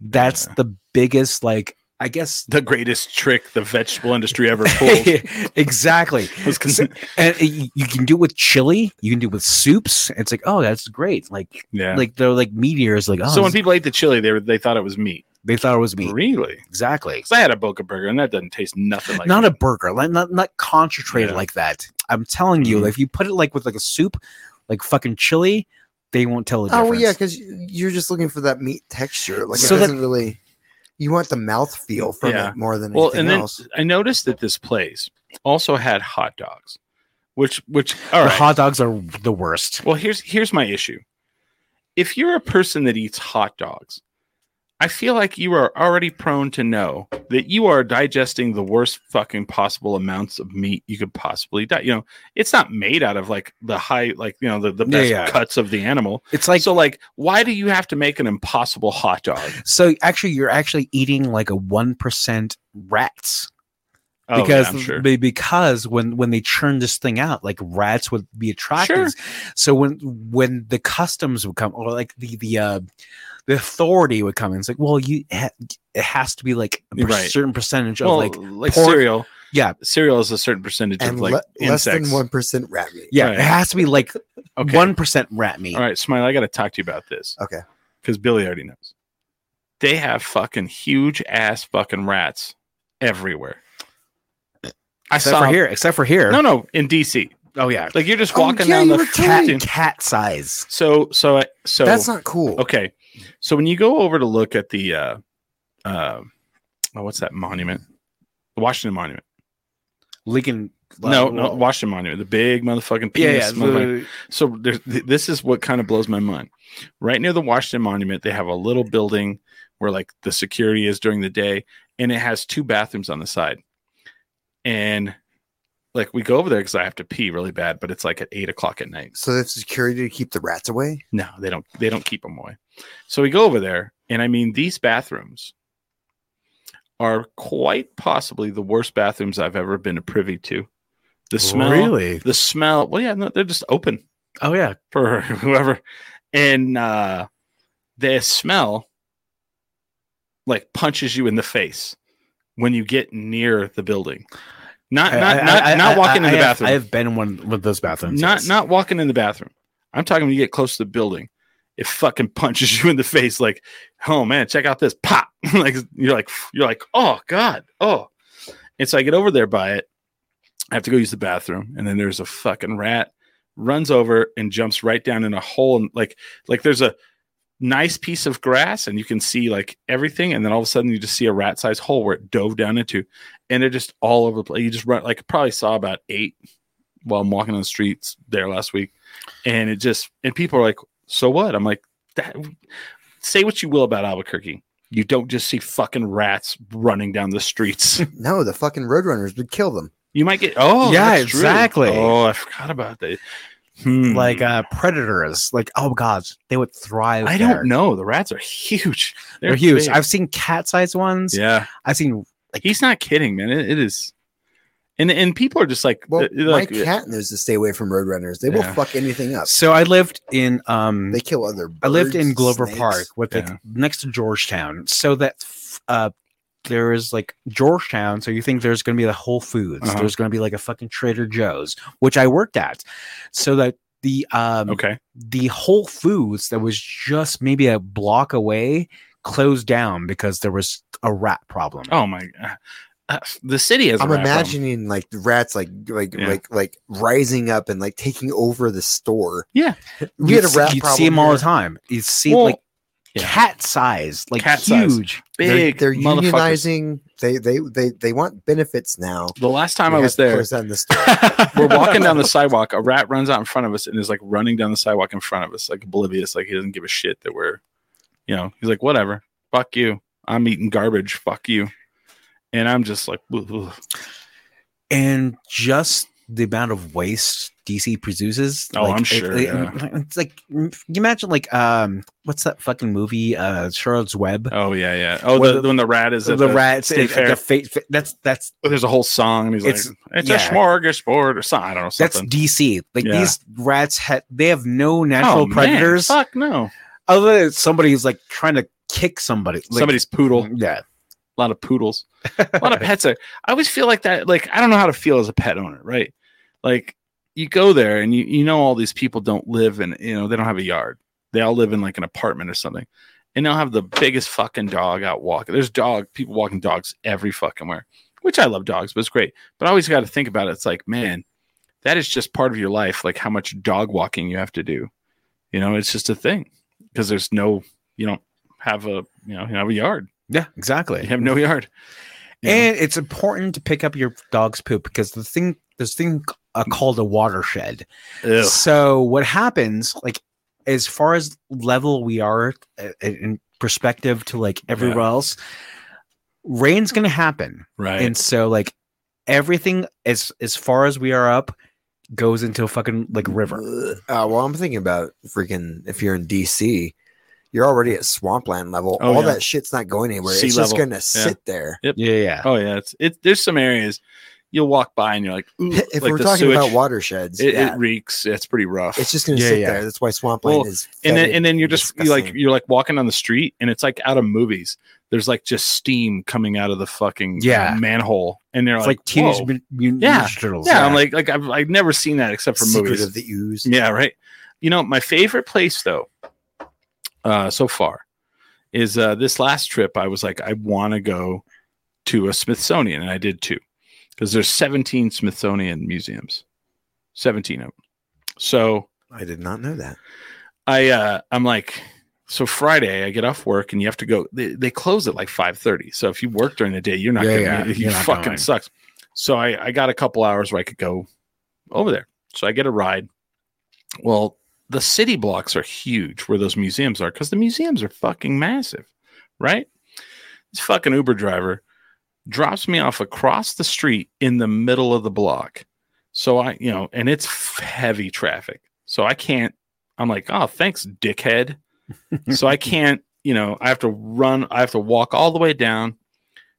Speaker 3: that's
Speaker 2: Yeah.
Speaker 3: the biggest like. I guess
Speaker 2: The greatest trick the vegetable industry ever pulled.
Speaker 3: exactly.
Speaker 2: was con-
Speaker 3: And you you can do it with chili. You can do it with soups. It's like, oh, that's great. Like,
Speaker 2: yeah.
Speaker 3: like they're like meteors. Like, oh,
Speaker 2: so when
Speaker 3: this-
Speaker 2: people ate the chili, they were, they thought it was meat.
Speaker 3: They thought it was meat.
Speaker 2: Really?
Speaker 3: Exactly.
Speaker 2: 'Cause I had a Boca burger and that doesn't taste nothing like
Speaker 3: not
Speaker 2: that.
Speaker 3: a burger. Like not not concentrated
Speaker 2: Yeah.
Speaker 3: like that. I'm telling you,
Speaker 2: Mhm.
Speaker 3: if you put it like with like a soup, like fucking chili, they won't tell the
Speaker 4: Oh
Speaker 3: difference.
Speaker 4: well, yeah, because you're just looking for that meat texture. Like
Speaker 3: So
Speaker 4: it
Speaker 3: that-
Speaker 4: doesn't really. You want the mouth feel from
Speaker 2: Yeah.
Speaker 4: it more than
Speaker 2: Well,
Speaker 4: anything
Speaker 2: and then
Speaker 4: else.
Speaker 2: I noticed that this place also had hot dogs, which which all
Speaker 3: the
Speaker 2: right.
Speaker 3: hot dogs are the worst.
Speaker 2: well, here's here's my issue. If you're a person that eats hot dogs, I feel like you are already prone to know that you are digesting the worst fucking possible amounts of meat you could possibly die. You know, it's not made out of like the high, like you know, the, the
Speaker 3: Yeah,
Speaker 2: best
Speaker 3: yeah.
Speaker 2: cuts of the animal.
Speaker 3: It's like
Speaker 2: so, like, why do you have to make an impossible hot dog?
Speaker 3: so. Actually, you're actually eating like a one percent rats
Speaker 2: Oh, yeah,
Speaker 3: because
Speaker 2: I'm sure.
Speaker 3: be- because when when they churn this thing out, like rats would be attracted. So when when the customs would come, or like the the uh, the authority would come, and it's like, well, you ha- it has to be like a per-
Speaker 2: Right.
Speaker 3: certain percentage
Speaker 2: well,
Speaker 3: of like
Speaker 2: like, like
Speaker 3: pork-
Speaker 2: cereal.
Speaker 3: Yeah.
Speaker 2: cereal is a certain percentage
Speaker 4: And
Speaker 2: of like
Speaker 4: le- less than
Speaker 2: insects.
Speaker 4: one percent rat meat.
Speaker 3: yeah,
Speaker 2: right.
Speaker 3: it has to be like
Speaker 2: Okay.
Speaker 3: one rat meat.
Speaker 2: All right, Smile. I got to talk to you about this.
Speaker 4: Okay.
Speaker 2: Because Billy already knows. They have fucking huge ass fucking rats everywhere. I
Speaker 3: Except
Speaker 2: saw
Speaker 3: for here, except for here.
Speaker 2: No, no, in DC.
Speaker 3: Oh yeah,
Speaker 2: Like you're just
Speaker 4: Oh,
Speaker 2: walking
Speaker 4: yeah,
Speaker 2: down
Speaker 4: you
Speaker 2: the
Speaker 4: were telling
Speaker 2: fucking-
Speaker 4: me.
Speaker 3: cat size.
Speaker 2: So, so, I- so.
Speaker 4: That's not cool.
Speaker 2: okay. So when you go over to look at the, uh, uh, oh, what's that monument? The Washington Monument.
Speaker 3: Lincoln.
Speaker 2: no, no, Washington Monument. The big motherfucking
Speaker 3: Yeah,
Speaker 2: penis.
Speaker 3: yeah.
Speaker 2: motherfucking-
Speaker 3: the-
Speaker 2: so there's, th- this is what kind of blows my mind. Right near the Washington Monument, they have a little building where like the security is during the day, and it has two bathrooms on the side. And like we go over there because I have to pee really bad, but it's like at eight o'clock at night.
Speaker 4: So they have security to keep the rats away.
Speaker 2: No, they don't. They don't keep them away. So we go over there, and I mean these bathrooms are quite possibly the worst bathrooms I've ever been privy to. The smell,
Speaker 3: Really?
Speaker 2: the smell. Well, yeah, no, they're just open
Speaker 3: Oh yeah.
Speaker 2: for whoever. And uh the smell like punches you in the face when you get near the building. Not not
Speaker 3: I- I-
Speaker 2: not,
Speaker 3: I-
Speaker 2: not
Speaker 3: I-
Speaker 2: walking
Speaker 3: I
Speaker 2: in the
Speaker 3: have-
Speaker 2: bathroom.
Speaker 3: I have been in one with those bathrooms.
Speaker 2: not
Speaker 3: yes.
Speaker 2: not walking in the bathroom. I'm talking when you get close to the building. It fucking punches you in the face like, oh man, check out this pop. like you're like you're like, oh God, oh. And so I get over there by it. I have to go use the bathroom. And then there's a fucking rat runs over and jumps right down in a hole. And like like there's a nice piece of grass and you can see like everything. And then all of a sudden you just see a rat sized hole where it dove down into. And they're just all over the place. You just run like probably saw about eight while I'm walking on the streets there last week, and it just and people are like, "So what?" I'm like, that, "Say what you will about Albuquerque, you don't just see fucking rats running down the streets.
Speaker 4: No, the fucking roadrunners would kill them.
Speaker 2: you might get oh
Speaker 3: Yeah,
Speaker 2: that's true.
Speaker 3: exactly.
Speaker 2: Oh, I forgot about that. Hmm.
Speaker 3: like uh, predators. Like oh god, they would thrive.
Speaker 2: I
Speaker 3: there.
Speaker 2: don't know. The rats are huge.
Speaker 3: They're, huge.
Speaker 2: big.
Speaker 3: I've seen cat sized ones.
Speaker 2: yeah,
Speaker 3: I've seen
Speaker 2: he's not kidding, man. It, it is, and and people are just like,
Speaker 4: Well,
Speaker 2: uh, like
Speaker 4: my cat knows to stay away from roadrunners. They
Speaker 2: Yeah.
Speaker 4: will fuck anything up.
Speaker 3: so I lived in um
Speaker 4: They kill other. Birds,
Speaker 3: I lived in Glover
Speaker 4: snakes.
Speaker 3: Park with like
Speaker 2: Yeah.
Speaker 3: next to Georgetown. So that f- uh there is like Georgetown, so you think there's gonna be the Whole Foods,
Speaker 2: Uh-huh.
Speaker 3: there's gonna be like a fucking Trader Joe's, which I worked at. So that the um
Speaker 2: uh, okay,
Speaker 3: the Whole Foods that was just maybe a block away closed down because there was a rat problem.
Speaker 2: oh my. Uh, the city has. a
Speaker 4: I'm
Speaker 2: rat problem.
Speaker 4: imagining like the rats, like like
Speaker 2: Yeah.
Speaker 4: like like rising up and like taking over the store.
Speaker 2: Yeah.
Speaker 4: we had a
Speaker 3: You'd see-
Speaker 4: rat
Speaker 3: You'd
Speaker 4: problem.
Speaker 3: see them all
Speaker 4: here.
Speaker 3: the time. You'd see
Speaker 2: Well,
Speaker 3: like
Speaker 2: yeah.
Speaker 3: cat sized, like
Speaker 2: Cat-sized.
Speaker 3: huge.
Speaker 4: They're-
Speaker 2: Big.
Speaker 4: They're,
Speaker 2: motherfuckers.
Speaker 4: unionizing. They they they they want benefits now.
Speaker 2: The last time
Speaker 4: We
Speaker 2: I
Speaker 4: have
Speaker 2: was
Speaker 4: to
Speaker 2: there,
Speaker 4: close down the store.
Speaker 2: we're walking down the sidewalk. A rat runs out in front of us and is like running down the sidewalk in front of us, like oblivious, like he doesn't give a shit that we're, you know, he's like, whatever, fuck you. I'm eating garbage, fuck you. And I'm just like, "Ugh, ugh."
Speaker 3: and just the amount of waste DC produces.
Speaker 2: Oh,
Speaker 3: like,
Speaker 2: I'm
Speaker 3: it-
Speaker 2: sure,
Speaker 3: it-
Speaker 2: yeah.
Speaker 3: It's like you imagine, like, um, what's that fucking movie? Uh, Charlotte's Web.
Speaker 2: oh yeah, yeah. Oh,
Speaker 3: Well,
Speaker 2: the,
Speaker 3: the-
Speaker 2: when the rat is
Speaker 3: the,
Speaker 2: at
Speaker 3: rats.
Speaker 2: state
Speaker 3: it-
Speaker 2: fair.
Speaker 3: the fa- fa- that's that's
Speaker 2: there's a whole song, and he's
Speaker 3: It's-
Speaker 2: like, it's
Speaker 3: yeah.
Speaker 2: a smorgasbord or something. I don't know
Speaker 3: that's
Speaker 2: something.
Speaker 3: DC. Like
Speaker 2: Yeah.
Speaker 3: these rats, had they have no natural
Speaker 2: Oh, man,
Speaker 3: predators
Speaker 2: fuck no.
Speaker 3: other than somebody's like trying to kick somebody. Like,
Speaker 2: Somebody's poodle.
Speaker 3: Yeah.
Speaker 2: a lot of poodles, a lot of pets. Are, I always feel like that. Like I don't know how to feel as a pet owner, right? Like you go there and you you know all these people don't live in you know they don't have a yard. They all live in like an apartment or something, and they'll have the biggest fucking dog out walking. There's dog people walking dogs every fucking where, which I love dogs, but it's great. But I always got to think about it. It's like, man, that is just part of your life. Like how much dog walking you have to do. You know, it's just a thing because there's no, you don't have a, you know, you don't have a yard.
Speaker 3: Yeah, exactly.
Speaker 2: You have no yard. You know?
Speaker 3: And it's important to pick up your dog's poop because the thing there's thing uh, called a watershed.
Speaker 2: Ugh.
Speaker 3: So what happens, like, as far as level we are uh, in perspective to like everywhere else, rain's gonna happen,
Speaker 2: right.
Speaker 3: and so like everything as as far as we are up goes into a fucking like river.
Speaker 4: Uh, well, I'm thinking about freaking if you're in DC, you're already at swampland level.
Speaker 2: Oh,
Speaker 4: All
Speaker 2: yeah.
Speaker 4: that shit's not going anywhere.
Speaker 2: Sea
Speaker 4: it's just
Speaker 2: level.
Speaker 4: going to sit there.
Speaker 3: Yeah, yeah.
Speaker 2: oh yeah. It's, it, there's some areas you'll walk by and you're like, ooh, like
Speaker 4: if we're
Speaker 2: the
Speaker 4: talking about
Speaker 2: sewage.
Speaker 4: watersheds,
Speaker 2: it,
Speaker 4: yeah,
Speaker 2: it reeks. It's pretty rough.
Speaker 4: it's just going to
Speaker 3: Yeah,
Speaker 4: sit
Speaker 3: yeah.
Speaker 4: there. That's why swampland
Speaker 2: Well,
Speaker 4: is.
Speaker 2: and then
Speaker 4: fetid
Speaker 2: and then you're just you like
Speaker 4: disgusting.
Speaker 2: you're like walking on the street and it's like out of movies. There's like just steam coming out of the fucking
Speaker 3: Yeah.
Speaker 2: manhole, and they're
Speaker 3: It's
Speaker 2: like,
Speaker 3: like teenage
Speaker 2: "Whoa."
Speaker 3: Mut- mutant
Speaker 2: Yeah.
Speaker 3: Ninja turtles.
Speaker 2: yeah, I'm like like I've I've never seen that except for
Speaker 4: Secret
Speaker 2: movies.
Speaker 4: of the ooze.
Speaker 2: yeah, right. You know, my favorite place though, uh, so far, is uh, this last trip. I was like, I want to go to a Smithsonian, and I did too, because there's 17 Smithsonian museums, 17 of them. So
Speaker 4: I did not know that.
Speaker 2: I uh I'm like so Friday I get off work and you have to go they, they close at like 5:30. So if you work during the day you're not
Speaker 3: Yeah,
Speaker 2: going
Speaker 3: yeah,
Speaker 2: to you
Speaker 3: you're not
Speaker 2: fucking
Speaker 3: going.
Speaker 2: sucks. So I I got a couple hours where I could go over there. So I get a ride. Well, the city blocks are huge where those museums are cuz the museums are fucking massive, right? This fucking Uber driver drops me off across the street in the middle of the block. So I, you know, and it's f- heavy traffic. So I can't I'm like, oh, thanks, dickhead. so I can't, you know, I have to run, I have to walk all the way down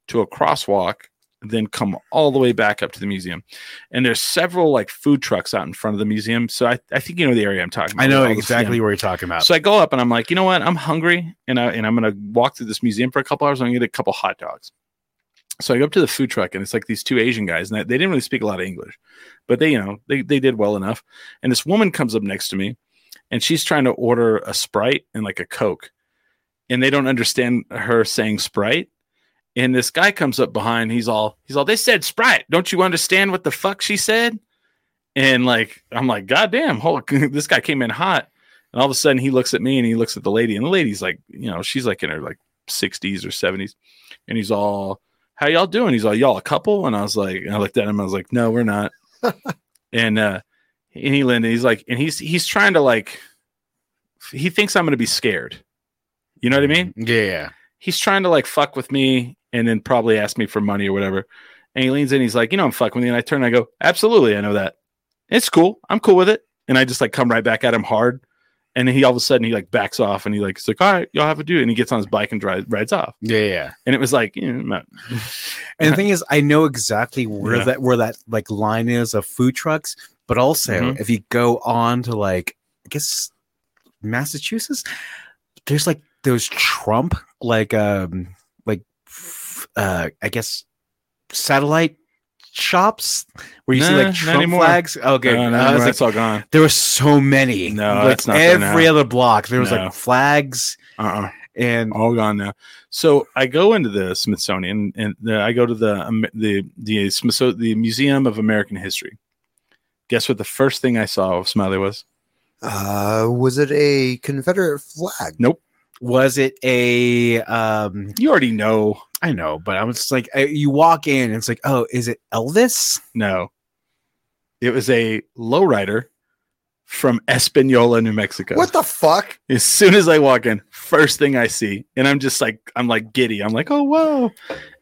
Speaker 2: to a crosswalk, then come all the way back up to the museum. And there's several like food trucks out in front of the museum. So I, I think you know the area I'm talking about.
Speaker 3: I know
Speaker 2: all the-
Speaker 3: exactly
Speaker 2: yeah.
Speaker 3: what you're talking about.
Speaker 2: So I go up and I'm like, you know what? I'm hungry and I and I'm gonna walk through this museum for a couple hours. I'm gonna get a couple hot dogs. So I go up to the food truck and it's like these two Asian guys and they they didn't really speak a lot of English, but they you know they they did well enough. And this woman comes up next to me, and she's trying to order a Sprite and like a Coke, and they don't understand her saying Sprite. And this guy comes up behind. He's all he's all they said Sprite. Don't you understand what the fuck she said? And like I'm like goddamn, hold this guy came in hot. And all of a sudden he looks at me and he looks at the lady, and the lady's like, you know, she's like in her like 60s or 70s. And he's all, How y'all doing? He's all, Y'all a couple? And I was like, and I looked at him, I was like, No, we're not. and uh and he landed, he's like, and he's he's trying to like he thinks I'm gonna be scared. You know what I mean?
Speaker 3: Yeah, yeah.
Speaker 2: he's trying to like fuck with me and then probably ask me for money or whatever. And he leans in, he's like, you know, I'm fucking with you. And I turn and I go, absolutely, I know that. It's cool. I'm cool with it. And I just like come right back at him hard. And then he all of a sudden he like backs off and he like, it's like, all right, y'all have a do. And he gets on his bike and drives rides off.
Speaker 3: Yeah, yeah.
Speaker 2: And it was like, you know, not-
Speaker 3: And the thing is, I know exactly where
Speaker 2: Yeah.
Speaker 3: that where that like line is of food trucks, but also
Speaker 2: Mhm.
Speaker 3: if you go on to like I guess Massachusetts, there's like those Trump like um like f- uh I guess satellite shops where you see
Speaker 2: Nah,
Speaker 3: like
Speaker 2: not
Speaker 3: Trump
Speaker 2: anymore.
Speaker 3: flags. Okay,
Speaker 2: no, no,
Speaker 3: I was
Speaker 2: no,
Speaker 3: like,
Speaker 2: uh, it's all gone.
Speaker 3: there were so many.
Speaker 2: No,
Speaker 3: like
Speaker 2: it's not there now.
Speaker 3: every other block. There was
Speaker 2: No.
Speaker 3: like flags
Speaker 2: Uh-uh.
Speaker 3: and
Speaker 2: all gone now. So I go into the Smithsonian and the, I go to the um, the the Smithsonian the Museum of American History. Guess what? The first thing I saw of Smiley was
Speaker 4: Uh, was it a Confederate flag?
Speaker 3: was it a um
Speaker 2: you already know.
Speaker 3: I know, but I'm just like, I, you walk in, and it's like, oh, is it Elvis?
Speaker 2: No, it was a lowrider from Espanola, New Mexico.
Speaker 4: What the fuck?
Speaker 2: as soon as I walk in, first thing I see, and I'm just like, I'm like giddy. I'm like, oh whoa.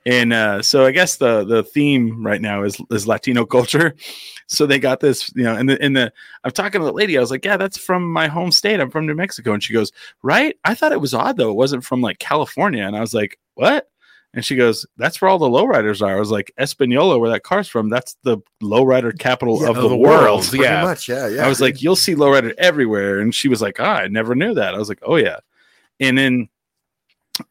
Speaker 2: And uh, so I guess the the theme right now is is Latino culture. So they got this, you know, and the and the I'm talking to the lady. I was like, yeah, that's from my home state. I'm from New Mexico, and she goes, right? I thought it was odd though. It wasn't from like California, and I was like, what? And she goes, that's where all the lowriders are. I was like, Espanola, where that car's from. That's the lowrider capital
Speaker 4: Yeah,
Speaker 2: of,
Speaker 3: of
Speaker 2: the,
Speaker 3: the
Speaker 2: world.
Speaker 3: world.
Speaker 4: Pretty
Speaker 3: Yeah.
Speaker 4: much. Yeah, yeah.
Speaker 2: I was like, you'll see lowrider everywhere. And she was like, ah, I never knew that. I was like, oh yeah. And then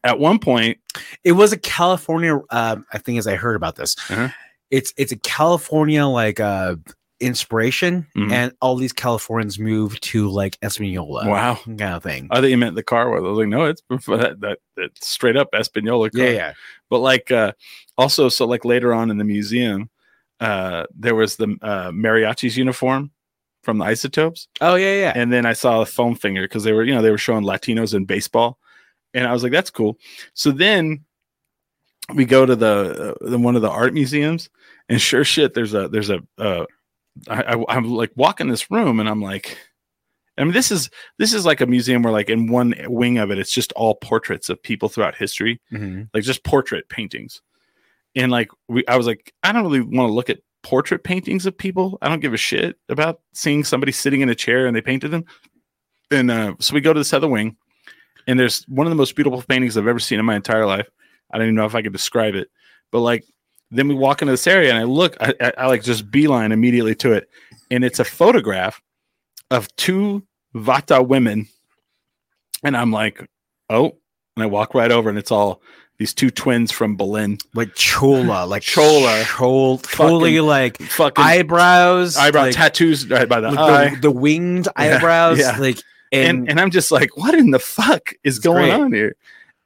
Speaker 2: at one point,
Speaker 3: It was a California. Um, I think as I heard about this,
Speaker 2: Uh-huh.
Speaker 3: it's it's a California like uh, inspiration,
Speaker 2: Mhm.
Speaker 3: and all these Californians moved to like Espanola,
Speaker 2: Wow.
Speaker 3: kind of thing.
Speaker 2: I thought you meant the car was. I was like, no, it's that, that, that straight up Espanola car.
Speaker 3: yeah, yeah.
Speaker 2: But like, uh, also, so like later on in the museum, uh, there was the uh, mariachi's uniform from the Isotopes,
Speaker 3: Oh yeah, yeah.
Speaker 2: and then I saw a foam finger because they were, you know, they were showing Latinos in baseball, and I was like, that's cool. So then we go to the, uh, the one of the art museums, and sure shit, there's a there's a uh, I, I, I'm like walking this room, and I'm like. I mean, this is this is like a museum where, like, in one wing of it, it's just all portraits of people throughout history
Speaker 3: Mhm.
Speaker 2: like just portrait paintings. And like we I was like, I don't really want to look at portrait paintings of people. I don't give a shit about seeing somebody sitting in a chair and they painted them. And uh, so we go to this other wing, and there's one of the most beautiful paintings I've ever seen in my entire life. I don't even know if I could describe it, but like then we walk into this area and I look, I, I, I like just beeline immediately to it, and it's a photograph of two Vata women, and I'm like, oh, and I walk right over and it's all these two twins from Berlin.
Speaker 3: Like Chola, like
Speaker 2: Chola.
Speaker 3: Chol,
Speaker 2: Fucking
Speaker 3: fully like
Speaker 2: Fucking
Speaker 3: eyebrows,
Speaker 2: eyebrow
Speaker 3: like,
Speaker 2: tattoos right by the
Speaker 3: like,
Speaker 2: eye.
Speaker 3: the, the winged
Speaker 2: Yeah,
Speaker 3: eyebrows,
Speaker 2: yeah.
Speaker 3: like
Speaker 2: and,
Speaker 3: and,
Speaker 2: and I'm just like, what in the fuck is
Speaker 3: It's
Speaker 2: going
Speaker 3: great.
Speaker 2: on here?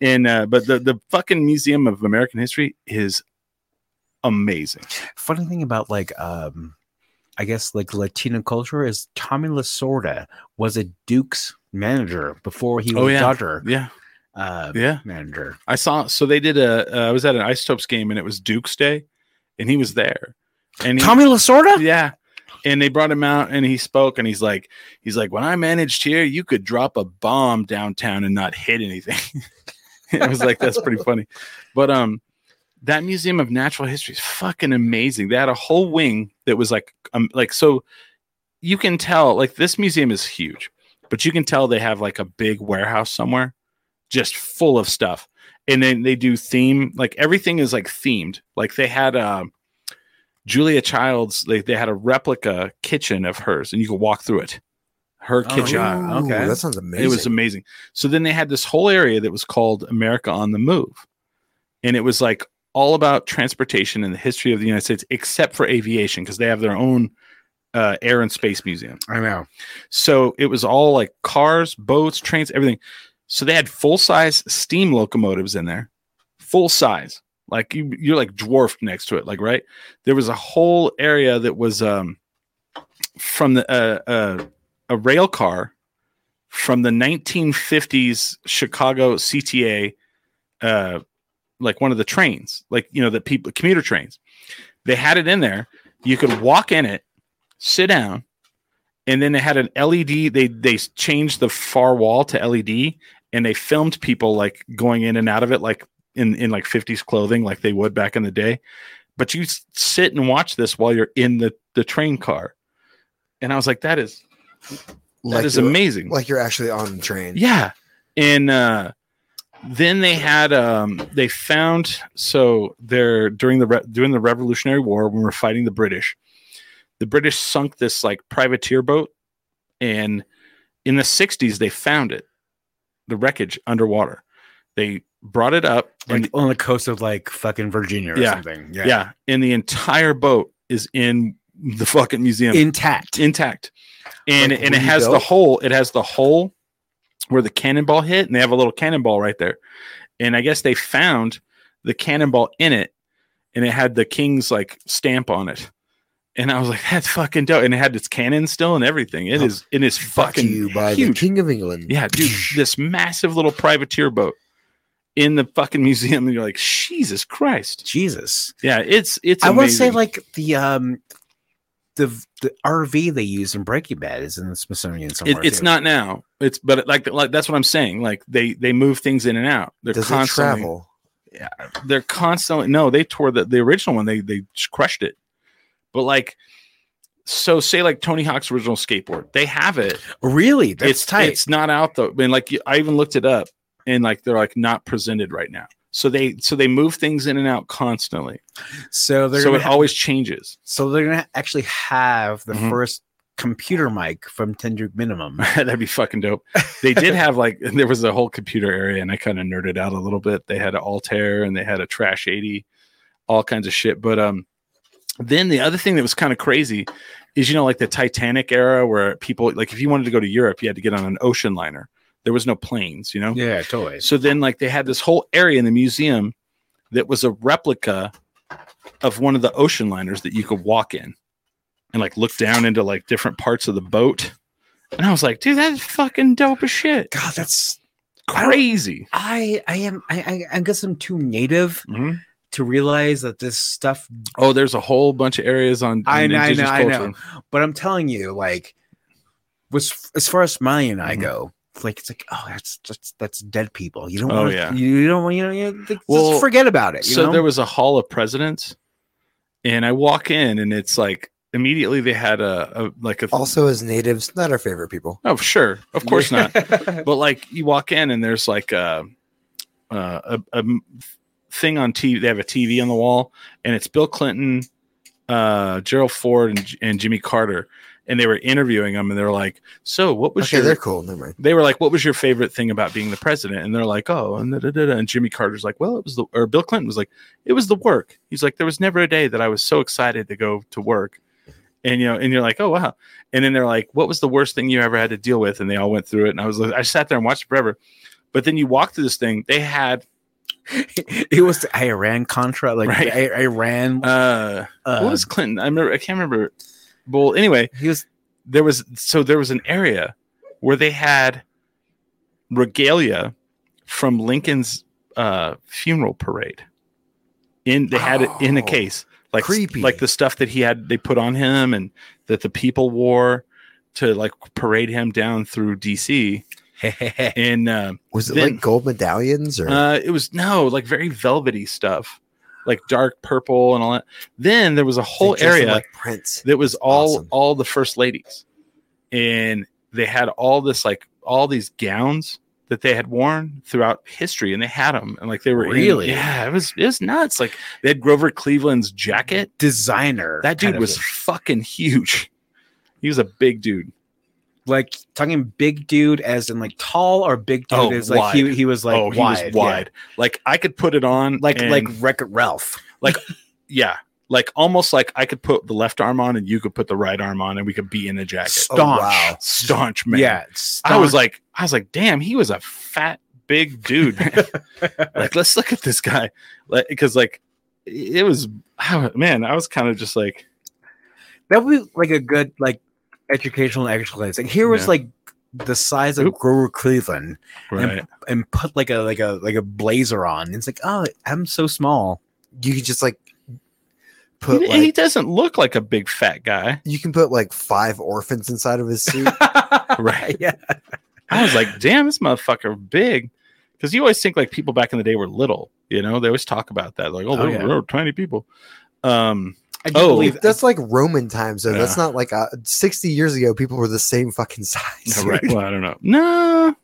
Speaker 2: And uh, but the the fucking Museum of American History is amazing.
Speaker 3: funny thing about like um i guess like latino culture is tommy lasorda was a duke's manager before he was
Speaker 2: Oh, yeah.
Speaker 3: dodger
Speaker 2: Yeah,
Speaker 3: uh
Speaker 2: yeah.
Speaker 3: manager
Speaker 2: I saw. So they did a. Uh, I was at an Isotopes game and it was Duke's day, and he was there. And he,
Speaker 3: tommy lasorda
Speaker 2: yeah. And they brought him out and he spoke and he's like, he's like, when I managed here, you could drop a bomb downtown and not hit anything. I was like, that's pretty funny. But um that Museum of Natural History is fucking amazing. They had a whole wing that was like um like so you can tell like this museum is huge, but you can tell they have like a big warehouse somewhere just full of stuff. And then they do theme like everything is like themed. Like they had um Julia Child's they, they had a replica kitchen of hers and you could walk through it. Her
Speaker 3: Oh,
Speaker 2: kitchen.
Speaker 3: yeah,
Speaker 4: Ooh,
Speaker 3: okay.
Speaker 4: that sounds amazing.
Speaker 2: It was amazing. So then they had this whole area that was called America on the Move. And it was like all about transportation and the history of the United States, except for aviation, because they have their own uh, air and space museum.
Speaker 3: i know
Speaker 2: So it was all like cars, boats, trains, everything. So they had full size steam locomotives in there, full size. Like you, you're like dwarfed next to it. Like right, there was a whole area that was um from the uh, uh, a rail car from the 1950s Chicago CTA, uh, like one of the trains, like you know the people commuter trains. They had it in there. You could walk in it, sit down, and then it had an LED. They they changed the far wall to LED, and they filmed people like going in and out of it, like in in like fifties clothing, like they would back in the day. But you s- sit and watch this while you're in the the train car, and I was like, that is that is
Speaker 4: you're-
Speaker 2: amazing.
Speaker 4: Like you're actually on the train.
Speaker 2: Yeah. And uh, then they had um, they found so they're during the re- during the Revolutionary War when we were fighting the British, the British sunk this like privateer boat, and in the '60s they found it, the wreckage underwater. They brought it up,
Speaker 3: like
Speaker 2: and
Speaker 3: on the coast of like fucking virginia or
Speaker 2: Yeah.
Speaker 3: something
Speaker 2: yeah. and the entire boat is in the fucking museum
Speaker 3: intact
Speaker 2: intact and
Speaker 4: Like
Speaker 2: and it has the
Speaker 4: rebuilt?
Speaker 2: hole it has the hole where the cannonball hit and they have a little cannonball right there and i guess they found the cannonball in it and it had the king's like stamp on it and i was like that's fucking dope and it had its cannon still and everything it
Speaker 4: Oh,
Speaker 2: is it is
Speaker 4: Brought to
Speaker 2: fucking
Speaker 4: you by the
Speaker 2: huge
Speaker 4: King of England.
Speaker 2: yeah dude this massive little privateer boat in the fucking museum and you're like jesus christ
Speaker 3: jesus
Speaker 2: yeah it's it's
Speaker 3: i want to say
Speaker 2: amazing.
Speaker 3: like the um the the rv they use in breaking bad is in the smithsonian
Speaker 2: It,
Speaker 3: somewhere
Speaker 2: it's
Speaker 3: too.
Speaker 2: not now. It's but like like that's what I'm saying. Like they they move things in and out. They're
Speaker 4: Does it
Speaker 2: constantly
Speaker 4: travel?
Speaker 2: they're constantly no. They tore the the original one. They they just crushed it. But like so say like Tony Hawk's original skateboard. They have it.
Speaker 3: really that's
Speaker 2: it's
Speaker 3: tight
Speaker 2: It's not out though. I mean, like you- I even looked it up and like they're like not presented right now. So they so they move things in and out constantly.
Speaker 3: so they're
Speaker 2: so
Speaker 3: gonna
Speaker 2: it always changes.
Speaker 3: So they're gonna actually have the
Speaker 2: Mhm.
Speaker 3: first computer mic from Tendrick Minimum.
Speaker 2: That'd be fucking dope. They did have like there was a whole computer area, and I kind of nerded out a little bit. They had an Altair and they had a Trash eighty, all kinds of shit. But um, then the other thing that was kind of crazy is you know like the Titanic era where people like if you wanted to go to Europe, you had to get on an ocean liner. There was no planes, you know.
Speaker 5: Yeah, totally.
Speaker 2: So then, like, they had this whole area in the museum that was a replica of one of the ocean liners that you could walk in and like look down into like different parts of the boat. And I was like, dude, that's fucking dope as shit.
Speaker 3: God, that's
Speaker 2: Crazy.
Speaker 3: I I am I I, I guess I'm too native
Speaker 2: Mhm.
Speaker 3: to realize that this stuff.
Speaker 2: Oh, there's a whole bunch of areas on, on
Speaker 3: I know, I know,
Speaker 2: indigenous
Speaker 3: I know.
Speaker 2: culture.
Speaker 3: But I'm telling you, like, was as far as smiling and
Speaker 2: Mm-hmm.
Speaker 3: I go. it's Like it's like oh that's that's that's dead people you don't
Speaker 2: Oh,
Speaker 3: want
Speaker 2: yeah.
Speaker 3: you don't want you know you, like,
Speaker 2: Well,
Speaker 3: just forget about it you
Speaker 2: so
Speaker 3: know?
Speaker 2: there was a hall of presidents, and I walk in, and it's like immediately they had a, a like
Speaker 3: Oh.
Speaker 2: a
Speaker 4: Also, as natives, not our favorite people.
Speaker 2: oh sure of course not
Speaker 3: not
Speaker 2: but like you walk in and there's like a, uh, a, a m- thing on TV. They have a TV on the wall, and it's Bill Clinton, uh, Gerald Ford, and, J- and Jimmy Carter, and they were interviewing them, and they were like, "So what was
Speaker 4: Okay,
Speaker 2: your?"
Speaker 4: they're cool. Never mind.
Speaker 2: They were like, "What was your favorite thing about being the president?" And they're like, "Oh," and da, da, da, da. and Jimmy Carter's like, "Well, it was the," or Bill Clinton was like, "It was the work." He's like, "There was never a day that I was so excited to go to work." And you know, and you're like, oh wow. And then they're like, what was the worst thing you ever had to deal with? And they all went through it. And I was, like- I sat there and watched it forever. But then you walk through this thing. They had
Speaker 3: it was the Iran Contra like
Speaker 2: Right.
Speaker 3: I, Iran
Speaker 2: uh,
Speaker 3: uh,
Speaker 2: what was Clinton? I remember. I can't remember. Well, anyway,
Speaker 3: he was
Speaker 2: there was so there was an area where they had regalia from Lincoln's uh, funeral parade. In they had it in a
Speaker 4: Oh,
Speaker 2: case like
Speaker 4: creepy.
Speaker 2: like the stuff that he had they put on him and that the people wore to like parade him down through DC and. Uh,
Speaker 4: Was it
Speaker 2: Then-
Speaker 4: like gold medallions or?
Speaker 2: Uh, it was no, like very velvety stuff, like dark purple and all that. Then there was a
Speaker 4: they
Speaker 2: whole
Speaker 4: dress them
Speaker 2: area
Speaker 4: like Prince.
Speaker 2: that was all
Speaker 4: Awesome.
Speaker 2: all the first ladies, and they had all this like all these gowns that they had worn throughout history, and they had them, and like they were in-
Speaker 3: Really?
Speaker 2: yeah, it was it was nuts. Like they had Grover Cleveland's jacket.
Speaker 3: designer
Speaker 2: That
Speaker 3: kind
Speaker 2: dude
Speaker 3: of
Speaker 2: was fucking huge. He was a big dude.
Speaker 3: like talking big dude as in like tall or big dude
Speaker 2: Oh,
Speaker 3: as like
Speaker 2: wide.
Speaker 3: he, he was like
Speaker 2: oh, he
Speaker 3: wide,
Speaker 2: was
Speaker 3: yeah.
Speaker 2: wide. Like I could put it on,
Speaker 3: like
Speaker 2: and-
Speaker 3: like Wreck Ralph.
Speaker 2: yeah like almost like i could put the left arm on and you could put the right arm on and we could be in a jacket
Speaker 4: Oh,
Speaker 3: staunch.
Speaker 4: wow.
Speaker 2: staunch man
Speaker 3: Yeah,
Speaker 2: i was like i was like damn he was a fat big dude man. like let's look at this guy like because like it was I- man i was kind of just like
Speaker 3: that would be like a good like educational exercise. Like here was
Speaker 2: Yeah.
Speaker 3: like the size of
Speaker 2: Oop.
Speaker 3: Grover Cleveland
Speaker 2: right
Speaker 3: and put like a like a like a blazer on. It's like oh I'm so small.
Speaker 4: You could just like put
Speaker 2: he,
Speaker 4: like
Speaker 2: he doesn't look like a big fat guy
Speaker 4: you can put like five orphans inside of his suit.
Speaker 2: right
Speaker 3: yeah,
Speaker 2: i was like damn this motherfucker big because you always think like people back in the day were little you know they always talk about that like oh,
Speaker 3: Oh,
Speaker 2: they're,
Speaker 3: yeah.
Speaker 2: they're tiny people um
Speaker 3: I do
Speaker 2: Oh.
Speaker 3: believe
Speaker 4: that's like Roman times, though. That's
Speaker 2: Yeah.
Speaker 4: not like uh, sixty years ago. People were the same fucking size.
Speaker 2: No, right. Well, I don't know. No,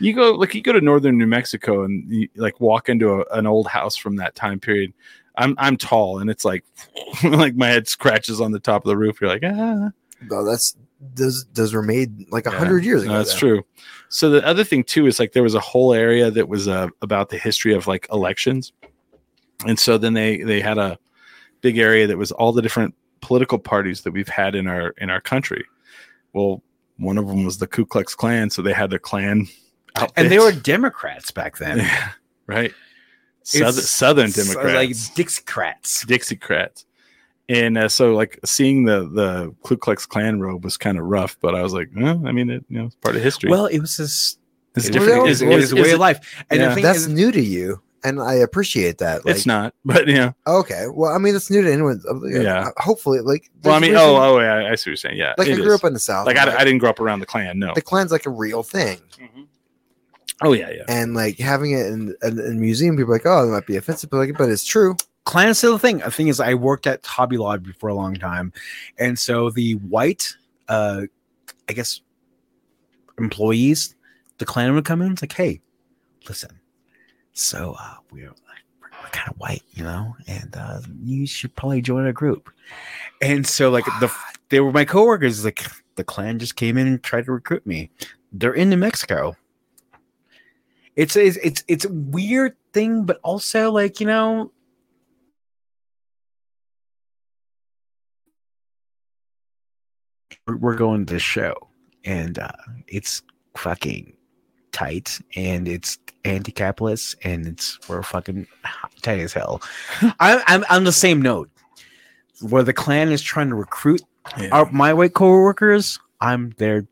Speaker 2: you go like you go to northern New Mexico and you, like walk into a, an old house from that time period. I'm I'm tall and it's like like my head scratches on the top of the roof. You're like ah,
Speaker 4: No, that's those those were made like a
Speaker 2: Yeah.
Speaker 4: hundred years ago.
Speaker 2: no, that's
Speaker 4: though.
Speaker 2: true. So the other thing too is like there was a whole area that was uh, about the history of like elections, and so then they they had a big area that was all the different political parties that we've had in our in our country. Well, one of them was the Ku Klux Klan, so they had the Klan.
Speaker 3: and they
Speaker 2: outfits.
Speaker 3: were Democrats back then.
Speaker 2: Yeah, right. Southern, Southern
Speaker 3: So,
Speaker 2: Democrats,
Speaker 3: like Dixiecrats.
Speaker 2: Dixiecrats, and uh, so like seeing the the Ku Klux Klan robe was kind of rough, but I was like, well, I mean, it, you know, it's part of history.
Speaker 3: Well, it was just
Speaker 2: it's
Speaker 3: it
Speaker 2: different. It's,
Speaker 3: Was, it was
Speaker 2: it's,
Speaker 3: a way
Speaker 2: it's,
Speaker 3: of life, and
Speaker 2: yeah.
Speaker 3: the thing
Speaker 4: That's
Speaker 3: is,
Speaker 4: new to you, and I appreciate that. Like,
Speaker 2: it's not, but you know,
Speaker 4: okay. Well, I mean, that's new to anyone.
Speaker 2: Yeah.
Speaker 4: Yeah. Hopefully, like.
Speaker 2: well, I
Speaker 4: there's
Speaker 2: mean,
Speaker 4: a
Speaker 2: oh,
Speaker 4: reason-
Speaker 2: oh, yeah, I see what you're saying. Yeah,
Speaker 4: like I
Speaker 2: it
Speaker 4: grew
Speaker 2: is.
Speaker 4: up in the South.
Speaker 2: like
Speaker 4: and,
Speaker 2: I, I didn't grow up around the Klan. No.
Speaker 4: the Klan's like a real thing,
Speaker 2: Oh yeah, yeah.
Speaker 4: and like having it in in, in a museum, people are like, oh, it might be offensive, but like, but it's true.
Speaker 3: Klan is still a thing. The thing is, I worked at Hobby Lobby for a long time, and so the white, uh, I guess, employees, the Klan would come in. It's like, hey, listen, so uh, we're we're, we're kind of white, you know, and uh, you should probably join our group. And so, like the they were my coworkers. Like the Klan just came in and tried to recruit me. They're in New Mexico. It's it's it's, it's a weird thing, but also like you know we're- we're going to the show, and uh, it's fucking tight, and it's anti-capitalist, and it's we're fucking tight as hell. I'm I'm on the same note where the Klan is trying to recruit
Speaker 2: Yeah.
Speaker 3: our, my white coworkers. I'm there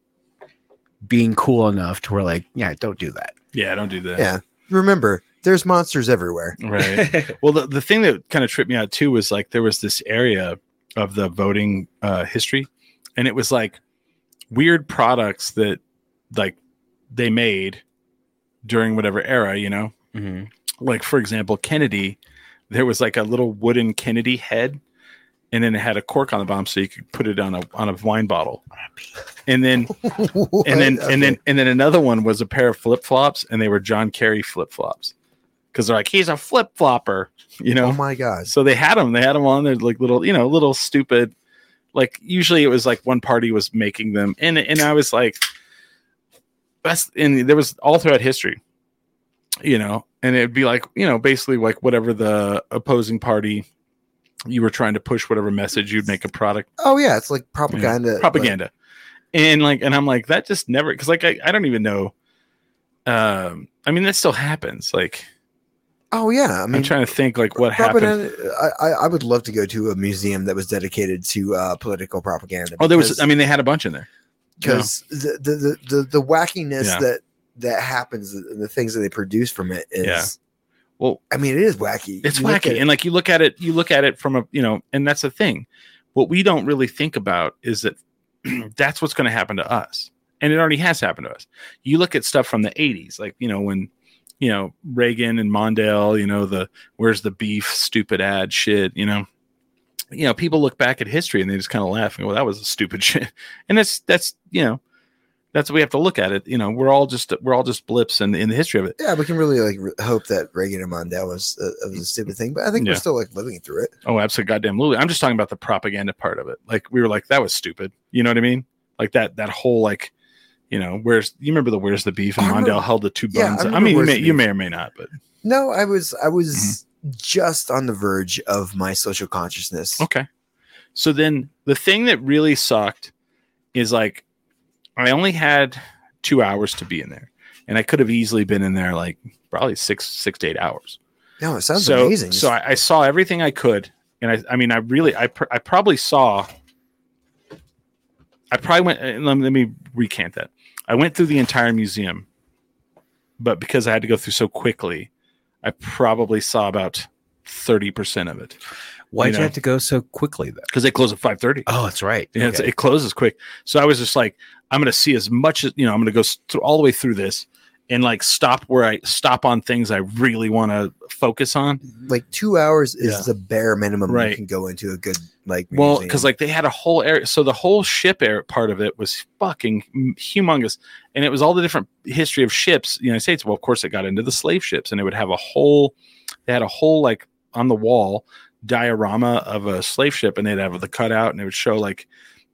Speaker 3: being cool enough to where like, yeah, don't do that.
Speaker 2: Yeah, don't do that.
Speaker 4: Yeah. Remember, there's monsters everywhere.
Speaker 2: Right. Well, the, the thing that kind of tripped me out too was like there was this area of the voting uh, history, and it was like weird products that like they made during whatever era, you know? Like, for example, Kennedy, there was like a little wooden Kennedy head, and then it had a cork on the bottom so you could put it on a on a wine bottle. And then and then
Speaker 4: What?
Speaker 2: and then and then another one was a pair of flip flops, and they were John Kerry flip flops because they're like he's a flip flopper, you
Speaker 4: oh
Speaker 2: know.
Speaker 4: my god.
Speaker 2: So they had them. They had them on their like little, you know, little stupid. Like usually it was like one party was making them, and and I was like, that's and there was all throughout history, you know, and it'd be like you know basically like whatever the opposing party you were trying to push whatever message you'd make a product
Speaker 4: Oh yeah, it's like propaganda.
Speaker 2: propaganda and like and i'm like that just never because like I, I don't even know um i mean that still happens like
Speaker 4: Like- oh yeah, I
Speaker 2: I
Speaker 4: mean,
Speaker 2: am trying to think like what happened
Speaker 4: propaganda. I, I I would love to go to a museum that was dedicated to uh, political propaganda.
Speaker 2: oh there was
Speaker 4: because-
Speaker 2: i mean they had a bunch in there
Speaker 4: because the, the, the the the wackiness
Speaker 2: Yeah.
Speaker 4: that that happens and the things that they produce from it is
Speaker 2: Yeah. well
Speaker 4: i mean it is wacky
Speaker 2: it's
Speaker 4: You look at
Speaker 2: wacky
Speaker 4: it-
Speaker 2: and like you look at it you look at it from a you know and that's the thing what we don't really think about is that that's what's going to happen to us and it already has happened to us you look at stuff from the 80s like you know when you know reagan and mondale you know the where's the beef stupid ad shit you know you know people look back at history and they just kind of laugh and go, well that was a stupid shit and that's that's you know that's what we have to look at it you know we're all just we're all just blips in, in the history of it
Speaker 4: yeah we can really like re- hope that reagan and mondale was a, was a stupid thing but i think
Speaker 2: Yeah.
Speaker 4: we're still like living through it
Speaker 2: Oh, absolutely, goddamn, Lulu. I'm just talking about the propaganda part of it. Like we were like, that was stupid. You know what I mean? Like that that whole like, you know, where's you remember the where's the beef and
Speaker 4: I
Speaker 2: Mondale
Speaker 4: remember-
Speaker 2: held the two
Speaker 4: yeah, I
Speaker 2: buns. I,
Speaker 4: remember
Speaker 2: mean, you
Speaker 4: Where's
Speaker 2: may,
Speaker 4: the
Speaker 2: you
Speaker 4: Beef.
Speaker 2: may or may not, but
Speaker 4: no i was i was
Speaker 2: Mm-hmm.
Speaker 4: just on the verge of my social consciousness
Speaker 2: okay. So then the thing that really sucked is like, I only had two hours to be in there, and I could have easily been in there like probably six six to eight hours.
Speaker 4: no it sounds
Speaker 2: so,
Speaker 4: amazing
Speaker 2: So I, I saw everything I could, and I, I mean, I really, I, pr- I probably saw. I probably went. uh, Let me, let me recant that. I went through the entire museum, but because I had to go through so quickly, I probably saw about thirty percent of it
Speaker 3: Why'd
Speaker 2: You
Speaker 3: you,
Speaker 2: know?
Speaker 3: have to go so quickly though?
Speaker 2: because they close at five thirty.
Speaker 3: Oh, that's right.
Speaker 2: Yeah, it's,
Speaker 3: Okay.
Speaker 2: it closes quick. So I was just like, I'm going to see as much as you know. I'm going to go s- through, all the way through this and like stop where I stop on things I really want to focus on.
Speaker 4: like two hours is
Speaker 2: Yeah.
Speaker 4: the bare minimum
Speaker 2: Right.
Speaker 4: you can go into a good like
Speaker 2: Well,
Speaker 4: museum.
Speaker 2: because like they had a whole area, so the whole ship air part of it was fucking humongous, and it was all the different history of ships, United States. Well, of course, it got into the slave ships, and it would have a whole, they had a whole like on the wall diorama of a slave ship, and they'd have the cutout, and it would show like,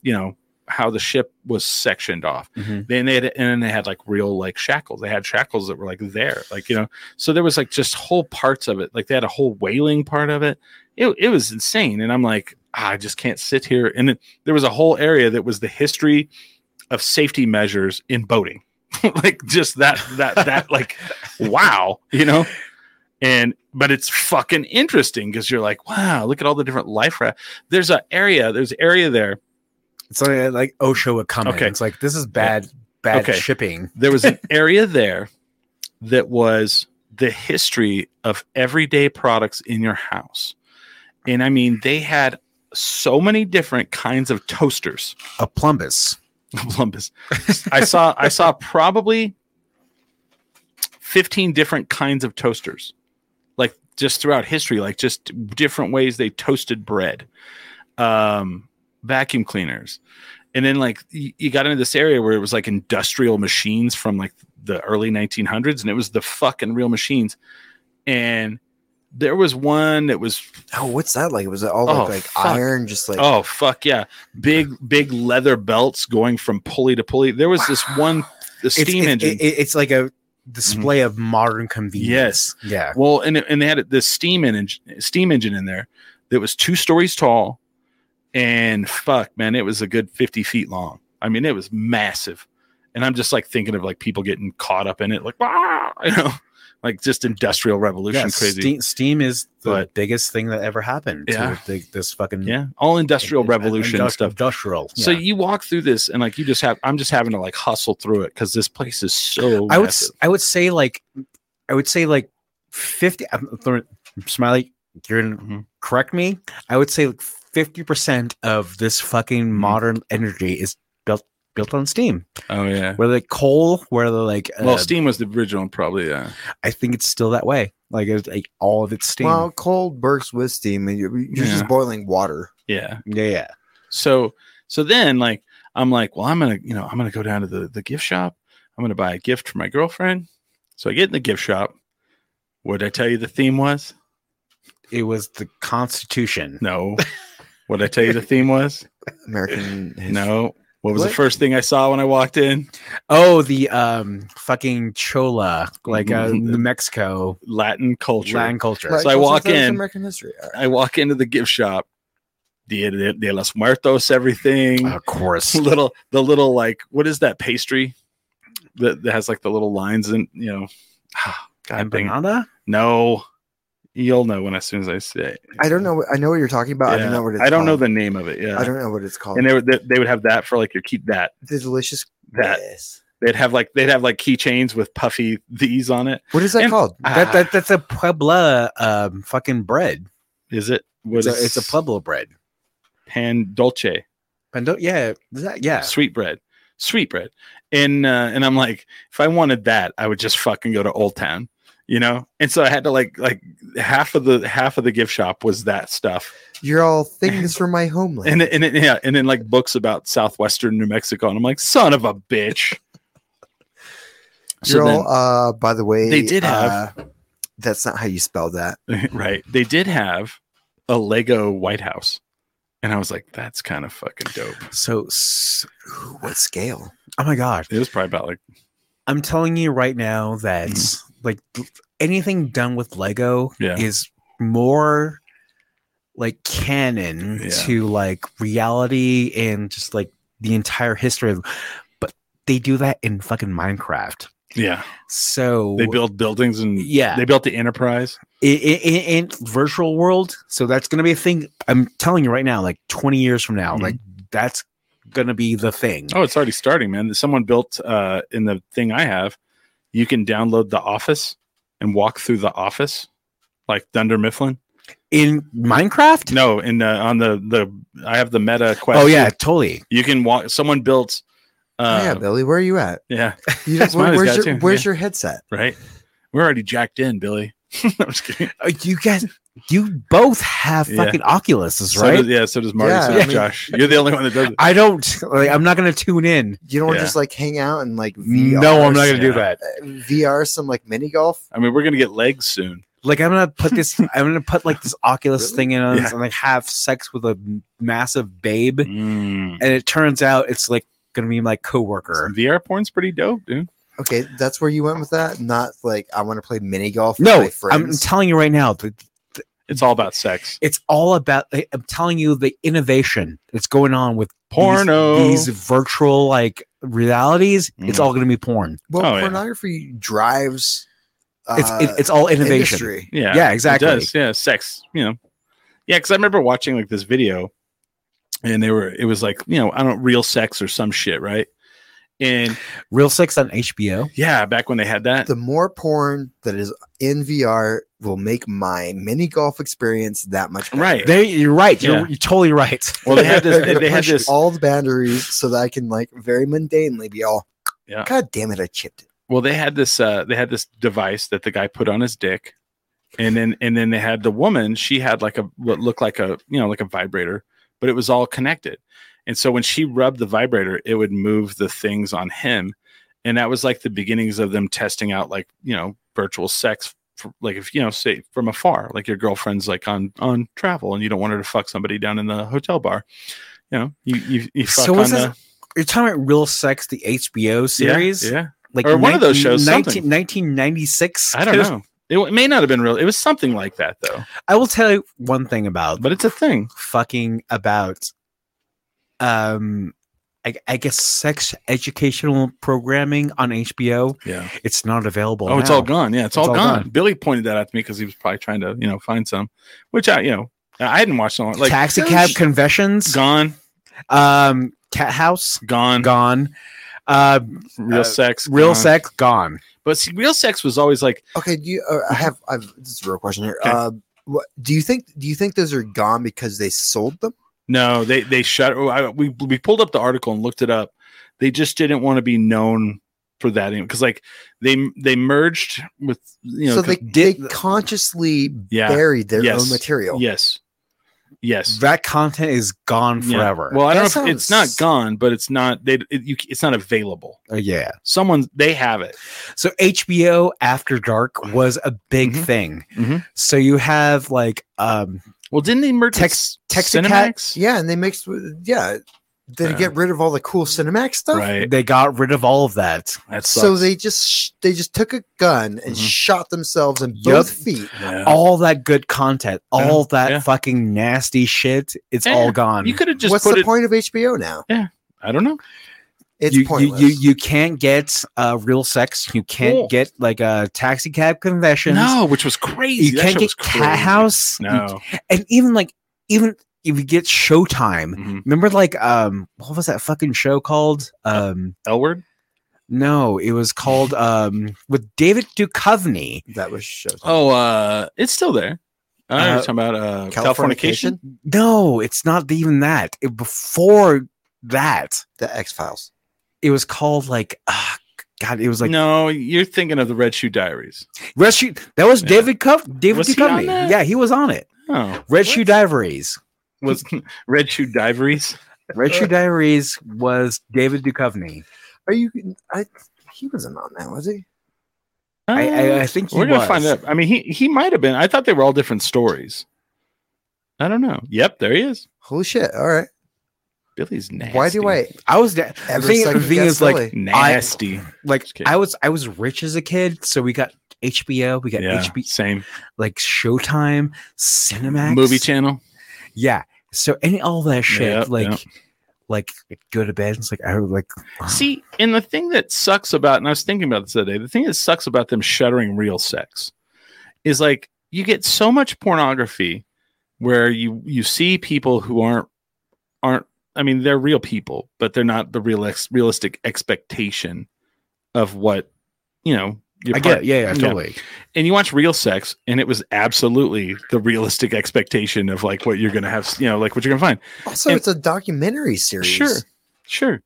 Speaker 2: you know, how the ship was sectioned off.
Speaker 4: Mm-hmm.
Speaker 3: Mhm.
Speaker 2: Then they had, and then they had like real like shackles. They had shackles that were like there, like you know. So there was like just whole parts of it. Like they had a whole whaling part of it it, it was insane. And I'm like, "Ah, I just can't sit here. And then there was a whole area that was the history of safety measures in boating, like just that, that, that, like, wow, you know? And, but it's fucking interesting because you're like, wow, look at all the different life. Ra- there's an area, there's an area there
Speaker 3: It's like, like Osho would come. in.
Speaker 2: Okay.
Speaker 3: It's like this is bad, bad
Speaker 2: Okay.
Speaker 3: shipping.
Speaker 2: there was an area there that was the history of everyday products in your house. And I mean, they had so many different kinds of toasters.
Speaker 3: A plumbus.
Speaker 2: Columbus. I saw I saw probably 15 different kinds of toasters. Like just throughout history, like just different ways they toasted bread. Um vacuum cleaners. And then like you, you got into this area where it was like industrial machines from like the early 1900s and it was the fucking real machines. And there was one that was
Speaker 4: oh what's that like was it all
Speaker 2: Oh,
Speaker 4: like, like
Speaker 2: fuck.
Speaker 4: iron just like
Speaker 2: oh fuck yeah big big leather belts going from pulley to pulley there was this one the
Speaker 3: It's-
Speaker 2: steam
Speaker 3: it-
Speaker 2: engine Mm-hmm.
Speaker 3: it- it's like a display of modern convenience. Yes. Yeah.
Speaker 2: well and, it- and they had this steam engine steam engine in there that was two stories tall and fuck, man, it was a good 50 feet long. I mean, it was massive. And I'm just like thinking of like people getting caught up in it, like, ah, you know, like just industrial revolution
Speaker 3: Yeah,
Speaker 2: crazy.
Speaker 3: Steam, Steam is the
Speaker 2: But-
Speaker 3: biggest thing that ever happened
Speaker 2: Yeah.
Speaker 3: to the, this fucking
Speaker 2: yeah. All industrial
Speaker 3: industri-
Speaker 2: revolution
Speaker 3: industri-
Speaker 2: stuff.
Speaker 3: Industrial.
Speaker 2: So
Speaker 3: yeah.
Speaker 2: you walk through this and like you just have, I'm just having to like hustle through it because this place is so.
Speaker 3: I would s-
Speaker 2: massive.
Speaker 3: I would say like I would say like 50 I'm throwing- smiley you're gonna
Speaker 2: Mhm.
Speaker 3: correct me. I would say like 50% of this fucking
Speaker 2: Mm-hmm.
Speaker 3: modern energy is built built on steam.
Speaker 2: Oh, yeah.
Speaker 3: Whether like coal, whether like uh,
Speaker 2: Well, Steam was the original, probably. Yeah.
Speaker 3: I think it's still that way. Like it's like all of it's steam.
Speaker 4: Well, cold works with steam, and you're, you're
Speaker 2: Yeah.
Speaker 4: just boiling water.
Speaker 2: Yeah.
Speaker 3: yeah, yeah.
Speaker 2: So so then like I'm like, well, I'm gonna, you know, I'm gonna go down to the, the gift shop. I'm gonna buy a gift for my girlfriend. So I get in the gift shop. What did I tell you the theme was?
Speaker 3: It was the constitution.
Speaker 2: No. what did I tell you the theme was?
Speaker 4: American history.
Speaker 2: No. What was the
Speaker 4: What?
Speaker 2: first thing I saw when I walked in?
Speaker 3: Oh, the um fucking chola like uh,
Speaker 2: Mhm.
Speaker 3: New Mexico
Speaker 2: Latin culture.
Speaker 3: Latin culture.
Speaker 4: Right,
Speaker 2: So I
Speaker 4: so
Speaker 2: walk
Speaker 4: that was
Speaker 2: in.
Speaker 4: American history. All right.
Speaker 2: I walk into the gift shop. Dia de, de los Muertos, everything.
Speaker 3: Of course.
Speaker 2: little the little like what is that pastry that, that has like the little lines and you know God dang it.
Speaker 3: Empanada?
Speaker 2: No, you'll know when as soon as I say. it.
Speaker 4: I don't know. what- I know what you're talking about. I
Speaker 2: Yeah.
Speaker 4: don't know what it's.
Speaker 2: I don't know
Speaker 4: called.
Speaker 2: the name of it. Yeah,
Speaker 4: I don't know what it's called.
Speaker 2: and they would they, they would have that for like your keep that
Speaker 4: the delicious.
Speaker 2: that
Speaker 4: Yes.
Speaker 2: they'd have like they'd have like keychains with puffy these on it.
Speaker 4: What is that
Speaker 2: And-
Speaker 4: called?
Speaker 3: That, that that's a Puebla um fucking bread.
Speaker 2: Is it? What
Speaker 3: It's a,
Speaker 2: is
Speaker 3: it's a Pueblo bread.
Speaker 2: pan dulce
Speaker 3: Pando- yeah, is that- yeah.
Speaker 2: sweet bread sweet bread and uh, and I'm like if I wanted that I would just fucking go to Old Town. You know, and so I had to like like half of the half of the gift shop was that stuff,
Speaker 4: You're all things from my
Speaker 2: and
Speaker 4: homeland.
Speaker 2: and yeah, and then like books about southwestern New Mexico, and I'm like, son of a bitch.
Speaker 4: You're all. Uh, by the way,
Speaker 2: They did have-
Speaker 4: uh, that's not how you spell that.
Speaker 2: right. They did have a Lego White House. And I was like, that's kind of fucking dope.
Speaker 3: So s-
Speaker 4: Ooh, what scale?
Speaker 3: oh my god.
Speaker 2: It was probably about like,
Speaker 3: I'm telling you right now that like anything done with Lego
Speaker 2: Mm. Yeah.
Speaker 3: is more like canon
Speaker 2: Yeah.
Speaker 3: to like reality and just like the entire history of but they do that in fucking Minecraft.
Speaker 2: yeah.
Speaker 3: So
Speaker 2: They build buildings and
Speaker 3: yeah.
Speaker 2: they built the Enterprise.
Speaker 3: in, in, in virtual world. So that's gonna be a thing. I'm telling you right now, like 20 years from now,
Speaker 2: Mhm.
Speaker 3: like that's gonna be the thing.
Speaker 2: Oh, it's already starting, man. Someone built uh, in the thing I have, you can download The Office and walk through The Office like Thunder Mifflin.
Speaker 3: In Minecraft?
Speaker 2: No, in uh, on the, the, I have the meta quest.
Speaker 3: oh yeah, totally.
Speaker 2: You can walk, someone built,
Speaker 4: Oh, yeah,
Speaker 2: uh,
Speaker 4: Billy, where are you at?
Speaker 2: yeah,
Speaker 4: You
Speaker 2: That's
Speaker 4: don't- where-
Speaker 2: mine, it's
Speaker 4: where's
Speaker 2: got
Speaker 4: your
Speaker 2: two,
Speaker 4: Where's
Speaker 2: yeah.
Speaker 4: your headset?
Speaker 2: right. We're already jacked in, Billy. I'm just kidding.
Speaker 3: Uh, You guys you both have
Speaker 2: Yeah.
Speaker 3: fucking Oculuses,
Speaker 2: So
Speaker 3: right?
Speaker 2: does, yeah, so does Marty.
Speaker 4: Yeah,
Speaker 2: so
Speaker 4: I
Speaker 2: does
Speaker 4: mean-
Speaker 2: Josh. You're the only one that does it.
Speaker 3: I don't like I'm not gonna tune in.
Speaker 4: You don't
Speaker 2: Yeah.
Speaker 4: just like hang out and like VR
Speaker 3: No, I'm not gonna do
Speaker 2: yeah.
Speaker 3: that.
Speaker 4: uh, VR some like mini golf.
Speaker 2: I mean, we're gonna get legs soon.
Speaker 3: Like I'm gonna put this I'm gonna put like this Oculus
Speaker 4: Really?
Speaker 3: thing in
Speaker 2: Yeah.
Speaker 3: and like have sex with a massive babe.
Speaker 2: Mm.
Speaker 3: And it turns out it's like gonna be my coworker.
Speaker 2: VR porn's pretty dope, dude.
Speaker 4: Okay, that's where you went with that. Not like I want to play mini golf. with
Speaker 3: No,
Speaker 4: my
Speaker 3: I'm
Speaker 4: friends.
Speaker 3: telling you right now, the,
Speaker 2: It's all about sex.
Speaker 3: it's all about I- i'm telling you the innovation that's going on with these-
Speaker 2: Porno.
Speaker 3: these, virtual like realities it's
Speaker 2: Mhm.
Speaker 3: all going to be porn
Speaker 4: well,
Speaker 2: Oh, yeah.
Speaker 4: pornography drives. Uh,
Speaker 3: it's it, it's all innovation
Speaker 4: industry.
Speaker 2: Yeah,
Speaker 3: yeah
Speaker 2: It
Speaker 3: exactly
Speaker 2: does. Yeah, sex. You know. Yeah, because I remember watching like this video, and they were. It was like you know, I don't real sex or some shit, right? And
Speaker 3: real sex on hbo
Speaker 2: yeah, back when they had that.
Speaker 4: The more porn that is in VR will make my mini golf experience that much better.
Speaker 2: Right.
Speaker 3: they, you're right you're,
Speaker 2: Yeah.
Speaker 3: you're totally right
Speaker 2: well, they had this.
Speaker 4: They're
Speaker 2: They,
Speaker 4: gonna
Speaker 2: they had
Speaker 4: push
Speaker 2: this.
Speaker 4: all the boundaries so that I can like very mundanely be all.
Speaker 2: Yeah.
Speaker 4: God damn it! I chipped it.
Speaker 2: Well, they had this. Uh, they had this device that the guy put on his dick, and then and then they had the woman. She had like a what looked like a you know like a vibrator, but it was all connected. And so when she rubbed the vibrator, it would move the things on him, and that was like the beginnings of them testing out like you know virtual sex. For, like if you know say from afar like your girlfriend's like on on travel and you don't want her to fuck somebody down in the hotel bar you know you you, you fuck
Speaker 3: So
Speaker 2: on
Speaker 3: what's
Speaker 2: the
Speaker 3: you're talking about real sex the hbo
Speaker 2: yeah,
Speaker 3: series
Speaker 2: yeah
Speaker 3: like
Speaker 2: Or one of those shows,
Speaker 3: 19,
Speaker 2: something.
Speaker 3: 1996
Speaker 2: I don't know. It, w- it may not have been real. It was something like that though.
Speaker 3: i will tell you one thing about
Speaker 2: But it's a thing.
Speaker 3: fucking about um I, I guess sex educational programming on HBO.
Speaker 2: Yeah.
Speaker 3: It's not available.
Speaker 2: Oh, it's
Speaker 3: now.
Speaker 2: all gone. Yeah, it's, all, gone. Billy pointed that out to me because he was probably trying to, you know, find some, which I, you know, I hadn't watched on like
Speaker 3: Taxi
Speaker 2: there's
Speaker 3: cab
Speaker 2: sh-
Speaker 3: confessions.
Speaker 2: gone, Mm-hmm.
Speaker 3: Um, cat house
Speaker 2: gone,
Speaker 3: gone. Uh,
Speaker 2: real
Speaker 3: Uh,
Speaker 2: sex,
Speaker 3: real
Speaker 2: gone.
Speaker 3: sex gone.
Speaker 2: But see, real sex was always like
Speaker 4: Okay, do you, uh, I have I've this is a real question here.
Speaker 2: Mm-hmm. Okay.
Speaker 4: Uh, what, do you think do you think those are gone because they sold them?
Speaker 2: no, they they shut. oh, I, we we pulled up the article and looked it up. They just didn't want to be known for that because like they they merged with you know
Speaker 4: so
Speaker 2: 'cause-
Speaker 4: they,
Speaker 3: did-
Speaker 4: they consciously
Speaker 2: yeah
Speaker 4: buried their
Speaker 2: Yes.
Speaker 4: own material.
Speaker 2: yes yes
Speaker 3: That content is gone
Speaker 2: Yeah.
Speaker 3: forever.
Speaker 2: Well, I don't
Speaker 4: That
Speaker 2: know if it's not
Speaker 4: sounds-
Speaker 2: gone, but it's not they it, you, it's not available.
Speaker 3: Uh, yeah.
Speaker 2: Someone they have it.
Speaker 3: So HBO After Dark was a big
Speaker 2: Mhm.
Speaker 3: thing.
Speaker 2: Mhm.
Speaker 3: So you have like um
Speaker 2: Well, didn't they merge
Speaker 3: Tex-
Speaker 2: with
Speaker 3: Texicat-
Speaker 2: Cinemax?
Speaker 4: Yeah, and they mixed with yeah. They
Speaker 2: Yeah.
Speaker 4: get rid of all the cool Cinemax stuff.
Speaker 2: Right.
Speaker 3: they got rid of all of that.
Speaker 2: That sucks.
Speaker 4: So they just sh- they just took a gun and
Speaker 2: Mhm.
Speaker 4: shot themselves in
Speaker 3: Mm-hmm. Yup.
Speaker 4: both feet.
Speaker 2: Yeah.
Speaker 3: All that good content, all that
Speaker 2: yeah.
Speaker 3: fucking nasty shit, it's
Speaker 2: Yeah,
Speaker 3: all gone.
Speaker 2: you could have just
Speaker 4: What's
Speaker 2: put
Speaker 4: the
Speaker 2: it.
Speaker 4: point of HBO now?
Speaker 2: I don't know.
Speaker 4: It's
Speaker 3: you, you,
Speaker 4: pointless.
Speaker 3: you you can't get uh, real sex. You can't
Speaker 2: Cool.
Speaker 3: get like a taxi cab confessions.
Speaker 2: No, which was crazy.
Speaker 3: you
Speaker 2: That
Speaker 3: can't
Speaker 2: show was
Speaker 3: get cat
Speaker 2: crazy.
Speaker 3: house. You-
Speaker 2: No.
Speaker 3: and even like even if you get Showtime.
Speaker 2: Mhm.
Speaker 3: Remember like um what was that fucking show called? Um
Speaker 2: L word.
Speaker 3: no, it was called um with David Duchovny.
Speaker 4: that was showtime.
Speaker 2: Oh, uh, it's still there. I know
Speaker 3: Uh,
Speaker 2: you're talking about uh, Californication.
Speaker 3: No, it's not even that. It, before that,
Speaker 4: the X Files.
Speaker 3: it was called like ah, God. It was like
Speaker 2: no, you're thinking of the Red Shoe Diaries.
Speaker 3: Red Shoe. That was
Speaker 2: Yeah.
Speaker 3: David Cov- David
Speaker 2: Was he on
Speaker 3: Duchovny.
Speaker 2: that?
Speaker 3: Yeah, he was on it.
Speaker 2: Oh,
Speaker 3: Red Shoe Diaries.
Speaker 2: was Red Shoe Diaries?
Speaker 3: Red
Speaker 2: Uh.
Speaker 3: Shoe Diaries was David Duchovny.
Speaker 4: Are you? I he wasn't on that, was he?
Speaker 3: I, I, I think he
Speaker 2: Uh, We're gonna
Speaker 3: was.
Speaker 2: find out. I mean, he he might have been. I thought they were all different stories. I don't know. Yep, there he is.
Speaker 4: Holy shit! All right.
Speaker 2: Billy's nasty.
Speaker 4: Why do I
Speaker 3: I was da- the
Speaker 4: ever
Speaker 3: thing, the
Speaker 4: second
Speaker 3: thing
Speaker 4: guess
Speaker 3: is like
Speaker 4: Billy?
Speaker 2: nasty?
Speaker 3: like
Speaker 2: Just kidding.
Speaker 3: I was I was rich as a kid, so we got HBO, we got E.
Speaker 2: yeah,
Speaker 3: HBO,
Speaker 2: same
Speaker 3: like Showtime, Cinemax,
Speaker 2: movie channel.
Speaker 3: Yeah. So any all that shit,
Speaker 2: Yep,
Speaker 3: like,
Speaker 2: yep.
Speaker 3: like go to bed. It's like I would like
Speaker 2: See, and the thing that sucks about, and I was thinking about this the other day, the thing that sucks about them shuttering real sex is like you get so much pornography where you you see people who aren't aren't I mean they're real people, but they're not the real ex- realistic expectation of what you know. Your
Speaker 3: I
Speaker 2: part-
Speaker 3: get it. yeah, yeah,
Speaker 2: yeah.
Speaker 3: totally.
Speaker 2: and you watch real sex and it was absolutely the realistic expectation of like what you're gonna have you know like what you're gonna find
Speaker 4: Also,
Speaker 2: And-
Speaker 4: it's a documentary series.
Speaker 2: sure sure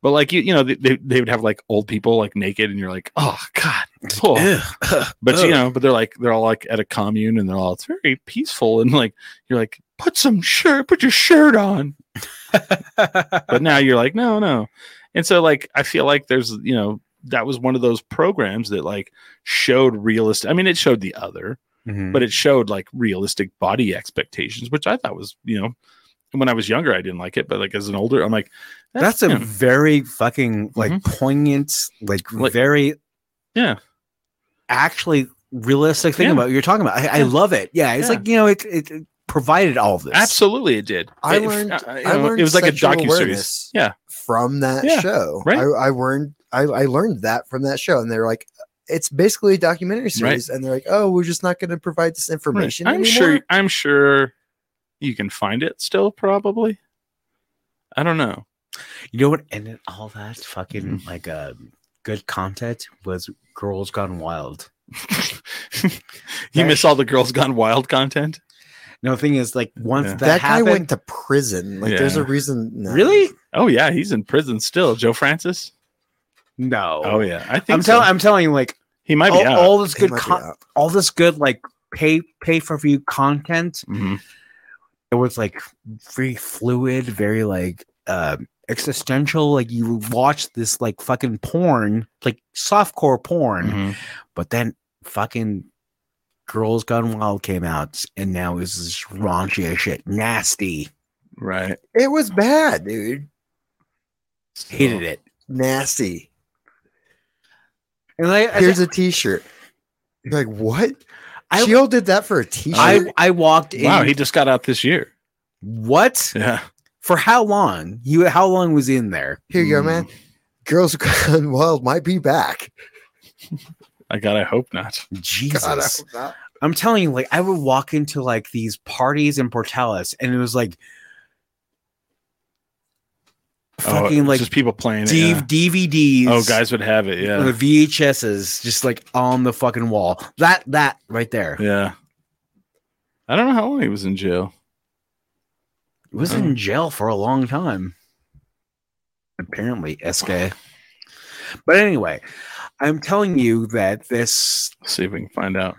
Speaker 2: but like you you know they, they, they would have like old people like naked and you're like oh god oh.
Speaker 3: Ugh.
Speaker 2: but you
Speaker 3: Ugh.
Speaker 2: know but they're like they're all like at a commune and they're all it's very peaceful and like you're like put some shirt put your shirt on but now you're like no no and so like i feel like there's you know that was one of those programs that like showed realist i mean it showed the other
Speaker 3: Mhm.
Speaker 2: but it showed like realistic body expectations, which I thought was, you know, when I was younger, I didn't like it, but like as an older, I'm like,
Speaker 3: That's
Speaker 2: you
Speaker 3: a
Speaker 2: know, Mm-hmm.
Speaker 3: very fucking like poignant, like,
Speaker 2: Like-
Speaker 3: very
Speaker 2: yeah,
Speaker 3: actually realistic thing
Speaker 2: Yeah.
Speaker 3: about what you're talking about. I, I
Speaker 2: Yeah.
Speaker 3: love it. Yeah, it's
Speaker 2: Yeah.
Speaker 3: like you know it, it it provided all this.
Speaker 2: absolutely, it did.
Speaker 4: I
Speaker 2: It-
Speaker 4: learned-
Speaker 2: you
Speaker 4: I
Speaker 2: know,
Speaker 4: learned
Speaker 2: it was like a
Speaker 4: sexual
Speaker 2: docu series.
Speaker 4: awareness
Speaker 2: Yeah.
Speaker 4: from that
Speaker 2: Yeah,
Speaker 4: show.
Speaker 2: right.
Speaker 4: I, I learned I, I learned that from that show, and they're like, it's basically a documentary series, and they're like, oh, we're just not going to provide this information.
Speaker 2: Hmm. I'm sure. I'm sure you can find it still, probably. I don't know.
Speaker 3: You know what ended all that fucking
Speaker 2: Mm-hmm.
Speaker 3: like uh, good content was Girls Gone Wild.
Speaker 2: you
Speaker 4: That-
Speaker 2: miss all the girls gone wild content.
Speaker 3: No, the thing is like once
Speaker 2: Yeah.
Speaker 3: that,
Speaker 4: that, guy
Speaker 3: happened,
Speaker 4: went to prison. Like, there's a
Speaker 2: Yeah.
Speaker 4: reason. no.
Speaker 3: really
Speaker 2: Oh yeah, he's in prison still, Joe Francis.
Speaker 3: no.
Speaker 2: Oh yeah, I think
Speaker 3: I'm
Speaker 2: so.
Speaker 3: telling I'm telling you like
Speaker 2: he might
Speaker 3: all,
Speaker 2: be out.
Speaker 3: all this
Speaker 4: He
Speaker 3: good
Speaker 4: might be
Speaker 3: con-
Speaker 4: out.
Speaker 3: all this good like pay pay for view content
Speaker 2: Mhm.
Speaker 3: it was like very fluid very like um existential like you watch this like fucking porn like softcore porn
Speaker 2: Mhm.
Speaker 3: but then fucking girls gone wild came out and now it's this raunchy as shit nasty
Speaker 2: Right,
Speaker 4: It was bad, dude.
Speaker 3: hated it
Speaker 4: Nasty.
Speaker 3: and like, I,
Speaker 4: Here's a T-shirt. You're like, what?
Speaker 3: I-
Speaker 4: Sheol did that for a T-shirt.
Speaker 3: I, I walked in
Speaker 2: Wow, he just got out this year.
Speaker 3: what
Speaker 2: Yeah.
Speaker 3: for how long? You how long was in there?
Speaker 4: Here you go,
Speaker 2: Mm.
Speaker 4: man. Girls Gone Wild might be back.
Speaker 2: I God, I hope not.
Speaker 3: Jesus.
Speaker 4: God, I hope not.
Speaker 3: I'm telling you, like I would walk into like these parties in Portales, and it was like fucking
Speaker 2: oh,
Speaker 3: like
Speaker 2: just people playing
Speaker 3: D-
Speaker 2: it.
Speaker 3: DVDs.
Speaker 2: Yeah. Oh, guys would have it.
Speaker 3: the
Speaker 2: Yeah,
Speaker 3: VHSs just like on the fucking wall. That that right there It
Speaker 2: yeah. I don't know how long he was in jail.
Speaker 3: was in jail for a long time. Apparently, SK. But anyway, I'm telling you that this
Speaker 2: Let's see if we can find out.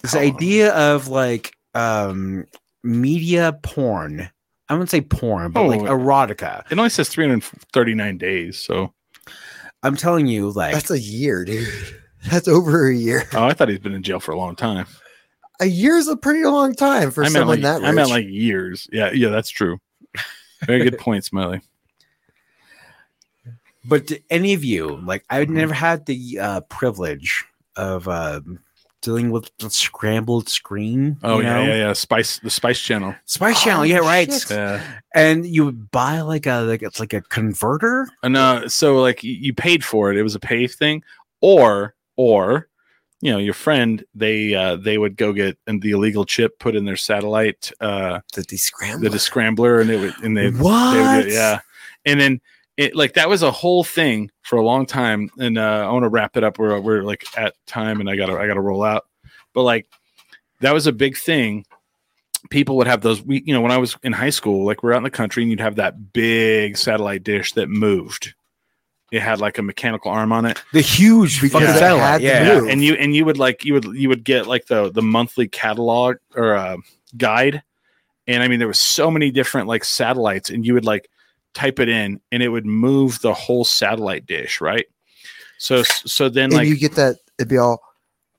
Speaker 3: this
Speaker 2: How long?
Speaker 3: idea of like um media porn. I wouldn't say porn, but like
Speaker 2: Oh.
Speaker 3: erotica.
Speaker 2: It only says 339 days. So,
Speaker 3: I'm telling you, like
Speaker 4: That's a year, dude. That's over a year.
Speaker 2: oh, I thought he's been in jail for a long time.
Speaker 4: A year's a pretty long time for
Speaker 2: I meant like
Speaker 4: someone that rich.
Speaker 2: I meant like years. Yeah, yeah, that's true. Very good point, Smiley.
Speaker 3: but to any of you like i've
Speaker 2: Mhm.
Speaker 3: never had the uh privilege of uh dealing with the scrambled screen
Speaker 2: Oh
Speaker 3: you
Speaker 2: yeah,
Speaker 3: know?
Speaker 2: yeah, yeah. Spice the Spice Channel.
Speaker 3: spice
Speaker 4: Oh,
Speaker 3: channel yeah right
Speaker 4: shit.
Speaker 2: Yeah.
Speaker 3: and you would buy like a like it's like a converter
Speaker 2: And uh, so like y- you paid for it. It was a pay thing, or or you know your friend they uh, they would go get and the illegal chip put in their satellite uh,
Speaker 4: the descrambler.
Speaker 2: the scrambler and they would and they
Speaker 3: what
Speaker 2: They would get- yeah. And then it like that was a whole thing for a long time. And uh, I want to wrap it up. We're we're like at time, and I gotta I gotta roll out. But like that was a big thing. People would have those. We you know when I was in high school, like we're out in the country, and you'd have that big satellite dish that moved. It had like a mechanical arm on it,
Speaker 3: the huge
Speaker 4: Because
Speaker 3: fucking
Speaker 2: it
Speaker 3: satellite
Speaker 4: had to
Speaker 3: yeah
Speaker 2: yeah,
Speaker 4: move.
Speaker 2: and you and you would like you would you would get like the the monthly catalog or uh, guide, and I mean there was so many different like satellites, and you would like type it in, and it would move the whole satellite dish, right? So so then
Speaker 4: and
Speaker 2: like
Speaker 4: you get that it'd be all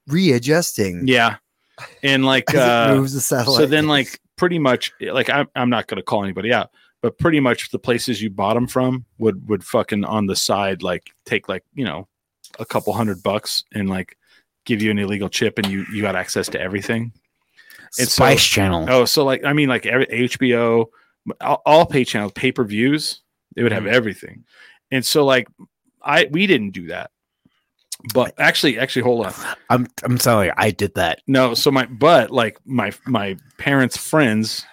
Speaker 4: readjusting.
Speaker 2: yeah, and like
Speaker 4: as
Speaker 2: uh,
Speaker 4: it moves the satellite.
Speaker 2: so then like pretty much like I'm, I'm not going to call anybody out but pretty much the places you bought them from would would fucking on the side like take like you know a couple hundred bucks and like give you an illegal chip and you you got access to everything and so-
Speaker 3: spice channel
Speaker 2: oh so like i mean like every hbo all, all pay channels pay per views they would have everything and so like i we didn't do that but actually actually hold on
Speaker 3: i'm i'm telling you i did that
Speaker 2: no, so my but like my my parents' friends,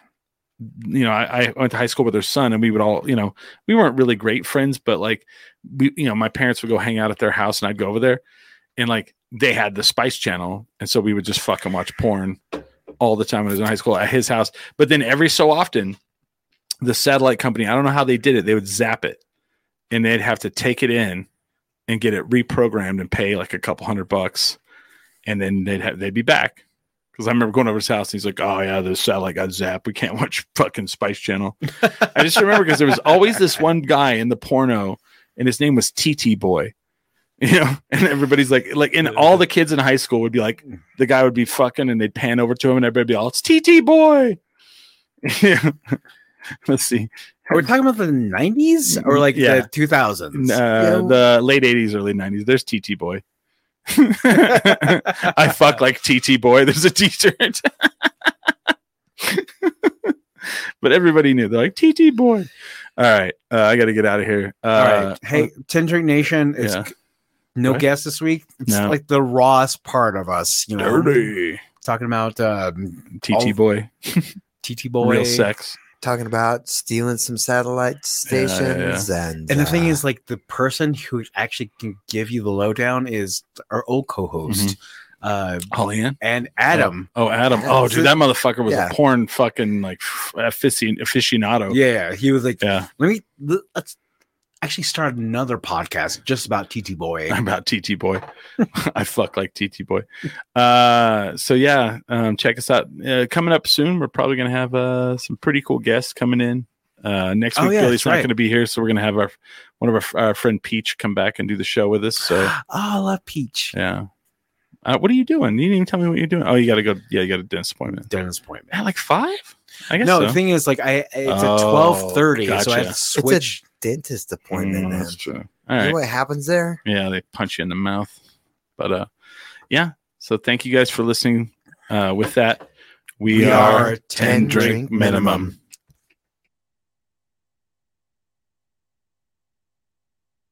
Speaker 2: you know, I, I went to high school with their son, and we would all, you know, we weren't really great friends, but like we, you know, my parents would go hang out at their house, and I'd go over there, and like they had the Spice Channel, and so we would just fucking watch porn all the time when I was in high school at his house. But then every so often, the satellite company, I don't know how they did it, they would zap it, and they'd have to take it in and get it reprogrammed and pay like a couple hundred bucks and then they'd have they'd be back. Because I remember going over to his house, and he's like, "Oh yeah, the satellite got zapped. We can't watch fucking Spice Channel." I just remember because there was always this one guy in the porno, and his name was TT Boy, you know. And everybody's like, like, and all the kids in high school would be like, the guy would be fucking, and they'd pan over to him, and everybody'd be all, "It's TT Boy." Yeah. Let's see,
Speaker 3: are we talking about the 90s or like
Speaker 2: Yeah.
Speaker 3: the 2000s
Speaker 2: uh, the late '80s, early '90s. There's TT Boy. I fuck like TT Boy. There's a T-shirt. but everybody knew. They're like TT Boy. All right, uh, I got to get out of here. Uh,
Speaker 3: all right hey ten drink nation it's
Speaker 2: yeah.
Speaker 3: no
Speaker 2: What?
Speaker 3: guest this week it's
Speaker 2: No.
Speaker 3: like the rawest part of us you know
Speaker 2: dirty
Speaker 3: talking about um,
Speaker 2: TT Boy,
Speaker 3: TT Boy.
Speaker 2: real sex.
Speaker 4: talking about stealing some satellite
Speaker 2: Yeah, yeah,
Speaker 4: stations
Speaker 2: yeah.
Speaker 4: and
Speaker 3: And the thing
Speaker 4: uh,
Speaker 3: is, like, the person who actually can give you the lowdown is our old co-host,
Speaker 2: Mm-hmm.
Speaker 3: uh,
Speaker 2: Holly Ann.
Speaker 3: and Adam.
Speaker 2: Oh, Adam. Oh, dude, that motherfucker was
Speaker 4: Yeah.
Speaker 2: a porn fucking like f- afici- aficionado. Oh. Yeah.
Speaker 3: Yeah, he was like, "Let me l- let's actually start another podcast just about TT Boy."
Speaker 2: I'm about TT boy. I fuck like TT boy. Uh, so yeah, um, check us out. Uh, coming up soon, we're probably gonna have uh, some pretty cool guests coming in. Uh, next
Speaker 3: Oh,
Speaker 2: week,
Speaker 3: yeah,
Speaker 2: Billy's
Speaker 3: that's
Speaker 2: not
Speaker 3: right.
Speaker 2: gonna be here, so we're gonna have our one of our, our friend Peach come back and do the show with us. So
Speaker 3: oh, I love Peach.
Speaker 2: yeah, uh, what are you doing? You didn't even tell me what you're doing. Oh, you gotta go. Yeah, you got a dentist appointment
Speaker 3: Dennis Point.
Speaker 2: at like five. I guess
Speaker 3: No,
Speaker 2: so.
Speaker 3: the thing is, like, I it's at
Speaker 2: Oh,
Speaker 3: twelve thirty, so I
Speaker 2: gotcha.
Speaker 3: have to
Speaker 2: It's
Speaker 4: it's
Speaker 3: switch.
Speaker 4: a dentist appointment.
Speaker 2: Mm,
Speaker 4: man.
Speaker 2: that's true. All
Speaker 4: You
Speaker 2: right.
Speaker 4: know what happens there?
Speaker 2: yeah they punch you in the mouth but uh yeah so thank you guys for listening uh with that we,
Speaker 4: We
Speaker 2: are,
Speaker 4: are
Speaker 2: 10 drink, minimum.